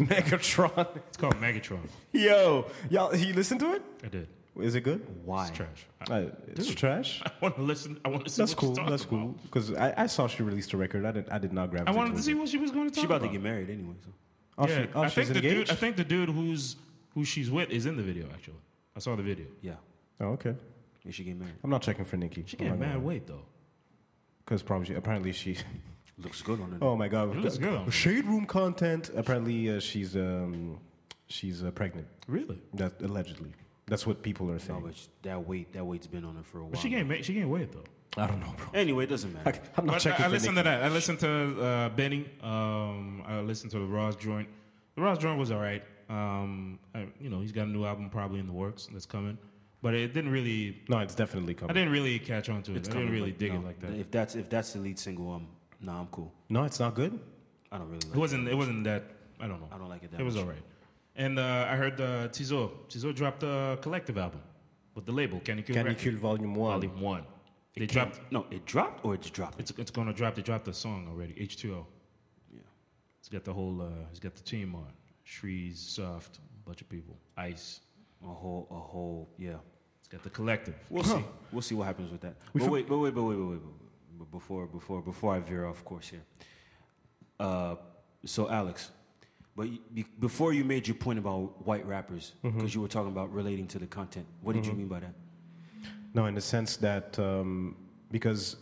B: Megatron.
A: It's called Megatron.
B: Yo, y'all, you listen to it?
A: I did.
B: Is it good?
C: Why?
A: It's trash. I,
B: Uh, it's trash.
A: I want to listen. I want to see.
B: That's
A: what
B: cool.
A: She's talking
B: That's cool.
A: about.
B: Because I, I saw she released a record. I did. I did not grab.
A: I wanted to see what she was going to talk
C: She about to
A: about.
C: get married anyway. So.
B: Oh,
A: yeah,
B: she, oh
A: I
B: she's
A: think the
B: engaged.
A: dude. I think the dude who's who she's with is in the video. Actually, I saw the video.
C: Yeah,
B: oh, okay.
C: and she get married.
B: I'm not checking for Nikki.
A: She getting mad weight though.
B: Because probably apparently she.
C: Looks good on her.
B: Oh my god.
A: It looks good on her.
B: Shade room content. Apparently uh, she's um she's uh, pregnant.
A: Really?
B: That allegedly. That's what people are
C: No,
B: saying.
C: but sh- that weight, that weight's been on her for a while.
A: But she gained ma- she gained weight though.
B: I don't know, bro.
C: Anyway, it doesn't matter.
B: I'm
A: But
B: not
A: uh, I,
B: checking
A: I
B: for Nikki.
A: listened to that. I listened to uh, Benny. Um, I listened to the Ross joint. The Ross joint was all right. Um, I, you know, he's got a new album probably in the works that's coming, but it didn't really.
B: No, it's definitely
A: I
B: coming.
A: didn't really catch on to it.
C: It's
A: I
C: coming,
A: didn't really
C: but
A: dig
C: no,
A: it like that. It
C: If that's if that's the lead single, um, nah, I'm cool.
B: No, it's not good.
C: I don't really. Like
A: wasn't. It wasn't that. I don't know.
C: I don't like it that
A: It was
C: much.
A: all right. And uh, I heard uh, Tizo. Tizo dropped a collective album with the label Can You Kill Records,
B: Canicule Volume One.
A: Volume One. They dropped.
C: No, it dropped or it's dropping.
A: It's, it's gonna drop. They dropped the song already. H two O.
C: Yeah.
A: It's got the whole. Uh, it's got the team on. Shrees, Soft, bunch of people. Ice.
C: a whole, a whole, yeah.
A: It's got the collective.
C: We'll see. We'll see what happens with that. but wait, but wait, but wait, but wait, but- but before, before, before I veer off course here. Uh, so Alex, but you, be- before you made your point about white rappers, because
A: Mm-hmm.
C: you were talking about relating to the content. What did you mean by that?
B: No, in the sense that um, because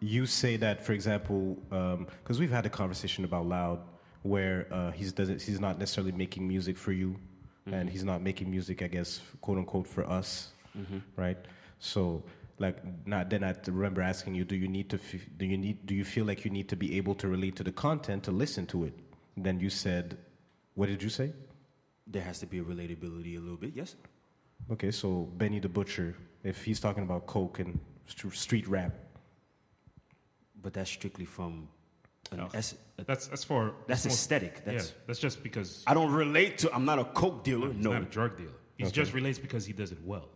B: you say that, for example, because we've had a conversation about Loud, where uh, he's doesn't he's not necessarily making music for you, and he's not making music, I guess, quote unquote, for us, right? So. Like not then, I remember asking you, do you need to f- do you need do you feel like you need to be able to relate to the content to listen to it? Then you said, what did you say?
C: There has to be a relatability a little bit. Yes.
B: Okay, so Benny the Butcher, if he's talking about coke and st- street rap,
C: But that's strictly from an
A: Oh.
C: ess- a-
A: That's that's for.
C: that's
A: more-
C: aesthetic. That's
A: yeah, that's just because
C: I don't relate to. I'm not a coke dealer.
A: he's
C: No,
A: not a drug dealer. He just relates because he does it well.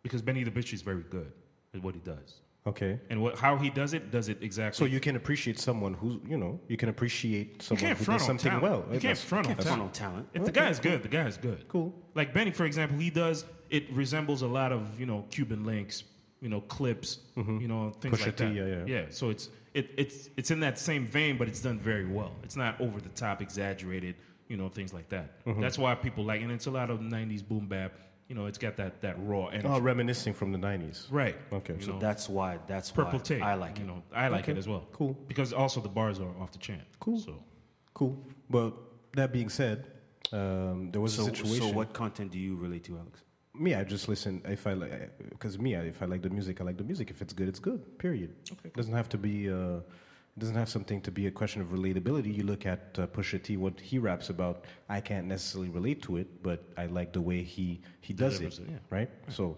A: Because Benny the Bitch is very good at what he does,
B: okay,
A: and what how he does it does it
B: So
A: exactly.
B: you can appreciate someone who's, you know, you can appreciate someone
A: can't
B: who
A: front
B: does
A: on
B: something
A: talent.
B: well.
A: You can't
B: That's-
A: front on
B: that's-
A: talent.
C: front on talent.
A: if the guy is good, the guy is good.
B: Cool.
A: Like Benny, for example, he does. It resembles a lot of you know Cuban links, you know clips, you know things
B: Mm-hmm. Pusha
A: like
B: T,
A: that.
B: yeah, yeah.
A: So it's it, it's it's in that same vein, but it's done very well. It's not over the top, exaggerated, you know things like that.
B: Mm-hmm.
A: That's why people like, and it's a lot of '90s boom bap. You know, it's got that that raw energy.
B: Oh, reminiscing from the 90s.
A: right.
B: Okay.
A: You
B: So
A: know,
C: That's why. That's
A: purple
C: why
A: tape.
C: I like it.
A: You know, I like
B: Okay.
A: it as well.
B: Cool.
A: Because also the bars are off the chant.
B: Cool.
A: So
B: Cool. But that being said, um, there was
C: so,
B: a situation.
C: so what content do you relate to, Alex?
B: Me, I just listen. If I like, because me, I- if I like the music, I like the music. If it's good, it's good. Period. Okay. Doesn't have to be. Uh, it doesn't have something to be a question of relatability. You look at uh, Pusha T, what he raps about. I can't necessarily relate to it, but I like the way he he does it.
A: Delivers it, yeah.
B: Right. So,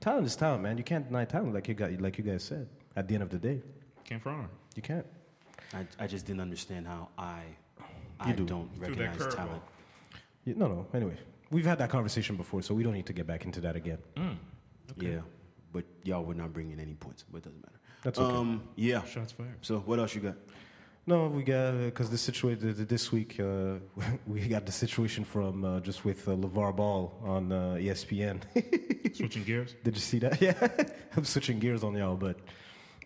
B: talent is talent, man. You can't deny talent, like you got, like you guys said. At the end of the day,
A: came from her.
B: you can't.
C: I, I just didn't understand how I I
B: do.
C: do. not
A: that
C: recognize
A: curveball.
C: talent.
B: You, no, no. Anyway, we've had that conversation before, so we don't need to get back into that again.
C: Yeah, but y'all were not bringing any points, but it doesn't matter.
B: That's okay.
C: Um, yeah.
A: Shots fired.
C: So what else you got?
B: No, we got because the situation this week uh, we got the situation from uh, just with uh, Levar Ball on uh, ESPN.
A: Switching gears.
B: Did you see that? Yeah, I'm switching gears on y'all, but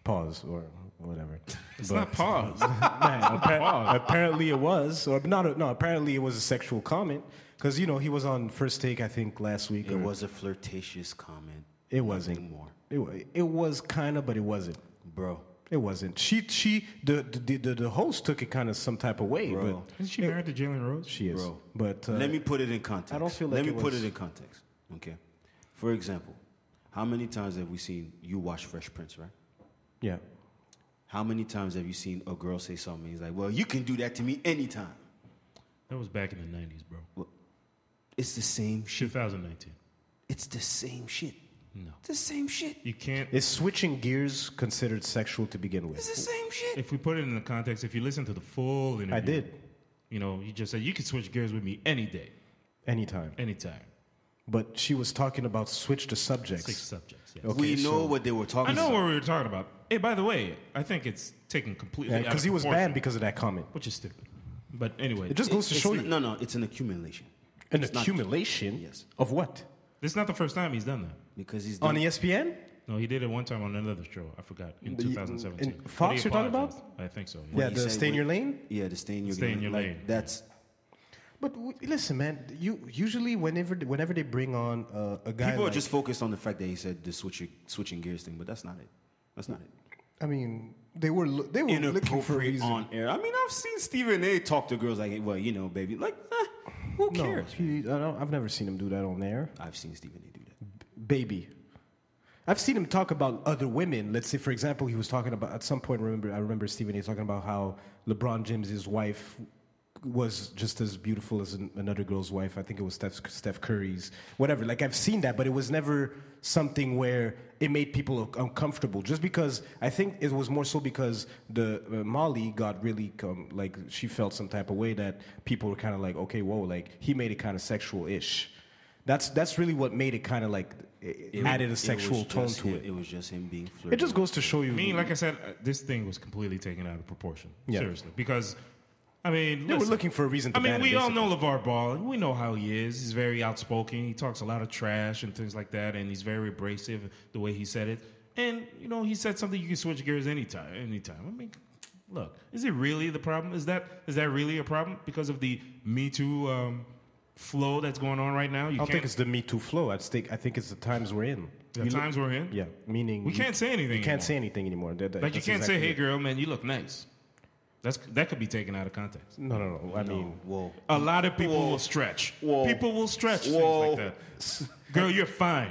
B: pause or whatever.
A: It's
B: But-
A: not pause.
B: Man, appa- apparently it was, or not? no, apparently it was a sexual comment because you know he was on First Take I think last week.
C: It
B: or-
C: was a flirtatious comment.
B: It wasn't.
C: Nothing more,
B: It, wa- it was kind of, but it wasn't.
C: bro.
B: It wasn't. She she the the the, the host took it kind of some type of way,
C: Bro.
B: but
A: Isn't she married to Jalen Rose?
B: she is.
C: Bro.
B: But uh,
C: Let me put it in context.
B: I don't feel
C: Let
B: like
C: me
B: it
C: put
B: was-
C: it in context. Okay. For example, how many times have we seen you watch Fresh Prince, right?
B: Yeah.
C: How many times have you seen a girl say something? He's like, "Well, you can do that to me anytime."
A: That was back in the '90s, bro.
C: It's the same. Sh-
A: 2019.
C: it's the same shit.
A: No.
C: It's the same shit.
A: You can't.
B: Is switching gears considered sexual to begin
C: It's
B: with?
C: the same shit.
A: If we put it in the context, if you listen to the full interview,
B: I did.
A: You know, you just said you could switch gears with me any day,
B: Anytime.
A: anytime.
B: but she was talking about switch the subjects.
A: Six subjects. Yes.
B: Okay,
C: we know
B: so-
C: what they were talking
A: I know
C: about.
A: what we were talking about. Hey, by the way, I think it's taken completely
B: because he was banned because of that comment.
A: which is stupid. But anyway,
B: It just goes to
C: It's
B: show
C: not-
B: you
C: No, no, it's an accumulation.
B: an
C: not-
B: accumulation
C: Yes.
B: of what
A: this is not the first time he's done that.
C: Because he's
B: on E
C: done-
B: ESPN.
A: No, he did it one time on another show. I forgot in
B: The-
A: 2017.
B: in
A: But
B: Fox
A: he
B: you're talking about?
A: apologized. I think so.
B: Yeah,
C: he
B: the
C: said
B: stay in
C: what-
B: your lane.
C: Yeah, to stay in your
A: Stay
C: lane.
A: in your
C: like,
A: lane.
C: That's
B: But w- listen, man. You usually whenever whenever they bring on uh, a guy,
C: people
B: like-
C: are just focused on the fact that he said the switching switching gears thing, but that's not it. That's not it.
B: I mean, they were lo- they were Oh, looking for a
C: Inappropriate
B: reason.
C: on air. I mean, I've seen Stephen A. talk to girls like, "Hey, well, you know, baby, like, eh, who
B: no,
C: cares?
B: he, I don't, I've never seen him do that on air.
C: I've seen Stephen A. do that.
B: baby. I've seen him talk about other women. Let's say, for example, he was talking about at some point. Remember, I remember Stephen A. talking about how LeBron James's wife was just as beautiful as an, another girl's wife. I think it was Steph, Steph Curry's, whatever. Like I've seen that, but it was never something where it made people uncomfortable. Just because I think it was more so because the uh, Molly got really um, like she felt some type of way that people were kind of like, okay, whoa, like he made it kind of sexual ish. That's that's really what made it kind of like it, added a
C: was
B: sexual
C: just
B: tone to
C: him-
B: it.
C: It was just him being flirty.
B: It just goes to show you.
A: I mean, like I said, uh, this thing was completely taken out of proportion.
B: Yeah.
A: Seriously, because I mean,
B: they were
A: listen,
B: looking for a reason. To
A: I mean,
B: ban it,
A: we all
B: basically.
A: know LeVar Ball. We know how he is. He's very outspoken. He talks a lot of trash and things like that, and he's very abrasive the way he said it. And you know, he said something you can switch gears anytime. Anytime. I mean, look, is it really the problem? Is that is that really a problem because of the Me Too um, flow that's going on right now? You
B: I don't
A: can't.
B: think it's the Me Too flow. I think I think it's the times we're in.
A: the
B: You look-
A: times we're in.
B: yeah, meaning
A: We
B: you-
A: can't say anything.
B: You can't say anything anymore. That- that-
A: like you
B: that's
A: can't say,
B: exactly
A: "Hey,
B: it.
A: girl, man, you look nice." That's that could be taken out of context.
B: No, no, no. I mean,
C: Whoa.
A: A lot of people will stretch.
C: Whoa.
A: People will stretch
C: Whoa.
A: things like that. Girl, you're fine.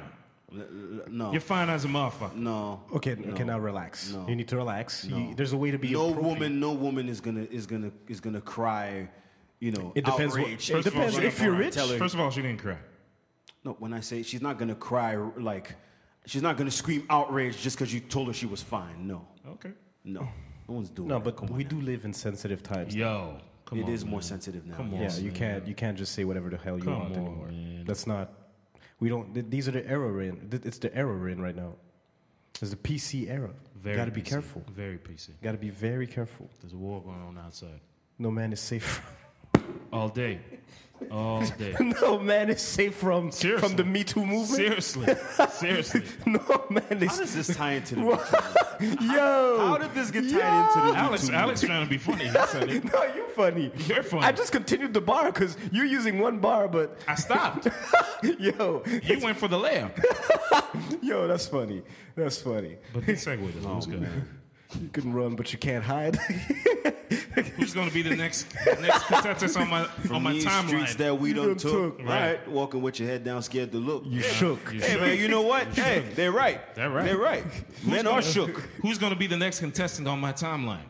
C: L- l- l- No.
A: You're fine as a motherfucker.
C: no.
B: okay, okay. Now relax.
C: No.
B: You need to relax. You- there's a way to be.
C: No
B: appropriate.
C: woman, no woman is gonna is gonna is gonna cry, you know,
B: It depends what-
C: outrage.
B: it
A: First of all,
B: depends
A: she
B: if
A: didn't
B: you're
A: cry.
B: rich.
C: Tell her-
A: First of all, she didn't cry.
C: No, when I say she's not gonna cry, like she's not gonna scream outrage just because you told her she was fine. No,
A: Okay.
C: no, no one's doing.
B: No,
C: that.
B: but
C: Come on
B: we
C: now.
B: do live in sensitive times.
A: Yo, come
C: It
A: on.
C: is more
A: man.
C: sensitive now.
A: Come on.
B: Yeah,
A: Yes,
B: you can't you can't just say whatever the hell you
A: Come
B: want
A: on,
B: anymore.
A: man.
B: That's not. We don't. th- These are the era we're in. Th- It's the era we're in right now. It's the PC era.
A: Very
B: Got to be
A: PC.
B: careful.
A: Very PC.
B: Got to be very careful.
A: There's a war going on outside.
B: No man is safe.
A: All day. All day.
B: no man is safe from
A: Seriously.
B: from the Me Too movement.
A: Seriously. Seriously.
B: No man
C: How
B: is.
C: does this tie into the? Me Too?
B: Yo.
C: How did this get tied
B: Yo.
C: into the? Me
A: Alex
C: Too?
A: Alex trying to be funny. He said it.
B: no, you're funny.
A: You're funny.
B: I just continued the bar because you're using one bar, but
A: I stopped.
B: yo,
A: You went for the layup.
B: yo, that's funny. That's funny.
A: But this segue though. it was good.
B: You can run, but you can't hide.
A: Who's gonna be the next next contestant on my on my
C: These streets
A: timeline?
C: that we done
B: done
C: took.
B: took.
C: All right, walking with your head down, scared to look.
B: you shook.
A: You
C: hey
A: shook.
C: man, you know what? hey, they're right.
A: They're right.
C: They're right. Men are shook.
A: Who's gonna be the next contestant on my timeline?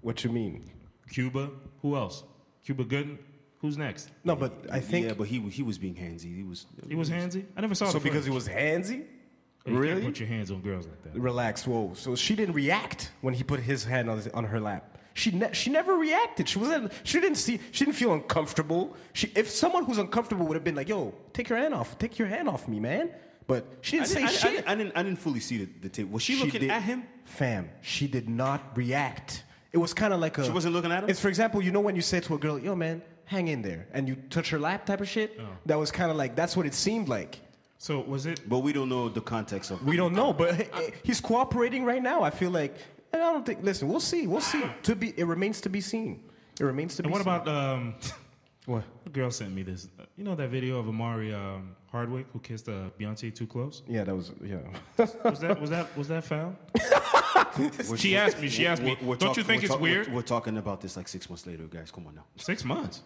B: What you mean?
A: Cuba. Who else? Cuba Gooden. Who's next?
B: No, but I think
C: Yeah, but he he was being handsy. He was.
A: He was handsy. I never saw.
B: so
A: the
B: because he
A: footage.
B: was handsy.
A: You can't
B: Really?
A: put your hands on girls like that.
B: Relax. Whoa. So she didn't react when he put his hand on, his, on her lap. She ne- she never reacted. She wasn't. She didn't see. She didn't feel uncomfortable. She if someone who's uncomfortable would have been like, "Yo, take your hand off. Take your hand off me, man." But she
C: I
B: didn't say
C: didn't, I,
B: shit.
C: didn't, I didn't. I didn't fully see the, the tape. Was she, looking
B: did-
C: at him?
B: Fam, she did not react. It was kind of like a.
C: She wasn't looking at him?
B: It's for example, you know when you say to a girl, "Yo, man, hang in there," and you touch her lap type of shit.
C: Oh.
B: That was kind of like that's what it seemed like.
A: So was it?
C: But we don't know the context of.
B: We don't know, but he- he's cooperating right now. I feel like, and I don't think. Listen, we'll see. We'll see. To be, it remains to be seen. It remains to be.
A: And what
B: seen.
A: about um?
B: what?
A: A girl sent me this. uh, You know that video of Amari um, Hardwick who kissed uh, Beyonce too close?
B: Yeah, that was yeah.
A: Was that was that was that foul? she asked me. She asked me.
C: We're- we're
A: Don't
C: talk-
A: you think
C: we're
A: it's
C: talk-
A: weird?
C: We're, we're talking about this like six months later, guys. Come on now.
A: Six months.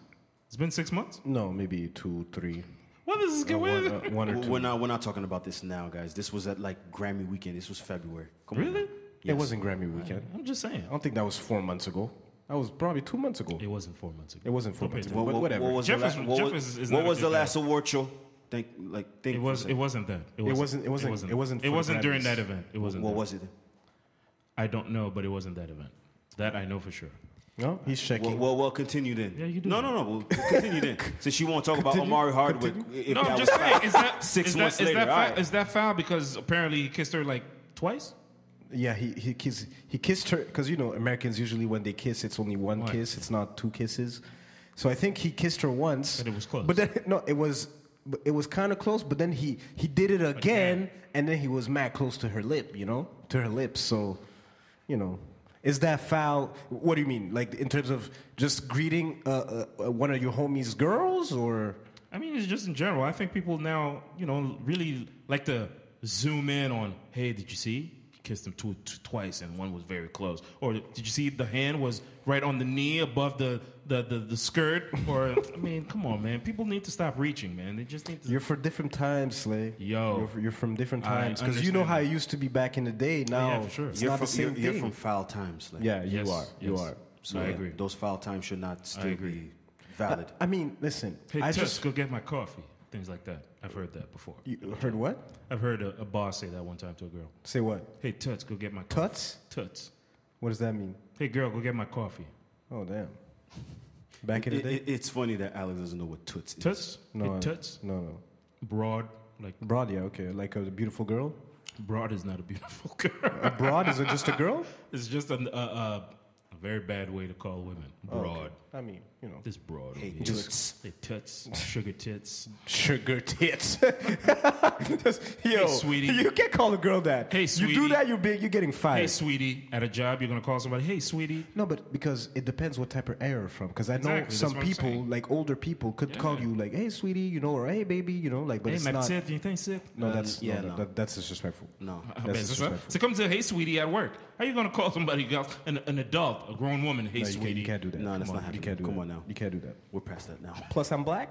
A: It's been six months.
B: no, maybe two, three,
A: What is this
B: or
A: going?
B: one, uh, one or two.
C: We're not. We're not talking about this now, guys. This was at like Grammy weekend. This was February. Come On
A: Really?
C: now.
B: It wasn't Grammy weekend.
A: I'm just saying.
B: I don't think that was four months ago. That was probably two months ago.
A: It wasn't four months ago.
B: It wasn't four
A: Don't pay
B: months ago.
A: attention.
B: But whatever.
C: What was
A: Jeff
C: the, la-
A: is-
C: what
A: Jeff
C: was,
A: is- is
C: what
A: not a
C: was
A: good
C: the
A: guy.
C: last award show? Think like think.
A: It
C: for a
A: was. It
C: second.
A: wasn't that. It
B: wasn't- it wasn't- it wasn't
A: It
B: for
A: wasn't
B: Grammys.
A: during that event. It wasn't.
C: What
A: that.
C: was it?
A: I don't know, but it wasn't that event. That I know for sure.
B: No, he's
C: Well,
B: checking.
C: well, well, continue then.
A: Yeah, you do that.
C: No, no, no. We'll we'll continue then. Since you want to talk about Amari Hardwick, if
A: no, I'm
C: that was
A: just saying.
C: foul.
A: Is that
C: six
A: is
C: months
A: that, is
C: later?
A: That
C: all
A: foul,
C: right.
A: Is that foul because apparently he kissed her like twice?
B: yeah, he he kissed he kissed her because you know Americans usually when they kiss it's only one
A: Right.
B: kiss, it's not two kisses. So I think he kissed her once,
A: But it was close.
B: But then no, it was but it was kind of close. But then he he did it again,
A: Again.
B: and then he was mad close to her lip, you know, to her lips. So, you know. Is that foul? What do you mean? Like in terms of just greeting uh, uh, uh, one of your homies' girls, or
A: I mean, it's just in general. I think people now, you know, really like to zoom in on, hey, did you see? He kissed him two, two, twice, and one was very close. Or did you see the hand was right on the knee above the the, the, the skirt? Or I mean, come on, man. People need to stop reaching, man. They just need to.
B: You're for different times, Slay.
A: Yo.
B: you're, you're from different
A: I
B: times because you know
A: understand
B: how
A: that.
B: it used to be back in the day. Now
A: for sure.
B: it's
C: You're
B: not
C: from,
B: the same
C: you're,
B: thing.
C: you're from foul times. Like,
B: yeah, you
A: Yes,
B: are. You
A: yes.
B: are.
C: So
A: I
C: yeah,
A: agree.
C: Those foul times should not still be
B: I,
C: valid.
B: I mean, listen.
A: hey,
B: I
A: Tusk,
B: just
A: go get my coffee. Things like that. I've heard that before.
B: you heard what?
A: I've heard a, a boss say that one time to a girl.
B: Say what?
A: Hey, Tuts, go get my coffee.
B: Tuts?
A: Tuts.
B: What does that mean?
A: Hey, girl, go get my coffee.
B: Oh damn. Back in the
C: It-
B: day.
C: it- it's funny that Alex doesn't know what toots is.
A: Tuts?
B: no,
A: hey,
B: I-
A: Tuts?
B: No, no.
A: Broad. Like,
B: Broad, yeah, okay. Like a beautiful girl.
A: broad is not a beautiful girl.
B: A broad is it just a girl?
A: It's just an, a, a, a very bad way to call women.
B: Oh,
A: Broad.
B: I mean, you know.
A: This broad. over
C: Hey,
A: here.
C: toots.
A: Hey, tits. Sugar tits.
B: Sugar tits. Yo,
A: sweetie.
B: You can't call a girl that.
A: Hey,
B: You do
A: sweetie.
B: that, you're big. You're getting fired.
A: Hey, sweetie. At a job, you're going to call somebody, hey, sweetie.
B: No, but because it depends what type of error from. Because I know
A: Exactly,
B: some
A: that's what I'm
B: people,
A: saying.
B: like older people, could call you like, "Hey, sweetie," you know, or "Hey, baby," you know, like, but
A: hey,
B: it's
A: my
B: not.
A: tit. You think sit?
B: No,
C: Uh,
B: that's
C: yeah,
B: yeah, no,
C: no.
B: That, that's disrespectful.
C: No.
B: that's disrespectful.
A: To come to hey sweetie at work, how you gonna call somebody else, an, an adult, a grown woman, hey
B: No, you,
A: sweetie?
B: can't, you can't do that.
C: No, that's
B: Come
C: not
B: on, you
C: happening.
B: can't do
C: Come
B: that.
C: on now.
B: You can't do that.
C: We're past that now.
B: Plus, I'm black.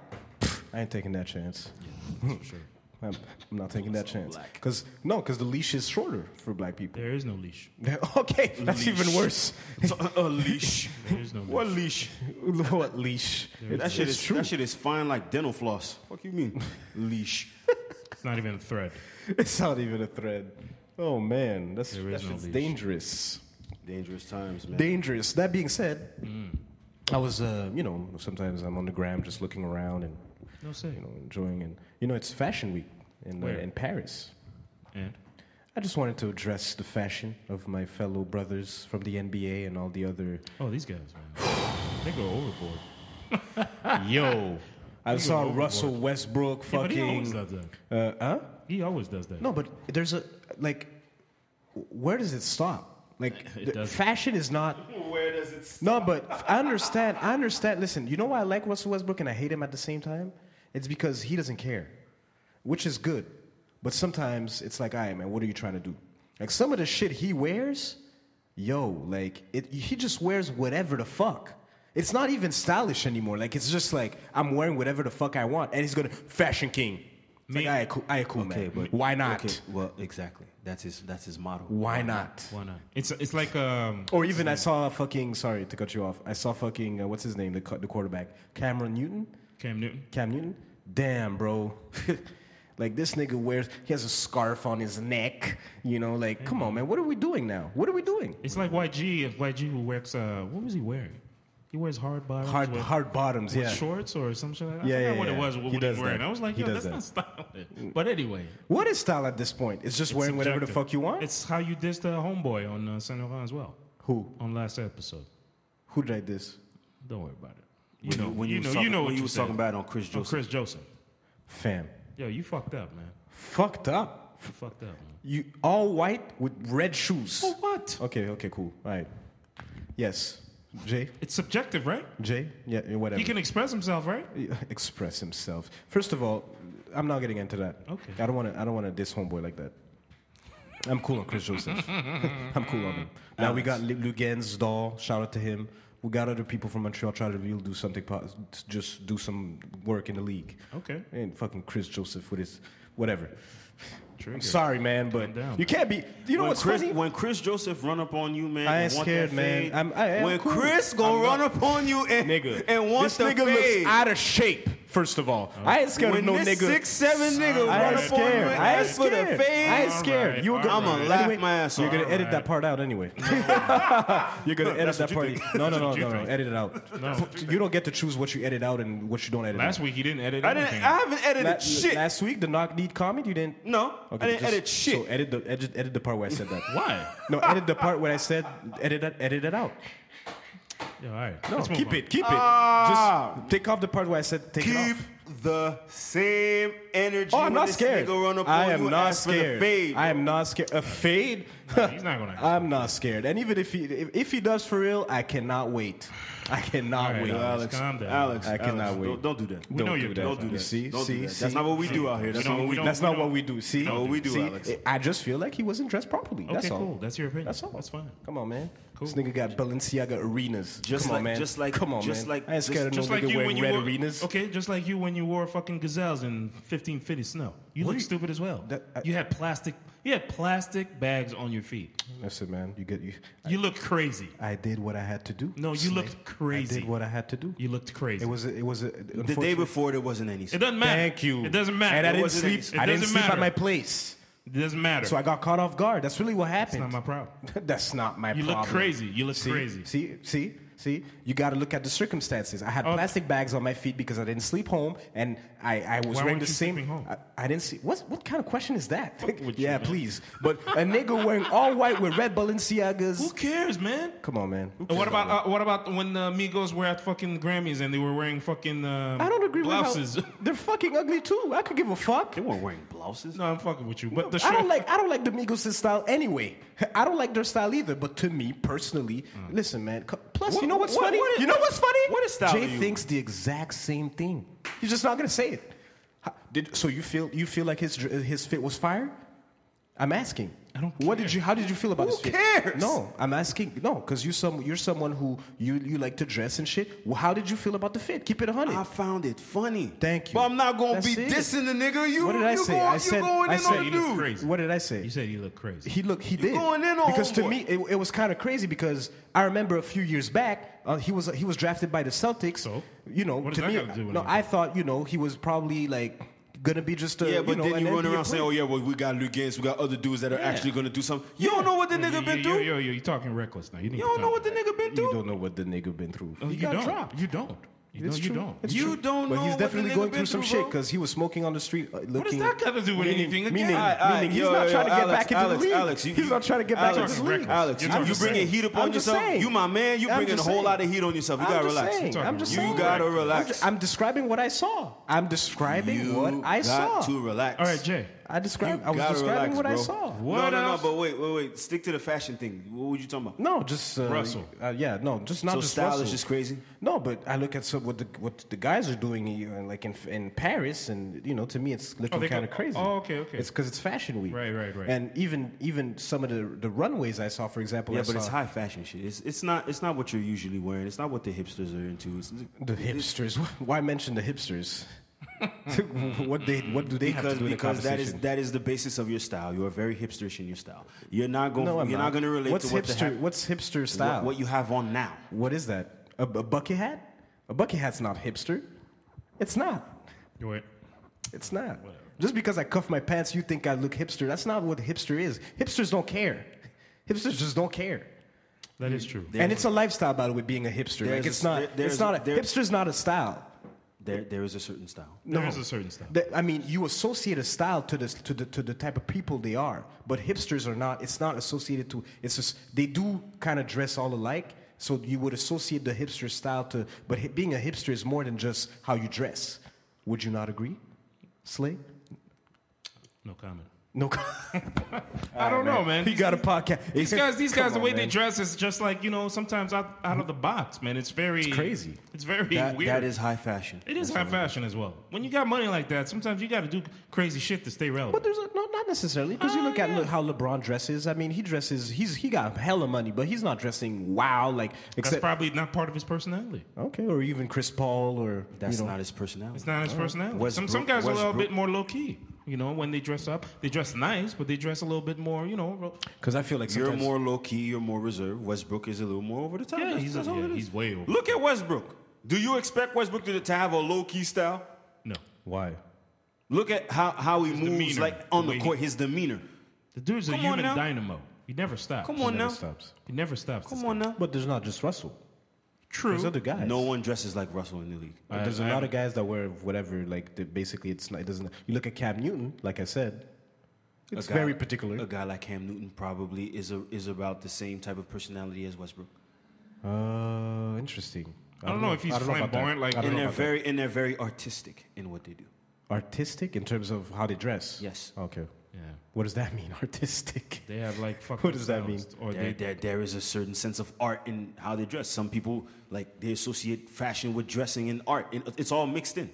B: I ain't taking that chance.
A: For sure.
B: I'm, I'm not taking that
C: Plus I'm
B: chance.
C: black.
B: Because no, because the leash is shorter for black people.
A: There is no leash.
B: okay, that's even
C: Leash.
B: worse.
C: a leash.
A: There is no leash.
C: What leash?
B: what leash?
C: That shit
B: It's
C: is that shit is fine like dental floss. Fuck you mean leash?
A: It's not even a thread.
B: It's not even a thread. Oh man, that's
A: There
B: that
A: is no
B: shit's
A: leash.
B: dangerous.
C: Dangerous times, man.
B: dangerous. That being said,
A: Mm.
B: I was, uh, you know, sometimes I'm on the gram just looking around and,
A: No say.
B: you know, enjoying. And, you know, it's Fashion Week in, uh,
A: Where?
B: in Paris.
A: And
B: I just wanted to address the fashion of my fellow brothers from the NBA and all the other.
A: oh, these guys, man, they go overboard.
B: Yo! I
A: You
B: saw
A: went overboard.
B: Russell Westbrook
A: Yeah, but he
B: fucking.
A: always does that.
B: uh, huh?
A: He always does that.
B: No, but there's a. Like, where does it stop? Like, the-
A: doesn't.
B: fashion is not.
C: Where does it stop?
B: No, but I understand. I understand. Listen, you know why I like Russell Westbrook and I hate him at the same time? It's because he doesn't care, which is good. But sometimes it's like, all right, man, what are you trying to do? Like some of the shit he wears, yo, like it, he just wears whatever the fuck. It's not even stylish anymore. Like it's just like I'm wearing whatever the fuck I want, and he's gonna fashion king. It's like, all right, cool, all right, cool man. why not?
C: Okay, well, exactly. That's his. That's his model.
B: Why not?
A: Why not? It's it's like um.
B: Or even I saw fucking sorry to cut you off. I saw fucking uh, what's his name, the cu- the quarterback, Cameron Newton.
A: Cam Newton.
B: Cam Newton. Damn, bro. like this nigga wears he has a scarf on his neck. You know, like come
A: Mm.
B: on, man. What are we doing now? What are we doing?
A: It's like YG. YG who works. Uh, what was he wearing? He wears hard bottoms.
B: Hard
A: with,
B: hard bottoms,
A: with
B: yeah.
A: shorts or some shit like that.
B: Yeah,
A: I forgot
B: yeah,
A: what
B: yeah.
A: it was.
B: He
A: What he
B: does
A: was wearing.
B: that.
A: I was like,
B: He
A: yo,
B: does
A: that's not stylish. But anyway,
B: What is style at this point? It's just
A: it's
B: wearing whatever the
A: subjective.
B: fuck you want.
A: It's how you dissed the homeboy on uh, Saint Laurent as well
B: who?
A: on last episode.
B: Who did I diss?
A: Don't worry about it. You
C: When
A: know,
C: you, when you,
A: you
C: was
A: know,
C: talking,
A: you know
C: when
A: what
C: you
A: you
C: was
A: said.
C: talking about on Chris
A: on
C: Joseph.
A: Chris Joseph.
B: Fam.
A: Yo, you fucked up, man.
B: Fucked up.
A: You fucked up, man.
B: You all white with red shoes.
A: For what?
B: Okay, okay, cool. All right. Yes. Jay?
A: It's subjective, right?
B: Jay? Yeah, yeah, whatever.
A: He can express himself, right?
B: express himself. First of all, I'm not getting into that.
A: Okay.
B: I don't want to. I don't want to diss homeboy like that. I'm cool on Chris Joseph. I'm cool on him. Now we got Lu- Lugens Dahl. Shout out to him. We got other people from Montreal trying to really do something. po- Just do some work in the league.
A: Okay.
B: And fucking Chris Joseph with his whatever.
A: Trigger.
B: I'm sorry, man, but
A: Calm down,
B: you
A: man.
B: can't be. You know
C: when
B: what's
C: Chris,
B: funny?
C: When Chris Joseph run up on you, man,
B: I
C: and
B: ain't
C: want that
B: scared, man.
C: fade,
B: I'm- I am
C: when
B: cool.
C: Chris gonna
B: I'm
C: run
B: not-
C: up on you and
B: nigga.
C: and want
B: this
C: the
B: nigga
C: fade,
B: looks out of shape First of all, I ain't scared of
C: When
B: no
C: this
B: nigga.
C: six seven nigga
B: I
C: run
B: ain't
C: up on you
B: scared.
C: and
B: I ain't
C: ask for the
B: scared. I ain't
C: fade,
B: scared.
A: Alright,
B: you were
A: alright.
C: I'ma laugh my ass
B: You're
C: off.
B: gonna edit that
A: Alright.
B: part out anyway. you're gonna edit that part. No, no, no,
A: what you
B: no, no.
A: think.
B: Edit it out. You don't get to choose what you edit out and what you don't edit.
A: Last
B: out.
A: week he didn't edit
C: I
A: anything.
C: didn't. I haven't edited
B: La-
C: shit.
B: Last week, the knock need comment. You didn't.
C: no, I didn't
B: just-
C: edit shit.
B: So edit the edit, edit the part where I said that.
A: Why?
B: No, edit the part where I said edit it, edit it out.
A: Yeah, all right.
B: No,
A: Let's move
B: keep
A: on.
B: it, keep it.
C: Ah.
B: Just take off the part where I said take it
C: Keep
B: off.
C: the same energy.
B: Oh, I'm
C: when
B: not
C: this
B: scared.
C: Nigga run up
B: I
C: on you
B: am
C: and
B: not
C: ask for the
B: scared.
C: fade.
B: I am not scared. A fade?
A: He's not gonna.
B: I'm not scared. And even if he if, if he does for real, I cannot wait. I cannot
A: All right,
B: wait.
A: all right.
C: Alex,
A: Calm down.
C: Alex,
B: I cannot
C: Alex,
B: wait.
C: Don't, don't do that.
A: We know you do.
C: Don't do
B: You
C: that.
B: see,
C: Don't do
B: see,
C: that.
B: see.
C: That's not what we do out here. That's
A: We
C: not
A: don't-
C: what
A: we
C: we do.
A: don't-
B: That's not what we do. See,
C: don't- we do,
B: See?
C: Alex.
B: I just feel like he wasn't dressed properly.
A: okay,
B: That's all.
A: cool. That's your opinion.
B: That's all.
A: That's fine.
B: Come on, man.
A: Cool.
B: This nigga got Balenciaga arenas.
C: Just
B: Come on,
C: like-
B: man.
C: just like-
B: Come on,
C: just
B: man.
C: like-
B: I ain't scared
A: Just
B: of no
A: like
B: nigga
A: you when
B: wearing
A: you
B: red
A: wore
B: arenas.
A: Okay, just like you when you wore fucking gazelles in 1550 snow. You
B: What
A: look
B: do you-
A: stupid as well.
B: That- I-
A: you had plastic. You had plastic bags on your feet.
B: That's it, man. You get you.
A: You look crazy.
B: I did what I had to do.
A: No, you
B: Slay.
A: looked crazy.
B: I did what I had to do.
A: You looked crazy.
B: It was. A, it was. A,
C: The day before, there wasn't any.
A: it doesn't matter.
B: Thank you.
A: It doesn't matter.
B: And I
A: It
B: didn't
A: wasn't
B: sleep.
A: any- It
B: I
A: doesn't
B: didn't sleep
A: matter.
B: at my place,
A: It doesn't matter.
B: so I got caught off guard. That's really what
A: it's
B: happened.
A: not my problem.
B: That's not my
A: You look
B: problem.
A: crazy. You look
B: see,
A: crazy.
B: See, see, see. You got to look at the circumstances. I
A: Oh.
B: had plastic bags on my feet because I didn't sleep home, and I, I was
A: Why
B: wearing
A: weren't
B: the
A: you
B: same.
A: sleeping home?
B: I, I didn't see. What what kind of question is that? yeah, please. But a nigga wearing all white with red
A: Who
B: Balenciagas.
A: cares, man?
B: Come on, man.
A: And what about uh, what about when the Migos were at fucking Grammys and they were wearing fucking um,
B: I don't agree
A: blouses?
B: with how they're fucking ugly too. I could give a fuck.
C: They weren't wearing blouses.
A: no, I'm fucking with you. But the
B: I
A: shirt-
B: don't like I don't like the Migos' style anyway. I don't like their style either. But to me personally, listen, man. c- Plus,
C: Hmm. What-
B: you know what's
C: what-
B: funny?
C: what is-
B: you know what's funny?
C: what is style
B: Jay
C: to you?
B: thinks the exact same thing. He's just not gonna say it. How- did- so you feel you feel like his dr- his fit was fire? I'm asking.
A: I don't
B: What did
A: care.
B: you? How did you feel about
C: Who
B: his fit?
C: cares?
B: No, I'm asking. No, because you some you're someone who you you like to dress and shit. Well, how did you feel about the fit? Keep it a hundred.
C: I found it funny.
B: Thank you.
C: But I'm not gonna
B: That's
C: be
B: it.
C: dissing the nigga. You,
B: What did I
C: you
B: say?
C: Going,
B: I
C: you
B: said-
C: going
B: I
C: in
B: said-
C: on the
A: you look
C: dude.
A: crazy.
B: what did I say?
A: You said you look crazy.
B: He look he did
C: going in on
B: because to
C: homeboy.
B: me it, it was kind of crazy because I remember a few years back uh, he was he was drafted by the Celtics.
A: So?
B: you know,
A: What does
B: to
A: that
B: me,
A: got to do with
B: no,
A: anything?
B: I thought you know he was probably like gonna be just a
C: Yeah, but
B: you know,
C: then
B: an
C: you run
B: NBA
C: around saying, "Oh
B: player.
C: yeah, well we got Luke Gaines, we got other dudes that are actually gonna do something." You don't know what the
A: Yo,
C: nigga
A: yo,
C: been
A: yo,
C: through.
A: Yo, yo, you're talking reckless now. You, need
C: You
A: to
C: don't know
A: calm
C: what the
A: down.
C: nigga been
B: you
C: through.
B: don't know what the nigga been through.
A: Oh,
B: He
A: you
B: got
A: don't.
B: dropped.
A: You don't. You,
B: It's
A: don't. you
B: true.
A: don't.
B: It's
C: You
B: true.
C: don't
B: But
C: know
B: he's
C: what the
B: definitely
C: nigga
B: going
C: been
B: through some
C: through,
B: shit
C: bro.
B: because he was smoking on the street. uh,
A: does
B: looking-
A: that got to do with
B: meaning-
A: anything again?
B: Meaning,
A: Alright,
C: alright,
B: meaning he's
C: yo,
B: not
C: yo,
B: trying to get
C: Alex,
B: back into
C: Alex,
B: the league.
C: Alex, you-
B: he's
C: you-
B: not trying to get back
C: Alex,
B: into the league.
A: reckless.
C: Alex,
A: You're
C: you,
A: talking
C: you bringing
A: saying.
C: heat upon
B: I'm just
C: yourself.
B: saying.
C: You my man. You
B: I'm
C: bringing a
B: just
C: whole
B: saying.
C: lot of heat on yourself. You
B: I'm
C: gotta
B: just
C: relax.
B: saying, I'm just
C: you
B: saying.
C: gotta
A: I'm
B: I'm,
C: relax.
B: just, I'm describing what I saw. I'm describing
C: you
B: what I
C: got
B: saw.
C: to relax.
A: All right, Jay.
B: I described. I was
C: Gotta
B: describing
C: relax,
B: what I
C: bro.
B: saw.
A: What
C: no, no,
A: else?
C: no. But wait, wait, wait. Stick to the fashion thing. What were you talking about?
B: No, just uh,
A: Russell.
B: Uh, yeah, no, just not
C: so
B: just
C: style
B: Russell.
C: is just crazy.
B: No, but I look at some, what the what the guys are doing, you know, like in in Paris, and you know, to me, it's looking
A: they
B: kind
A: go-
B: of crazy.
A: oh, okay, okay.
B: It's because it's fashion week,
A: Right, right, right.
B: And even even some of the the runways I saw, for example,
C: Yeah,
B: I
C: but it's
B: saw-
C: high fashion shit. It's, it's not it's not what you're usually wearing. It's not what the hipsters are into. It's,
B: the hipsters. Why mention the hipsters? what they what do they have
C: because
B: to do in the
C: because that is
B: conversation?
C: that is the basis of your style. You are very hipsterish in your style. You're not going.
B: no, I'm
C: you're not, going to relate
B: what's
C: to what the
B: hipster.
C: hap-
B: what's hipster
C: what-
B: style?
C: What, you have on now.
B: what is that? A, a bucket hat? A bucket hat's not hipster. It's not.
A: Go ahead.
B: It's not. Just because I cuff my pants, you think I look hipster. That's not what hipster is. Hipsters don't care. Hipsters just don't care.
A: That is true.
B: and it's a lifestyle, by the way, being a hipster. Like
C: There's
B: it's
C: a-
B: not.
C: there- there's
B: it's not a,
C: a- there-
B: hipster's not a style.
C: There there is a certain style.
B: No.
A: There is a certain style.
B: That- I mean, you associate a style to this to the to the type of people they are, but hipsters are not. It's not associated to. It's just they do kind of dress all alike. So you would associate the hipster style to. But hi- being a hipster is more than just how you dress. Would you not agree, Slay?
A: No comment.
B: No.
A: I don't know, man.
B: He got a podcast.
A: These guys, these guys,
B: Come
A: the
B: on,
A: way they
B: man.
A: dress is just like you know. Sometimes out, out of the box, man. It's very it's
B: crazy.
A: It's very
C: That,
A: weird.
C: that is high fashion.
A: It is
C: That's
A: high
C: what-
A: fashion as well. When you got money like that, sometimes you got to do crazy shit to stay relevant.
B: But there's a, no, not necessarily because you look at
A: Ah.
B: look, how LeBron dresses. I mean, he dresses. He's he got hella money, but he's not dressing wow like
A: That's
B: except
A: probably not part of his personality.
B: okay, or even Chris Paul or
C: That's
B: you know,
C: not his personality.
A: It's not his personality. some some
C: Westbrook-
A: guys are a little
C: Westbrook-
A: bit more low key. You know, when they dress up, they dress nice, but they dress a little bit more. You know, ro-
B: because I feel like
C: You're
B: sometimes-
C: more low key. You're more reserved. Westbrook is a little more over the top.
A: yeah,
C: That's-
A: he's,
C: that's all
A: yeah,
C: it is.
A: he's way over.
C: Look at Westbrook. Do you expect Westbrook to, to have a low key style?
B: Why?
C: Look at how, how he moves
A: demeanor,
C: like
A: the
C: on the,
A: way he-
C: court, his demeanor.
A: The dude's a
C: Come on
A: human
C: now.
A: dynamo. He never stops.
C: Come on
B: Never
C: now.
B: stops.
A: He never stops.
C: Come on now.
B: But there's not just Russell.
A: True.
B: There's other guys.
C: No one dresses like Russell in the league.
A: I-
B: there's a
A: I-
B: lot of guys that wear whatever. Like they- basically, it's not, it doesn't. You look at Cam Newton, like I said,
C: A
B: it's
C: guy-
B: very
C: A
B: particular.
C: guy like Cam Newton probably is a, is about the same type of personality as Westbrook.
B: Uh, interesting.
A: I don't know if he's
B: I don't know about that.
A: flamboyant, like-
B: I don't
C: And
B: know
C: they're
B: about that.
C: very and they're very artistic in what they do.
B: artistic in terms of how they dress.
C: Yes.
B: Okay.
A: Yeah.
B: What does that mean? Artistic.
A: They have like fuck.
B: What does that mean?
A: themselves, Or
C: There,
A: they,
C: there, there is a certain sense of art in how they dress. Some people like they associate fashion with dressing and art. And it's all mixed in.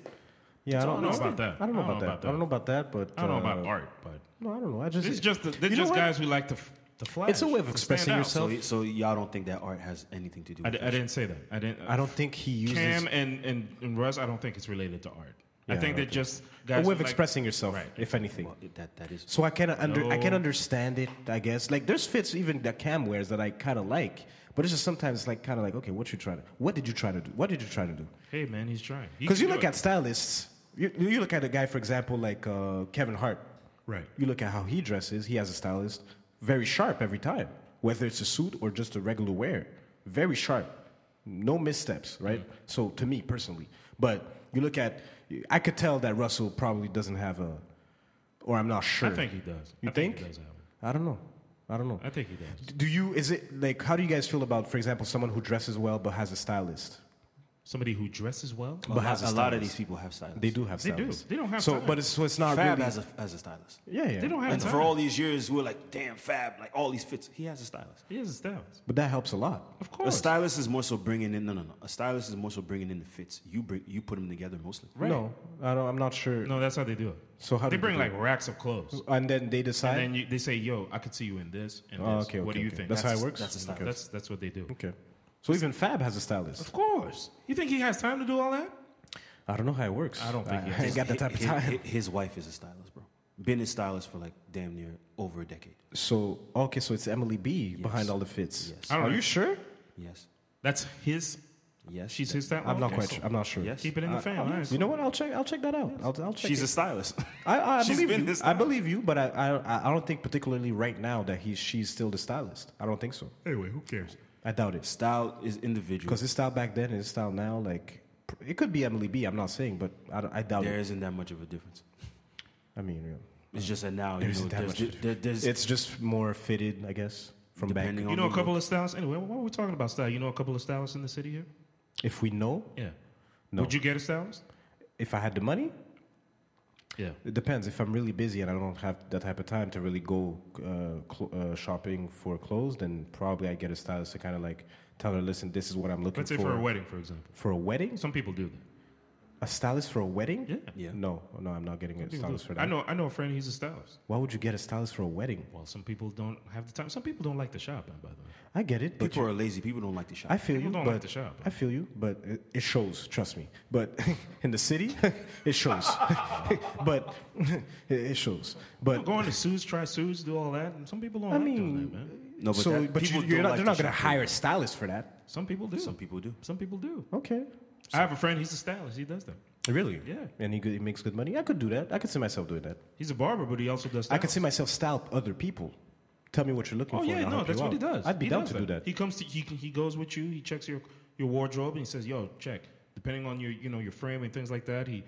B: Yeah, I
A: all
B: don't know
A: about that.
B: I don't know about that. I don't know about that, but
A: I don't know about
B: uh,
A: art, but
B: No, I don't know. I just
A: it's just the, they're
B: You know
A: just
B: what?
A: guys who like to f- to flash.
B: It's a way of
A: to
B: expressing
A: stand out.
B: yourself.
C: So, so y'all don't think that art has anything to do
A: I,
C: with
A: di- I didn't say that. I didn't.
B: I don't think he uses
A: Cam and, and, and Russ, I don't think it's related to art. I
B: Yeah,
A: think
B: I
A: they're
B: don't
A: just
B: a
A: guys.
B: way of
A: who like-
B: expressing yourself,
A: Right.
B: if anything.
C: Well, it- that, that is
B: So I can under I can
A: No.
B: understand it, I guess. Like there's fits even that Cam wears that I kind of like, but it's just sometimes like kind of like okay, what you trying to? What did you try to do? What did you try to do?
A: Hey man, he's trying. He
B: Because
A: can
B: you
A: do
B: look
A: it.
B: at stylists, you, you look at a guy, for example, like uh, Kevin Hart.
A: right.
B: You look at how he dresses. He has a stylist, very sharp every time, whether it's a suit or just a regular wear. Very sharp, no missteps, right?
A: Mm.
B: So to me personally, but you look at, I could tell that Russell probably doesn't have a, or I'm not sure.
A: I think he does.
B: You
A: I think?
B: think?
A: he does have it.
B: I don't know. I don't know.
A: I think he does.
B: Do you? Is it like? How do you guys feel about, for example, someone who dresses well but has a stylist?
A: Somebody who dresses well.
C: a,
B: but
C: lot,
B: has a
C: a lot of
B: stylist.
C: these people have stylists.
B: They do have
A: They do.
B: stylists.
A: They don't have
B: So,
A: stylists.
B: but it's so it's not
C: Fab
B: really.
C: has a has a stylist.
B: yeah, yeah.
A: They don't have
C: And
A: time.
C: for all these years, we are like, damn, Fab, like all these fits. He has a stylist.
A: he has a stylist.
B: but that helps a lot.
A: Of
C: A
A: course.
C: stylist is more so bringing in. No, no, no. A stylist is more so bringing in the fits. You bring, you put them together mostly.
A: Right.
B: No, I don't, I'm not sure.
A: No, that's how they do it.
B: So how
A: they
B: do
A: bring
B: they
A: like
B: do
A: racks of clothes,
B: And then they
A: and
B: decide.
A: then you, they say, "Yo, I could see you in this and
B: Oh,
A: this.
B: okay,
A: what
B: okay,
A: do you
B: okay.
A: think?"
B: That's, how it works.
C: that's a style.
B: Okay.
A: That's that's what they do.
B: okay. So even Fab has a stylist.
A: Of course. You think he has time to do all that?
B: I don't know how it works.
A: I don't think he
B: I ain't
A: has.
B: got that type of
C: His-
B: time.
C: his- His wife is a stylist, bro. Been a stylist for like damn near over a decade.
B: So okay, so it's Emily B behind all the fits.
C: Yes.
A: I don't
B: Are
A: know.
B: you sure?
C: Yes.
A: That's his.
C: Yes.
A: She's
C: that-
A: his that.
B: I'm
A: one?
B: not
A: Okay,
B: quite.
A: so
B: Sure. I'm not sure.
C: Yes.
A: Keep it in the family. All right,
B: You know what? I'll check. I'll check that out. I'll, I'll check.
C: She's
B: it.
C: a stylist.
B: I, I, I
C: She's
B: believe
C: been
B: you.
C: his
B: I believe you, but I, I I don't think particularly right now that he's she's still the stylist. I don't think so.
A: Anyway, who cares?
B: I doubt it.
C: Style is individual.
B: Because his style back then and his style now, like pr- it could be Emily B. I'm not saying, but I, don't- I doubt
C: There
B: it.
C: isn't that much of a difference.
B: I mean, yeah.
C: It's just that now
B: There
C: you know
B: isn't that
C: there's,
B: much of a
C: di- there, there's
B: it's just more fitted, I guess, from
C: Depending
B: back.
C: on-
A: You know a
C: the
A: couple of stylists. Anyway, why are we talking about style? You know a couple of stylists in the city here.
B: If we know,
A: Yeah.
B: No.
A: Would you get a stylist?
B: if I had the money,
A: Yeah.
B: it depends. If I'm really busy and I don't have that type of time to really go uh, cl- uh, shopping for clothes, then probably I get a stylist to kind of like tell her, listen, this is what I'm looking
A: Let's say for a wedding, for example.
B: For a wedding,
A: Some people do that.
B: a stylist for a wedding?
A: Yeah.
C: Yeah.
B: No, no, I'm not getting a
A: People do.
B: stylist for that.
A: I know. I know a friend. He's a stylist.
B: Why would you get a stylist for a wedding?
A: Well, some people don't have the time. Some people don't like to shop. By the way.
B: I get it, but
C: people are lazy. People don't like to shop.
B: I feel
A: People
B: you,
A: don't
B: but
A: like to shop.
B: I feel you, but it, it shows. Trust me. But in the city, it shows. but it it shows. But
A: Go into suits, try suits, do all that. And some people don't
B: I
A: like
B: mean,
A: doing that, man.
C: no,
B: so
C: that-
B: but you,
C: people
B: you're
C: don't
B: not,
C: like
B: they're not
C: to
B: going to
C: shop.
B: hire a stylist for that.
A: Some people do.
C: Some people do.
A: Some people do.
B: Okay.
A: I have a friend. He's a stylist. He does that.
B: Really?
A: Yeah.
B: And he, g- he makes good money. I could do that. I could see myself doing that.
A: He's a barber, but he also does.
B: I could
A: stylists.
B: see myself style other people. Tell me what you're looking
A: Oh
B: for.
A: yeah,
B: and I'll
A: no,
B: help
A: that's
B: you
A: what he
B: out.
A: does.
B: I'd be
A: He
B: down
A: does
B: to do that.
A: He comes to he he goes with you. He checks your your wardrobe and he says, "Yo, check." Depending on your you know your frame and things like that, he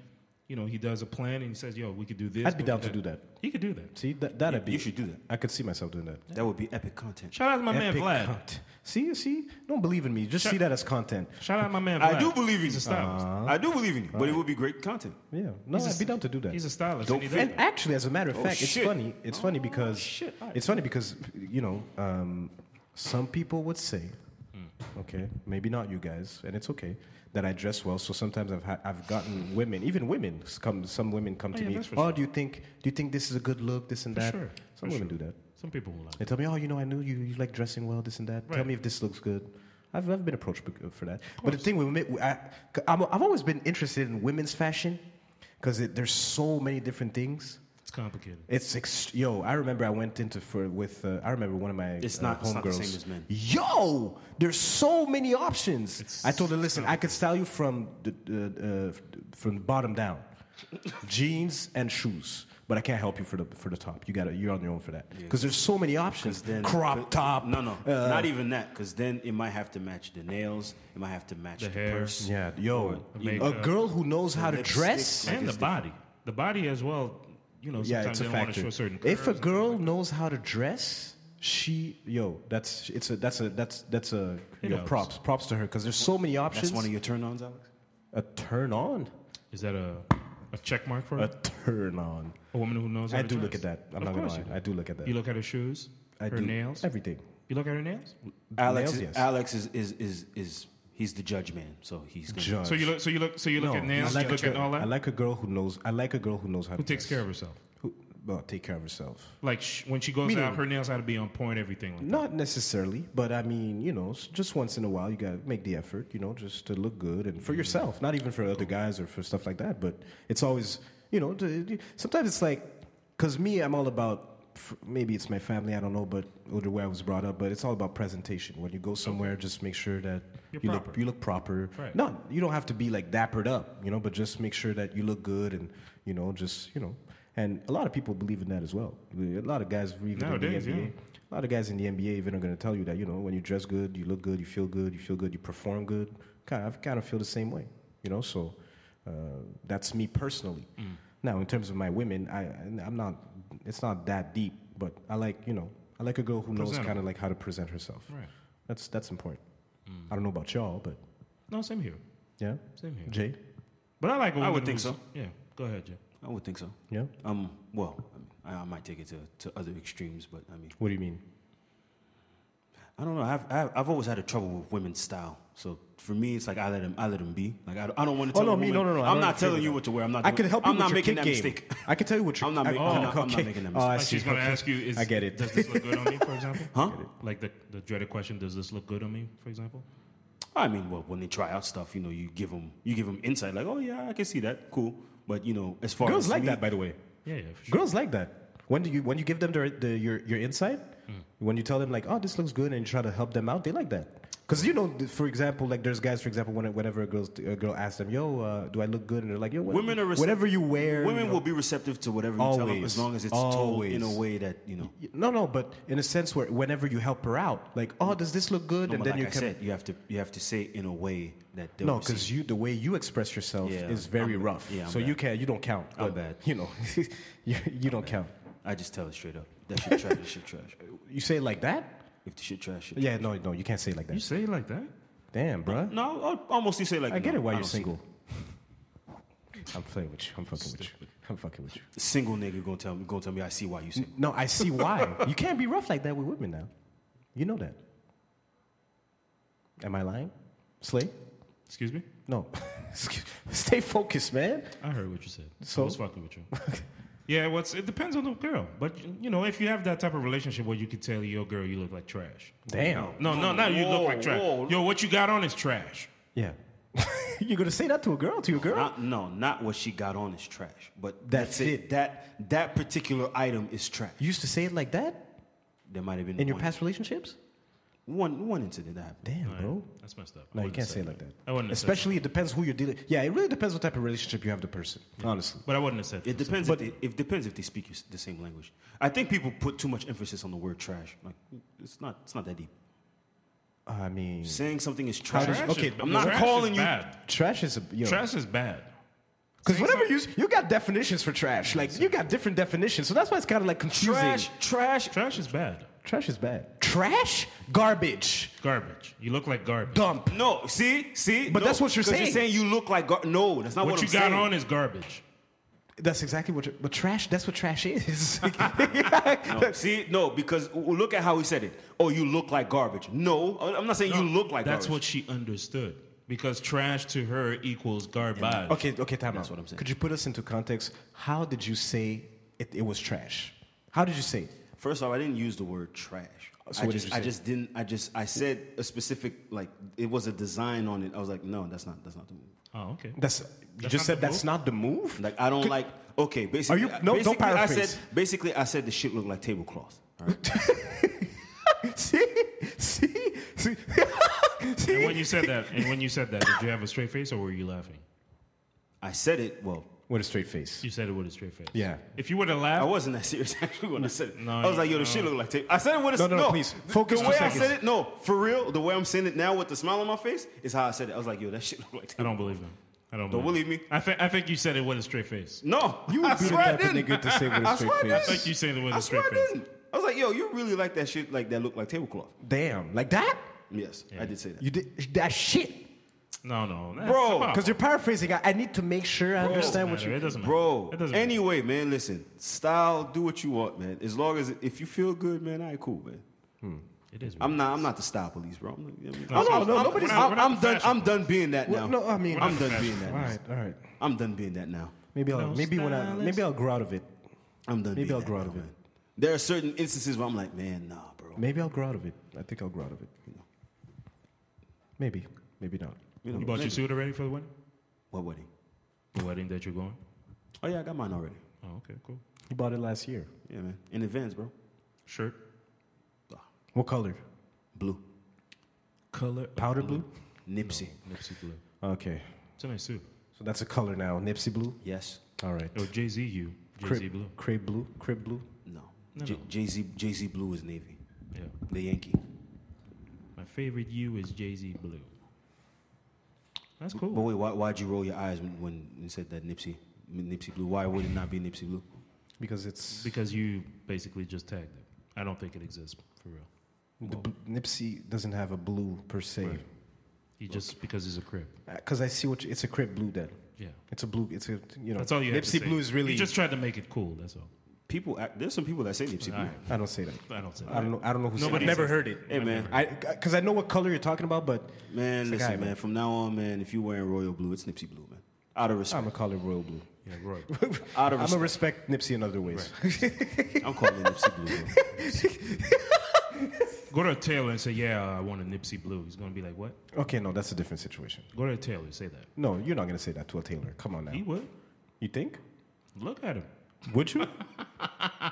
A: you know he does a plan and he says, "Yo, we could do this."
B: I'd be
A: we
B: down
A: could
B: to do that.
A: He could do that.
B: See, that, that'd be.
C: You should do that.
B: I could see myself doing that.
C: That would be epic content.
A: Shout out to my
B: Epic
A: man Vlad.
B: cont- See, see, don't believe in me. Just
A: Shut-
B: see that as content.
A: Shout out to my man. Vlad.
C: I do believe in
A: he's
C: you. Uh-huh.
A: a stylist.
C: I do believe in you, but it would be great content.
B: Yeah, no,
A: He's a
B: I'd be
A: st-
B: down to do that.
A: He's a stylist. and
C: Don't
A: he does
B: and
A: that.
B: actually, as a
A: Oh,
B: matter of fact, it's
C: shit.
B: funny. It's funny because
C: shit. All right.
B: it's funny because you know um, some people would say,
A: Hmm.
B: okay, maybe not you guys, and it's okay that I dress well. So sometimes I've ha- I've gotten women, even women s- come. Some women come to
A: yeah,
B: me.
A: that's for
B: Oh,
A: sure.
B: do you think do you think this is a good look? This and
A: For
B: that.
A: sure,
B: Some
A: for
B: women
A: sure.
B: do that.
A: Some people will like.
B: They tell me, oh, you know, I knew you. You like dressing well, this and that. Tell
A: Right.
B: me if this looks good. I've, I've been approached bec- for that. But the thing with me, I, I'm, I've always been interested in women's fashion because there's so many different things.
A: It's complicated.
B: It's ex- yo. I remember I went into for with. Uh, I remember one of my
C: It's
B: uh,
C: not- it's not the
B: homegirls.
C: same as men.
B: Yo, there's so many options. I told her, listen, I could style you from the uh, uh, from the bottom down. jeans and shoes. But I can't help you for the for the top. You got to You're on your own for that because there's so many options.
C: Then,
B: Crop
C: but-
B: top.
C: No, no,
B: uh,
C: not even that. Because then it might have to match the nails. It might have to match the,
A: The hair.
C: purse.
B: Yeah, yo, a
A: Makeup.
B: girl who knows how to
C: lipstick.
B: dress.
A: and the body, the body as well. You know,
B: yeah,
A: sometimes
B: it's a
A: they don't want to
B: factor.
A: show certain.
B: If
A: curves
B: a
A: and-
B: girl knows how to dress, she yo, that's it's a that's a that's that's a you know
A: knows?
B: props props to her because there's so many options.
C: That's one of your turn-ons, Alex.
B: a turn on,
A: is that a a check mark for
B: a
A: her?
B: turn on.
A: a woman who knows? how
B: I
A: to
B: do look at
A: dress?
B: that.
A: Of
B: I'm not gonna
A: course
B: lie.
A: you
B: I do look at that.
A: You look at her shoes,
B: I
A: her
B: do
A: nails.
B: everything.
A: You look at her nails.
C: Alex,
B: Nails,
C: is,
B: yes.
C: Alex is, is is is he's the judge man, so he's gonna
B: Judge.
A: So you look. So you look. So you look
B: No,
A: at nails.
B: I like
A: you
B: a
A: look at
B: girl-
A: all that.
B: I like a girl who knows. I like a girl who knows how
A: who
B: to
A: takes
B: dress.
A: care of herself?
B: Who, well, take care of herself.
A: Like sh- when she goes
B: Meaning-
A: out, her nails had to be on point. Everything. Like
B: Not necessarily, but I mean, you know, s- just once in a while, you gotta make the effort, you know, just to look good and
A: Mm-hmm.
B: for yourself, not even for other guys or for stuff like that. But it's always, you know, to- to- sometimes it's like, cause me, I'm all about. f- Maybe it's my family, I don't know, but or the way I was brought up. But it's all about presentation. When you go somewhere, just make sure that
A: You're
B: you look
A: proper.
B: you look proper.
A: Right.
B: No, you don't have to be like dappered up, you know, but just make sure that you look good and you know, just you know. And a lot of people believe in that as well. A lot of guys believe in the
A: Nowadays,
B: NBA.
A: yeah.
B: A lot of guys in the NBA even are going to tell you that you know when you dress good, you look good, you feel good, you feel good, you perform good. Kind of, I kind of feel the same way, you know. So uh, that's me personally.
A: Mm.
B: Now, in terms of my women, I I'm not. It's not that deep, but I like you know I like a girl who knows
A: Presentable.
B: kind of like how to present herself.
A: that. Right. Mm.
B: That's that's important. I don't know about y'all, but
A: No, same here.
B: yeah,
A: Same here.
B: Jay,
A: But I like. a
C: I would
A: woman
C: think
A: who's-
C: so.
A: Yeah. Go ahead, Jay.
C: I would think so.
B: yeah.
C: Um, well, I, mean, I, I might take it to, to other extremes, but I mean,
B: What do you mean?
C: I don't know. I've I've, I've always had a trouble with women's style, so for me, it's like I let them I let them be. Like I, don't- I don't want to
B: Oh
C: tell.
B: no,
C: a
B: me
C: woman,
B: no, no, no. I
C: I'm
B: don't
C: not
B: agree
C: telling
B: with
C: you
B: that.
C: what to wear. I'm not.
B: I
C: doing-
B: can help you
C: I'm
B: with
C: not
B: your
C: making
B: kick
C: that
B: game.
C: mistake.
B: I can tell you what you're.
C: I'm not
B: I, oh,
C: making- I'm not- I'm not
B: okay.
C: making that
B: Oh, I
A: Like
B: see.
A: she's gonna
B: okay.
A: ask you. Is,
B: I get it.
A: Does this look good on me, for example?
C: Huh?
A: Like the the dreaded question. Does this look good on me, for example?
C: I mean, well, when they try out stuff, you know, you give them you give them insight. Like, oh yeah, I can see that. Cool. But you know, as far
B: Girls
C: as
B: like
C: me-
B: that, by the way.
A: Yeah. Yeah. For sure.
B: Girls like that. When do you when you give them their, the, your your insight,
C: Hmm.
B: when you tell them like, oh, this looks good, and you try to help them out, they like that. Because you know, th- for example, like there's guys, for example, when, whenever a girl a girl asks them, yo, uh, do I look good, and they're like, yo, whatever,
C: Women are rece-
B: whatever you wear,
C: Women
B: you know.
C: will be receptive to whatever you tell them
B: Always.
C: as long as it's told in a
B: Always.
C: way that you know.
B: No, no, but in a sense where whenever you help her out, like, oh, does this look good,
C: No,
B: and
C: but
B: then
C: like
B: you
C: I
B: can
C: said, you have to you have to say it in a way that they'll
B: no,
C: receive.
B: because you the way you express yourself
C: Yeah,
B: is very
C: I'm-
B: rough.
C: yeah, I'm
B: so
C: bad.
B: you can you don't count.
C: I'm
B: but,
C: bad.
B: You know, you, you don't count.
C: I just tell it straight up. That shit trash. that shit trash.
B: You say it like that?
C: If the shit trash, shit.
B: Yeah, no, no, you can't say it like
A: You
B: that.
A: say it like that?
B: Damn, bruh.
C: No, I'll- I'll almost you say like
B: I get
C: no,
B: it why
C: I
B: you're
C: don't see
B: single. I'm playing with you. I'm fucking with you. I'm fucking with you.
C: that. Single nigga gonna tell me gonna tell me I see why you single.
B: No, I see why. you can't be rough like that with women now. You know that. Am I lying? Slay?
A: Excuse me.
B: No. Excuse- Stay focused, man.
A: I heard what you said.
B: So?
A: So I was fucking with you. yeah, what's it depends on the girl, but you know if you have that type of relationship where you could tell your girl you look like trash.
B: Damn.
A: No, no, not you look
C: Whoa,
A: like trash.
C: whoa.
A: Yo, what you got on is trash.
B: Yeah. you're gonna say that to a girl, to your girl?
C: Not, no, not what she got on is trash. But
B: That's
C: that's, it.
B: it.
C: That that particular item is trash.
B: you used to say it like that
C: There might have been
B: in your
C: one-
B: past relationships?
C: one one incident that happened.
B: Damn, bro.
A: That's messed up. I
B: No, you
A: wouldn't
B: can't
A: have
B: say it
A: said
B: like that.
A: I wouldn't. have said
B: Especially, it depends who you're dealing. Yeah, it really depends what type of relationship you have with the person. Honestly.
A: that. but I wouldn't have said
C: It
A: that.
C: depends. If they, it depends if they speak your s- the same language. I think people put too much emphasis on the word trash. Like it's not. It's not that deep.
B: I mean,
C: Saying something is
B: Hmm. How
C: trash.
B: does-
A: Trash
B: okay,
A: is-
B: I'm
C: not
A: trash
C: calling
A: is
C: you-
A: Bad.
B: trash is a yo,
A: Trash is bad.
B: Because whenever you you got definitions for trash, like you got different definitions, so that's why it's kind of like confusing.
C: trash, trash.
A: Trash is bad.
B: Trash is bad. Trash, garbage,
A: Garbage. You look like garbage.
B: dump.
C: No, see, see.
B: But
C: No,
B: that's what you're
C: 'cause
B: saying.
C: You're saying you look like gar- no. That's not what,
A: what you
C: I'm
A: got
C: saying.
A: on is garbage.
B: That's exactly what. you- But trash, that's what trash is.
C: No, see, no, because w- look at how he said it. Oh, you look like garbage. No, I- I'm not saying you look like
A: That's what
C: garbage.
A: she understood because trash to her equals garbage.
B: okay, okay, time
C: That's
B: out.
C: what I'm saying.
B: Could you put us into context? How did you say it, it was trash? How did you say? It?
C: First off, I didn't use the word trash.
B: So
C: I
B: what did
C: just,
B: you
C: I
B: say?
C: just didn't. I just, I said a specific like it was a design on it. I was like, no, that's not, that's not the move.
A: Oh, okay.
B: That's you
A: That's
B: just
A: not
B: said.
A: the
B: That's
A: move?
B: not the move.
C: Like I don't like. Okay, basically,
B: Are you- no, don't
C: basically I
B: paraphrase.
C: said, basically, I said the shit looked like tablecloth. all right?
B: see, see, see. see?
A: And when you said that, and when you said that, did you have a straight face or were you laughing?
C: I said it. Well,
B: with a straight face.
A: You said it with a straight face.
B: Yeah.
A: If you would have
C: I
A: laughed,
C: wasn't that serious actually when I said it.
A: No,
C: I was like, yo, the
A: no.
C: shit look like tape. I said it with a
B: No,
C: s-
B: no, no, please.
C: The-
B: Focus
C: The
B: two
C: way I
B: seconds.
C: said it, no, for real. The way I'm saying it now with the smile on my face is how I said it. I was like, yo, that shit look like
A: I
C: tape.
A: don't believe him. I don't.
C: Don't
A: believe,
C: believe me.
A: I think I think you said it with a straight face.
C: No,
B: You
C: I
B: would be the
C: swear I
B: type of
C: didn't.
B: nigga to say with
C: I
B: a straight
C: swear I
B: face.
C: didn't.
A: Like you said it with
C: I
A: a
C: swear
A: straight
C: I
A: face.
C: didn't. I was like, yo, you really like that shit like that look like tablecloth.
B: Damn, like that?
C: Yes, I did say that.
B: You did that shit,
A: No, no, that's
C: Bro,
A: about-
B: because you're paraphrasing. I, I need to make sure I
A: It doesn't
B: understand what
A: matter.
B: you.
A: It doesn't matter.
C: Bro,
A: It doesn't matter.
C: anyway, man, listen. Style, do what you want, man. As long as if you feel good, man, I cool, man.
A: It is.
C: I'm not. I'm not the style police, bro. I'm, I mean,
A: No,
C: I'm-
A: no,
C: I'm-
A: no,
C: I'm-
A: nobody's-
C: I'm,
A: we're not
C: I'm
A: the
C: done.
A: fashion
C: I'm done being that
B: Well,
C: now.
B: no, I mean- We're not
C: I'm
A: the
C: done being
A: fashion
C: that.
B: All
C: now.
B: right, all right.
C: I'm done being that now.
B: Maybe I'll
A: No
B: maybe when I
A: stylist.
B: maybe I'll grow out of it.
C: I'm done.
B: Maybe
C: being
B: I'll
C: that
B: grow
C: now,
B: out of it.
C: man. There are certain instances where I'm like, man, nah, bro.
B: Maybe I'll grow out of it. I think I'll grow out of it. You know. Maybe, maybe not.
A: You bought your suit already for the wedding?
C: What wedding?
A: The wedding that you're going?
C: Oh yeah, I got mine already.
A: Oh, okay, cool.
B: You bought it last year.
C: Yeah, man. In advance, bro.
A: Shirt,
B: What color?
C: Blue.
A: color, of
B: Powder blue.
C: Nipsey.
A: Nipsey blue.
B: Okay,
A: It's a nice suit.
B: so that's a color now. Nipsey blue.
C: Yes.
B: All right.
A: Oh, Jay Z, you Jay Z
B: Crib,
A: blue.
B: crib blue. Crib blue.
C: No.
A: No,
C: J-
A: no.
C: Jay Z. Jay Z Blue is navy.
A: Yeah,
C: The Yankee.
A: my favorite you is Jay Z blue. That's
C: But
A: cool.
C: wait, why, why'd you roll your eyes when, when you said that Nipsey Nipsey Blue? Why would it not be Nipsey Blue?
B: Because it's
A: Because you basically just tagged it. I don't think it exists for real.
B: the bl- Nipsey doesn't have a blue per se.
A: He just because he's a crib.
B: Because I see what you, it's a crib blue then.
A: Yeah.
B: It's a blue. It's a you know.
A: That's all you have to
B: Nipsey
A: say.
B: blue is really.
A: You just tried to make it cool. That's all.
C: People, act, there's some people that say Nipsey Blue.
A: Alright.
B: I don't say that.
A: I don't say that.
B: I don't know. I don't know who. said
A: Nobody
B: I've never
A: says
B: heard it.
C: Hey man,
B: I because I know what color you're talking about, but
C: man,
B: It's a
C: listen,
B: guy,
C: man.
B: man.
C: From now on, man, if you're wearing royal blue, it's Nipsey Blue, man. Out of
B: I'm
C: respect,
B: gonna call it royal blue.
A: Yeah, Roy.
C: out of
B: I'm gonna
C: respect,
B: respect Nipsey in other ways.
C: I'm calling it Nipsey Blue. bro.
A: Go to a tailor and say, "Yeah, I want a Nipsey blue." He's gonna be like, "What?"
B: okay, no, that's a different situation.
A: Go to a tailor and say that.
B: No, you're not gonna say that to a tailor. Come on now.
A: He would.
B: You think?
A: Look at him.
B: Would you?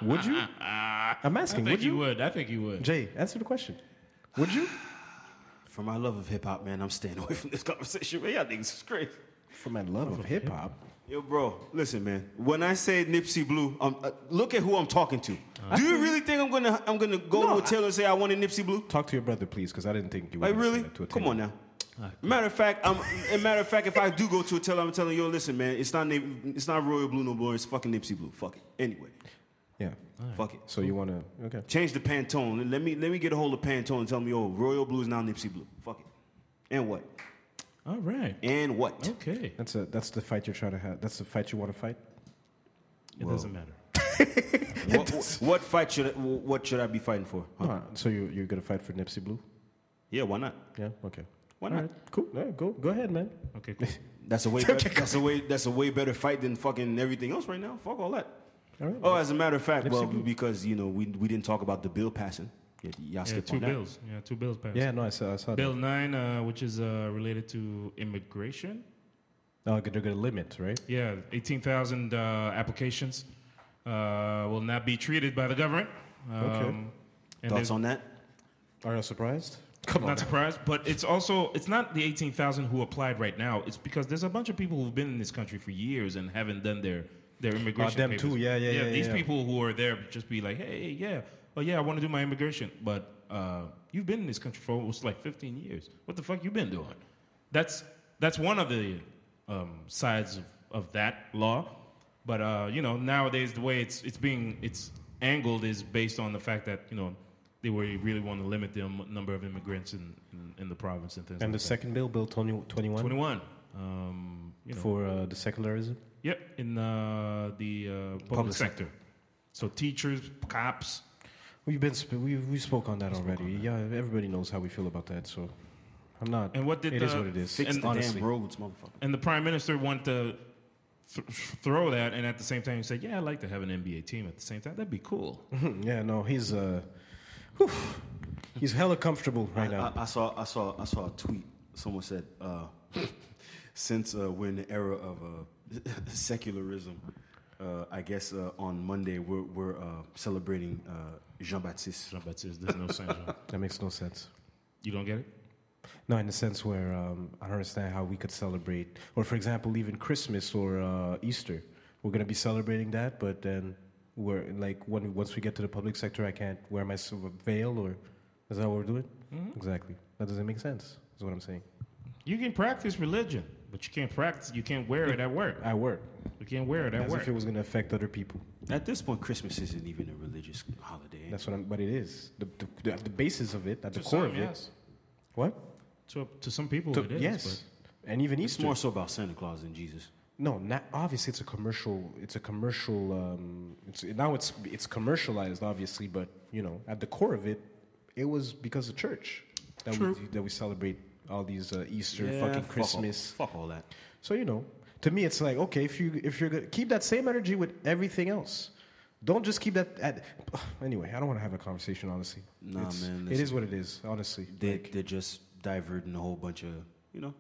B: would you? I'm
A: I
B: asking.
A: think
B: Would
A: he
B: you?
A: would. I think he would.
B: Jay, answer the question. Would you?
C: For my love of hip hop, man, I'm staying away from this conversation. Man, y'all niggas is crazy.
B: For my love of hip hop.
C: Yo, bro, listen, man. When I say Nipsey Blue, um, uh, look at who I'm talking to. Do you really think I'm gonna I'm gonna go
B: Uh-huh. No,
C: to a tailor and say I want a Nipsey Blue?
B: Talk to your brother, please, because I didn't think you would
C: Like
B: say
C: really?
B: that to a
C: Come
B: tailor.
C: on now. Matter of fact, I'm. a matter of fact, if I do go to a tailor, I'm telling you, yo, listen, man, it's not Nip- it's not royal blue no more. It's fucking Nipsey Blue. Fuck it. Anyway,
B: Yeah.
C: fuck it.
B: So you wanna? Okay.
C: Change the Pantone. Let me let me get a hold of Pantone and tell me, oh, royal blue is now Nipsey Blue. Fuck it. And what?
A: All right.
C: And what?
A: Okay.
B: That's a that's the fight you're trying to have. That's the fight you want to fight.
A: It doesn't matter.
C: What, what fight should I, what should I be fighting for? Huh?
B: Huh. So you you're gonna fight for Nipsey Blue?
C: Yeah, why not?
B: Yeah. Okay.
C: Why
B: All
C: not?
B: right. Cool. All right, go go ahead, man.
A: Okay. Cool.
C: That's a way better, that's a way that's a way better fight than fucking everything else right now. Fuck all that.
B: All right.
C: Oh, as a matter of fact, well,
B: Blue.
C: because you know we, we didn't talk about the bill passing. Y- Y'all
A: Yeah,
C: skipped
A: two
C: on that.
A: bills. Yeah, two bills passed.
B: Yeah. No, I saw I saw
A: Bill nine, uh, which is uh, related to immigration.
B: that. Oh, they're gonna limit, right?
A: Yeah, 18,000 uh, applications uh, will not be treated by the government. Um,
B: Okay.
A: And
C: Thoughts
A: there's-
C: on that?
B: Are you surprised?
A: I'm not surprised, but it's also it's not the 18,000 who applied right now. It's because there's a bunch of people who've been in this country for years and haven't done their their immigration.
B: Uh, them
A: papers.
B: too. Yeah, yeah, yeah,
A: These
B: yeah.
A: people who are there just be like, hey, yeah, oh yeah, I want to do my immigration, but uh, you've been in this country for almost like 15 years. What the fuck you been doing? That's that's one of the um, sides of, of that law. But uh, you know, nowadays the way it's it's being it's angled is based on the fact that you know they were really want to limit the um, number of immigrants in, in, in the province and things.
B: And the
A: like
B: second bill, Bill 20, 21,
A: that. 21. Um, you know,
B: for uh, the secularism.
A: Yep, in uh, the uh, public,
B: Public
A: sector. So teachers, cops.
B: We've been sp- we we spoke on that already. Yeah, everybody knows how we feel about that. So I'm not.
A: And what did
B: It
A: the-
B: is what it is.
C: Fix
A: And
C: the
B: honestly.
C: damn roads, motherfucker.
A: And the prime minister wanted to th- throw that, and at the same time, he said, "Yeah, I'd like to have an NBA team." At the same time, that'd be cool.
B: yeah, no, he's uh, whew, he's hella comfortable right now.
C: I, I saw I saw I saw a tweet. Someone said, uh, since uh, we're in the era of uh, secularism, uh, I guess uh, on Monday we're we're uh, celebrating uh, Jean Baptiste.
A: Jean Baptiste, there's no Saint Jean.
B: that makes no sense.
A: You don't get it?
B: No, in the sense where um, I don't understand how we could celebrate, or for example, even Christmas or uh, Easter. We're gonna be celebrating that, but then we're like when once we get to the public sector, I can't wear my silver veil, or is that what we're doing?
A: Mm-hmm.
B: Exactly. That doesn't make sense. Is what I'm saying.
A: You can practice religion, but you can't practice. You can't wear it at work.
B: I work
A: You can't wear it at
B: as
A: work.
B: if it was gonna affect other people.
C: At this point, Christmas isn't even a religious holiday.
B: That's what I'm. But it is the the, the, the basis of it, at the
A: To
B: core
A: some,
B: of it.
A: yes.
B: What?
A: To, to some people,
B: To-
A: it is.
B: yes. And even
C: It's
B: Easter.
C: more so about Santa Claus than Jesus.
B: No, not, obviously it's a commercial. It's a commercial. Um, it's, now it's it's commercialized, obviously, but you know, at the core of it, it was because of church that
A: True.
B: we that we celebrate all these uh, Easter,
C: Yeah,
B: fucking
C: fuck all-
B: Christmas.
C: Fuck all that.
B: So you know, to me, it's like okay, if you if you're gonna keep that same energy with everything else, don't just keep that. At, anyway, I don't want to have a conversation. Honestly,
C: Nah,
B: It's-
C: man,
B: it
C: listen.
B: is what it is. Honestly,
C: They,
B: Like,
C: they're just diverting a whole bunch of, you know,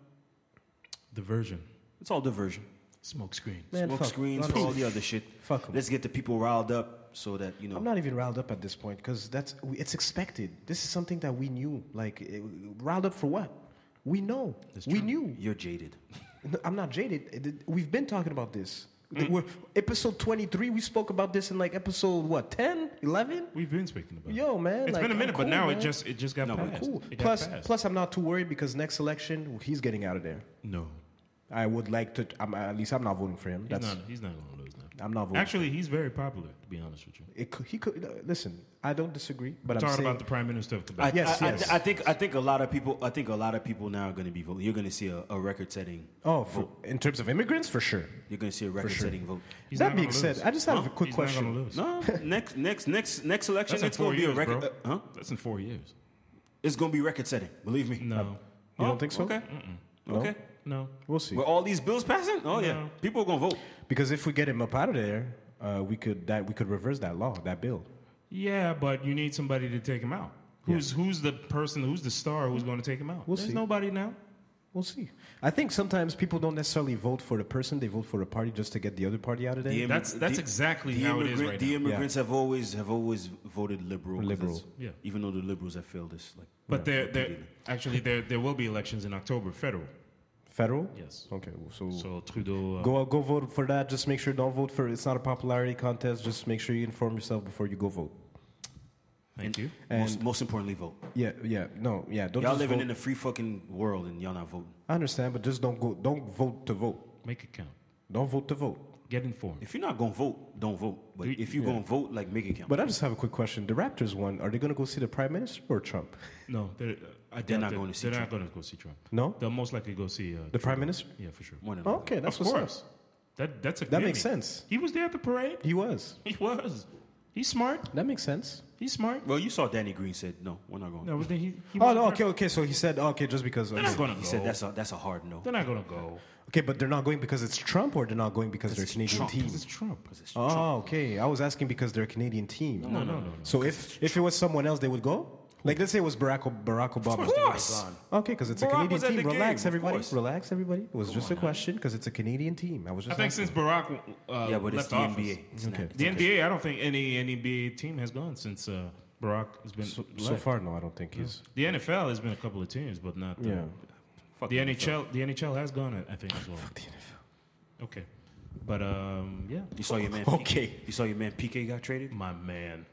A: But diversion,
C: it's all diversion.
A: smoke screen.
B: Man,
C: Smoke
B: fuck.
C: screens
B: Honestly.
C: for all the other shit.
B: Fuck 'em.
C: Let's get the people riled up so that, you know.
B: I'm not even riled up at this point because that's it's expected. This is something that we knew. Like it- riled up for what? We know. we knew.
C: You're jaded.
B: No, I'm not jaded. It- it- We've been talking about this.
A: Mm.
B: Th- We're, episode 23. We spoke about this in like episode what 10, 11.
A: We've been speaking about.
B: Yo,
A: it.
B: man,
A: It's
B: like,
A: been a
B: I'm
A: minute, but
B: cool,
A: now
B: man.
A: it just it just got
C: No, I'm
A: passed.
B: Cool.
A: It got
B: Plus,
A: passed.
B: plus, I'm not too worried because next election he's getting out of there.
A: no,
B: I would like to. I'm, at least I'm not voting for him.
A: he's
B: That's
A: not. He's not going to lose now.
B: I'm not voting.
A: Actually, he's very popular. To be honest with you,
B: it could, he could uh, listen. I don't disagree, but I'm
A: talking
B: saying
A: about the prime minister of
C: I,
A: Quebec.
B: Yes,
C: I, I-
B: yes.
C: I, think I think a lot of people I think a lot of people now are going to be voting. You're going to see a, a record-setting.
B: oh, for, in terms of immigrants, for sure.
C: You're going to see a
B: sure.
C: record-setting vote.
A: He's
B: that
A: not
B: being
A: gonna
B: said,
A: lose.
B: I just have a quick
A: He's not
B: question.
A: gonna lose.
C: No, next next next next election
A: That's in
C: it's going
A: four
C: to be a
A: years,
C: record.
A: bro.
C: uh, huh?
A: That's in four years.
C: It's going to be record-setting. Believe me.
A: No,
B: You
C: Oh,
B: don't think so?
C: Okay.
A: Mm.
C: Okay.
A: no.
B: We'll see.
C: Were all these bills passing? Oh yeah,
A: No.
C: people are gonna vote.
B: because if we get him up out of there, uh, we could that we could reverse that law, that bill.
A: Yeah, but you need somebody to take him out. Who's who's the person? Who's the star? Who's going to take him out?
B: We'll
A: There's
B: see.
A: nobody now.
B: We'll see. I think sometimes people don't necessarily vote for the person; they vote for the party just to get the other party out of there.
C: The immi-
A: That's- that's
C: the-
A: exactly
C: the
A: how it is
C: immigrant-
A: right
C: The
A: now.
C: immigrants have always have always voted liberal. 'cause
B: Liberal.
C: it's-
A: Yeah.
C: Even though the liberals have failed us, like
A: But there, there actually there there will be elections in October, federal.
B: Federal.
A: Yes.
B: Okay. So,
A: So Trudeau. Uh,
B: go go vote for that. Just make sure don't vote for. It's not a popularity contest. Just make sure you inform yourself before you go vote.
A: thank you.
C: most, most importantly, vote.
B: Yeah. Yeah. No. Yeah. Don't.
C: Y'all
B: just
C: living
B: vote.
C: in a free fucking world and y'all not voting.
B: I understand, but just don't go. Don't vote to vote.
A: Make it count.
B: Don't vote to vote.
A: Get informed.
C: If you're not gonna vote, don't vote. But
A: You-
C: if you're gonna vote, like make it count.
B: But I just have a quick question: The Raptors won. Are they going to go see the Prime Minister or Trump?
A: No, they're, uh, I
C: They're not
A: doubt
C: going
A: that-
C: to see
A: They're not going to go see Trump.
B: No?
A: they'll most likely go see uh,
B: The Prime Minister.
A: Yeah, for sure.
C: One and all.
B: Oh, Okay, that's
A: of
B: what's
A: course.
B: up.
A: That that's a
B: That makes
A: gimme.
B: sense.
A: He was there at the parade.
B: He was.
A: He was. He's smart.
B: That makes sense.
A: He's smart.
C: Well, you saw Danny Green said no. We're not going.
A: No, but then he, he
B: Oh
A: was
B: no,
A: there.
B: okay, okay. So he said oh, okay, just because.
A: They're not
B: Okay.
A: gonna go.
C: He said that's a that's a hard no.
A: They're not gonna go
B: okay, but they're not going because it's Trump, or they're not going because they're a
C: it's
B: Canadian
C: Trump.
B: team.
A: because it's Trump.
B: Oh, okay. I was asking because they're a Canadian team.
A: No, no, no. no.
B: So if if it was someone else, they would go. Like let's say it was Barack O- Barack Obama.
C: Of course.
B: Okay, because it's a
C: Barack
B: Canadian
C: was at
B: team.
C: the game,
B: Relax,
C: of
B: everybody.
C: course.
B: Relax, everybody. It was just a question because it's a Canadian team. I was
A: I
B: just.
A: think
B: asking.
A: since Barack uh,
C: Yeah, but
A: left
C: it's the
A: office,
C: NBA. It's not-
B: Okay.
A: The NBA, I don't think any any NBA team has gone since uh, Barack has been.
B: so, so
A: left.
B: far, no, I don't think he's.
A: the NFL has been a couple of teams, but not uh, the,
B: Yeah.
C: Fuck
A: the
C: it.
A: NHL. The NHL has gone, I I think, as well.
B: The NFL.
A: Okay, but um, yeah,
C: You saw your man.
B: Okay.
C: PK? You saw your man PK got traded.
A: my man.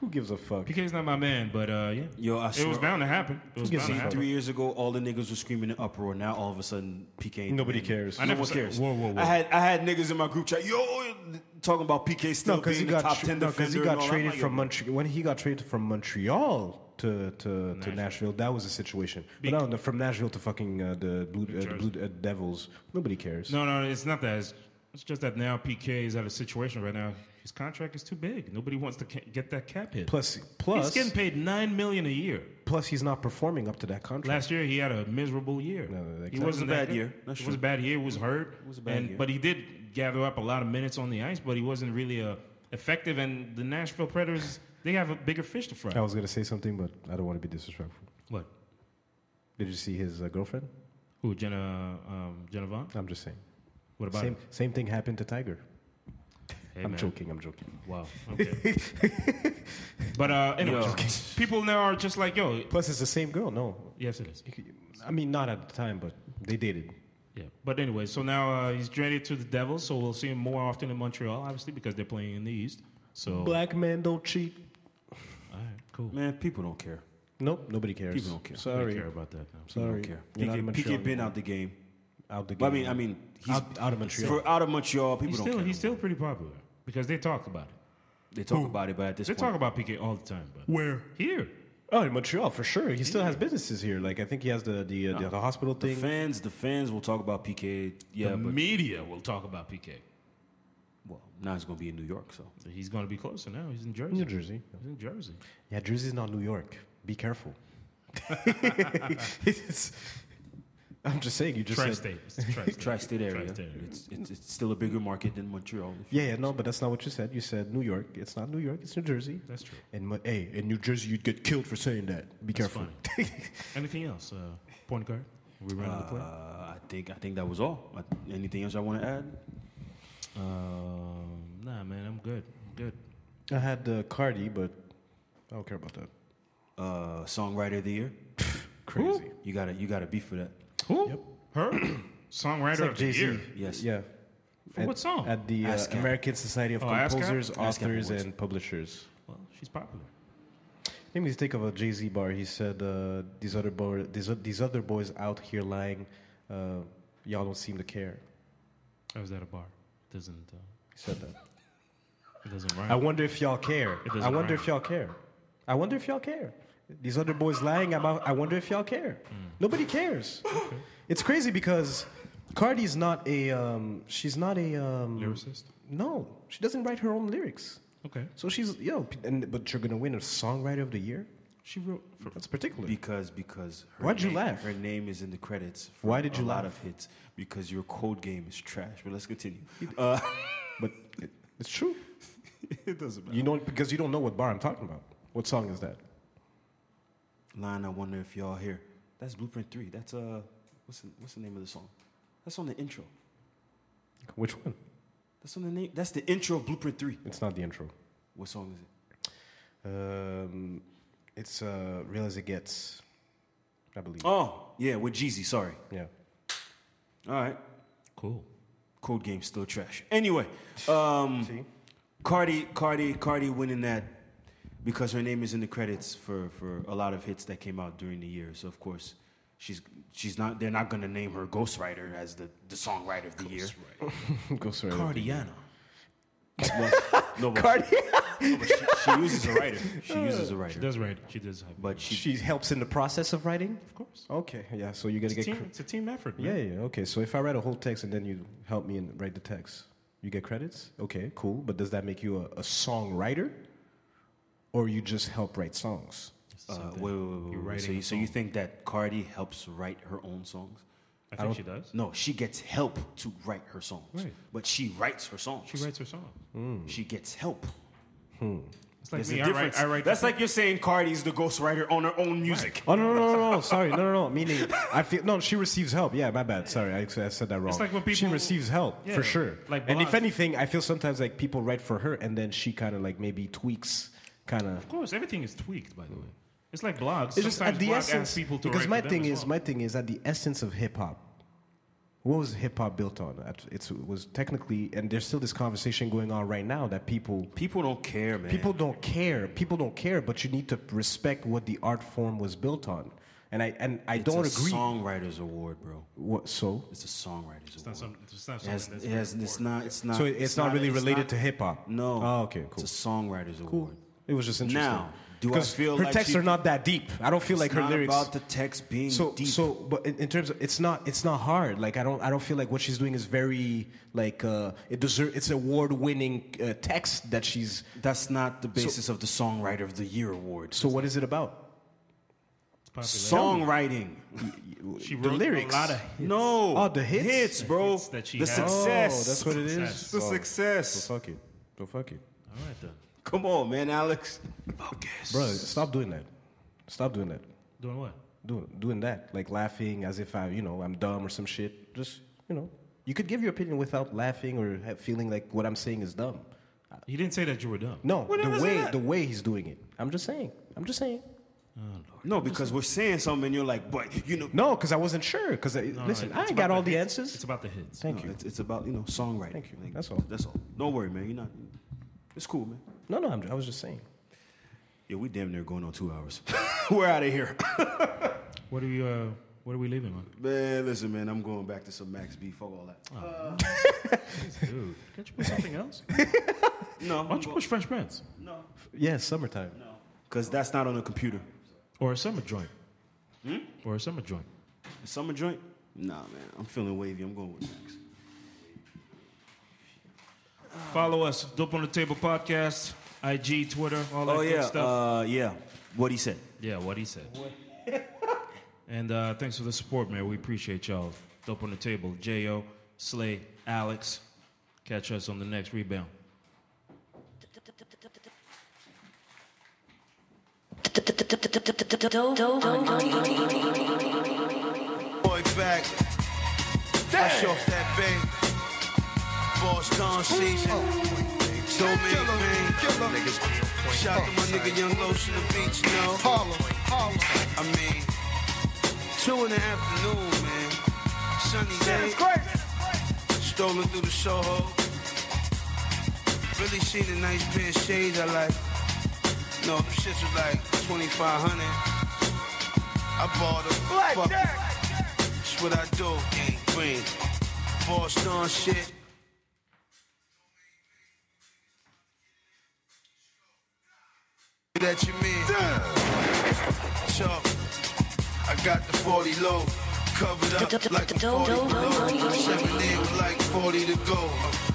B: Who gives a fuck?
A: PK's not my man, but uh, yeah,
C: Yo,
A: it
C: I
A: was
C: swear-
A: bound to happen. It was
B: gives
A: bound to
B: a
C: See,
A: happen.
C: three years ago, all the niggas were screaming in uproar. Now all of a sudden, PK. ain't
B: Nobody
C: doing
B: cares.
A: I never
C: anything. no one
A: said-
C: cares.
A: whoa, whoa, whoa.
C: I had I had niggas in my group chat. Yo, talking about PK still
B: No, because
C: being
B: he
C: the
B: got
C: top
B: tra-
C: ten
B: no, 'cause
C: defender.
B: he
C: and
B: got
C: all. I'm
B: traded
C: like,
B: from
C: yo,
B: Montreal. When he got traded from Montreal to to, to Nashville, that was a situation. But now no, from Nashville to fucking uh, the Blue, uh, the Blue uh, Devils, nobody cares.
A: No, no, it's not that. It's, it's just that now PK is at a situation right now. His contract is too big. Nobody wants to ca- get that cap hit.
B: Plus,
A: he's
B: plus,
A: getting paid nine million a year.
B: plus, he's not performing up to that contract.
A: Last year he had a miserable year. he
B: that- that
C: was a
A: wasn't that
C: bad
A: good.
C: year. That's
A: it was a
C: true.
A: bad year. He was hurt. It
C: was a bad
A: and,
C: year.
A: But he did gather up a lot of minutes on the ice. But he wasn't really uh, effective. And the Nashville Predators they have a bigger fish to fry.
C: Oh.
B: I was gonna say something, but I don't want to be disrespectful.
A: What?
B: Did you see his uh, girlfriend?
A: Who? Jenna? Um, Jenna Vaughn?
B: I'm just saying.
A: What about?
B: same
A: her?
B: same thing happened to Tiger.
A: Hey,
B: I'm
A: man.
B: joking. I'm joking.
A: Wow. Okay. but uh, anyway, people now are just like, yo.
B: Plus, it's the same girl. No,
A: Yes, it is.
B: I mean not at the time, but they dated.
A: Yeah. But anyway, so now uh, he's traded to the Devils, so we'll see him more often in Montreal, obviously, because they're playing in the East.
C: Oh.
A: So.
B: Black men don't cheat.
A: All right. Cool.
C: Man, people don't care.
B: Nope, nobody cares.
C: People don't care.
A: I don't
B: Sorry,
A: care about that. Now.
C: They
B: sorry.
C: don't care.
B: You're not in
C: Piquet,
B: Montreal
C: Piquet been
B: anymore.
C: out the game.
B: out the game.
C: But I mean, I mean, he's
B: out, out of Montreal.
C: for out of Montreal. People
A: He's
C: don't
A: still
C: care.
A: he's still pretty popular because they talk about it.
C: they talk about it, but at this
A: They
C: point,
A: talk about Piquet all the time. But where here?
B: oh, in Montreal for sure. He still has businesses here. Like I think he has the the uh, the, the hospital
C: the
B: thing.
C: fans, the fans will talk about Piquet. Yeah,
A: the
C: but
A: media will talk about Piquet.
C: well, now he's gonna be in New York, so
A: He's going to be closer now. He's in Jersey.
B: New Jersey.
A: He's in Jersey.
B: Yeah, Jersey's not New York. Be careful. It's- I'm just saying. You just said-
A: Tri-state. It's the tri-state.
C: tri-state area.
A: Tri-state area.
C: It's, it's it's still a bigger market than Montreal.
B: Yeah, yeah, no, but that's not what you said. You said New York. It's not New York. It's New Jersey.
A: That's true.
B: And Mo- hey, in New Jersey, you'd get killed for saying that. Be careful.
A: Anything else? Uh, point guard. We ran out of play.
C: Uh, I think I think that was all. I- Anything else I want to add?
A: Um, nah, man, I'm good. I'm good.
B: I had uh, Cardi, but I don't care about that.
C: Uh, songwriter of the year.
B: Crazy.
C: You gotta you gotta be for that.
A: Who? Her. Songwriter
B: It's like
A: of the
B: Jay Z.
A: year.
C: Yes.
B: Yeah.
A: For what song?
B: At the uh,
C: ASCAP.
B: American Society of
A: Oh, ASCAP?
B: Composers,
A: ASCAP
B: Authors,
C: Awards.
B: and Publishers.
A: Well, she's popular.
B: Let me think of a Jay Z bar. He said, uh, "These other boy, these, o- these other boys out here lying, uh, y'all don't seem to care."
A: I was at a bar. It doesn't. Uh,
B: He said that.
A: it doesn't rhyme.
B: I wonder if y'all care.
A: It doesn't
B: I wonder
A: rhyme.
B: if y'all care. I wonder if y'all care. These other boys lying about. I wonder if y'all care.
A: Hmm.
B: Nobody cares. It's crazy because Cardi's not a. Um, she's not a. Um,
A: Lyricist.
B: No, she doesn't write her own lyrics.
A: Okay.
B: So she's yo, p- and, but you're gonna win a songwriter of the year.
A: She wrote. For,
B: That's particular.
C: Because because her
B: Why'd you
C: name-
B: laugh?
C: Her name is in the credits. For
B: Why did you
C: a lot
B: laugh?
C: of hits? Because your code game is trash. But let's continue. Uh,
B: but it- it's true.
C: it doesn't matter.
B: You know because you don't know what bar I'm talking about. What song is that?
C: Line. I wonder if y'all here. That's Blueprint Three. That's uh, what's the, what's the name of the song? That's on the intro.
B: Which one?
C: That's on the name. That's the intro of Blueprint Three.
B: It's not the intro.
C: What song is it?
B: Um, it's uh, real as it gets. I believe.
C: Oh yeah, with Jeezy. Sorry.
B: Yeah.
C: All right.
A: cool.
C: Code game still trash. Anyway, um,
B: See?
C: Cardi, Cardi, Cardi winning that because her name is in the credits for, for a lot of hits that came out during the year. So of course, she's she's not. They're not gonna name her ghostwriter as the, the songwriter of the year.
B: Go sorry.
C: Cardiana. Well, no, but, no, but she, she uses a writer. She uses a
A: She
C: writer.
A: does write. She does. Have,
C: but she,
B: She helps in the process of writing.
A: of course.
B: Okay. Yeah. So you gotta
A: It's a
B: get.
A: team,
B: cre-
A: it's a team effort. Man.
B: yeah. Yeah. Okay. So if I write a whole text and then you help me and write the text, you get credits. Okay. Cool. But does that make you a, a songwriter, or you just help write songs?
C: uh, wait, wait, wait, wait,
A: You're
C: wait. So
A: writing
C: you,
A: a
C: so you think that Cardi helps write her own songs?
A: I think she does.
C: No, she gets help to write her songs.
A: Right.
C: But she writes her songs.
A: She writes her song.
C: She gets help.
A: It's like
C: There's
A: me.
C: a
A: I write.
C: difference.
A: I write.
C: That's like you're saying Cardi's the ghostwriter on her own music.
B: Oh no no no no! no. Sorry, no no no. Meaning, I feel no. She receives help. Yeah, my bad. Sorry, I, I said that wrong.
A: like when
B: she
A: people-
B: receives help
A: Yeah,
B: for sure.
A: like
B: and if
A: Blonde.
B: anything, I feel sometimes like people write for her, and then she kind of like maybe tweaks, kind of.
A: Of course, everything is tweaked. By the way, it's like blogs.
B: It's just at
A: Sometimes
B: the
A: blog
B: essence
A: asks people to
B: because
A: write
B: my
A: for them
B: thing
A: as
B: is
A: well.
B: my thing is at the essence of hip hop. What was hip hop built on? At- It's, it was technically, and there's still this conversation going on right now that people
C: People don't care, man.
B: People don't care. People don't care, but you need to respect what the art form was built on. And I and I
C: it's
B: don't
C: a
B: agree.
C: Songwriters award, bro.
B: What so?
C: It's a songwriters award.
A: It's not some. It's not
C: It
A: something
C: has-
A: that's
C: it has- it's not. It's not.
B: So it's, not, really
C: it's
B: related
C: not-
B: to hip hop.
C: No.
B: Oh, okay, cool.
C: It's a songwriters award.
B: it was just interesting.
C: Now, do I
B: 'Cause
C: feel
B: her
C: like
B: texts
C: she-
B: are not that deep? I don't feel like
C: it's
B: her
C: not
B: lyrics.
C: about the text being
B: so
C: deep.
B: so, but in, in terms of it's not it's not hard. Like I don't I don't feel like what she's doing is very like uh, it deserve it's award winning uh, text that she's.
C: That's not the basis of the songwriter of the year award.
B: So what is it about?
A: popular.
C: Songwriting.
A: She
B: the lyrics.
A: a lot of
C: No.
B: Oh, the hits?
C: Hits, bro.
A: hits that she
C: the
A: has.
C: success.
B: Oh, that's what it is.
A: Success.
C: The success.
B: fuck it. Go fuck it.
A: All right then.
C: Come on, man, Alex. Focus.
B: Bro, stop doing that. Stop doing that.
A: Doing what?
B: Doing doing that. Like laughing as if I, you know, I'm dumb or some shit. Just, you know, you could give your opinion without laughing or ha- feeling like what I'm saying is dumb.
A: He didn't say that you were dumb.
B: No,
C: What
B: the
C: difference is
B: way
C: that?
B: the way he's doing it. I'm just saying. I'm just saying.
C: No, because we're saying something and you're like, but you know,
B: No, because I wasn't sure. Because
A: No,
B: listen,
A: it's
B: I ain't
A: about
B: got all the
A: hits.
B: answers.
A: It's about the hits.
B: Thank
C: No,
B: you.
C: It's, it's about you know songwriting.
B: Thank you.
C: Like,
B: That's all.
C: That's all. Don't worry, man. You're not. It's cool, man.
B: No, no, I'm, I was just saying.
C: Yeah, we damn near going on two hours. We're out of here.
A: What are we? Uh, what are we leaving on?
C: Man, listen, man. I'm going back to some Max B. Fuck all that.
A: Oh. Dude, can't you put something else?
C: no,
A: Why don't you push Fresh Prince
C: no,
B: Yeah, summertime.
C: because that's not on the computer.
A: or a summer joint?
B: Hmm?
A: Or a summer joint?
C: Summer joint? Nah, man. I'm feeling wavy. I'm going with Max.
A: Follow us, Dope on the Table podcast, IG, Twitter, all that
C: Oh
A: good
C: yeah,
A: stuff.
C: uh, yeah. What he said.
A: yeah, what he said. and uh, thanks for the support, man. We appreciate y'all. Dope on the Table, Jo, Slay, Alex. Catch us on the next rebound.
D: Boy back. Dash off that bay. Boss Don season. So many pain. Niggas. Shout to my nigga Young Los in the beach, no. Harlem. I mean, two in the afternoon, man. Sunny day. Strolling through the Soho. Really seen the nice pair of shades I like. No, them shits was like 2500 I bought them. Fuck it. That's what I do. Gang green. Boston shit. That you mean? Chuck, I got the 40 low. Covered up like a 40 below. Seven in with like 40 to go.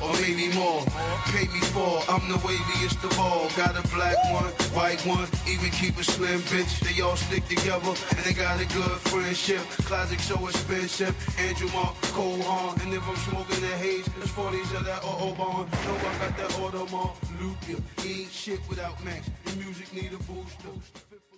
D: Or maybe more. Pay me four. I'm the waviest of all. Got a black one, white one. Even keep a slim bitch. They all stick together. And they got a good friendship. Classic so expensive. Andrew Mark, Cole Hahn. And if I'm smoking that haze, it's 40s of that uh bond. No, I got that Audemars. Loop ya. He ain't shit without Max. The music need a boost.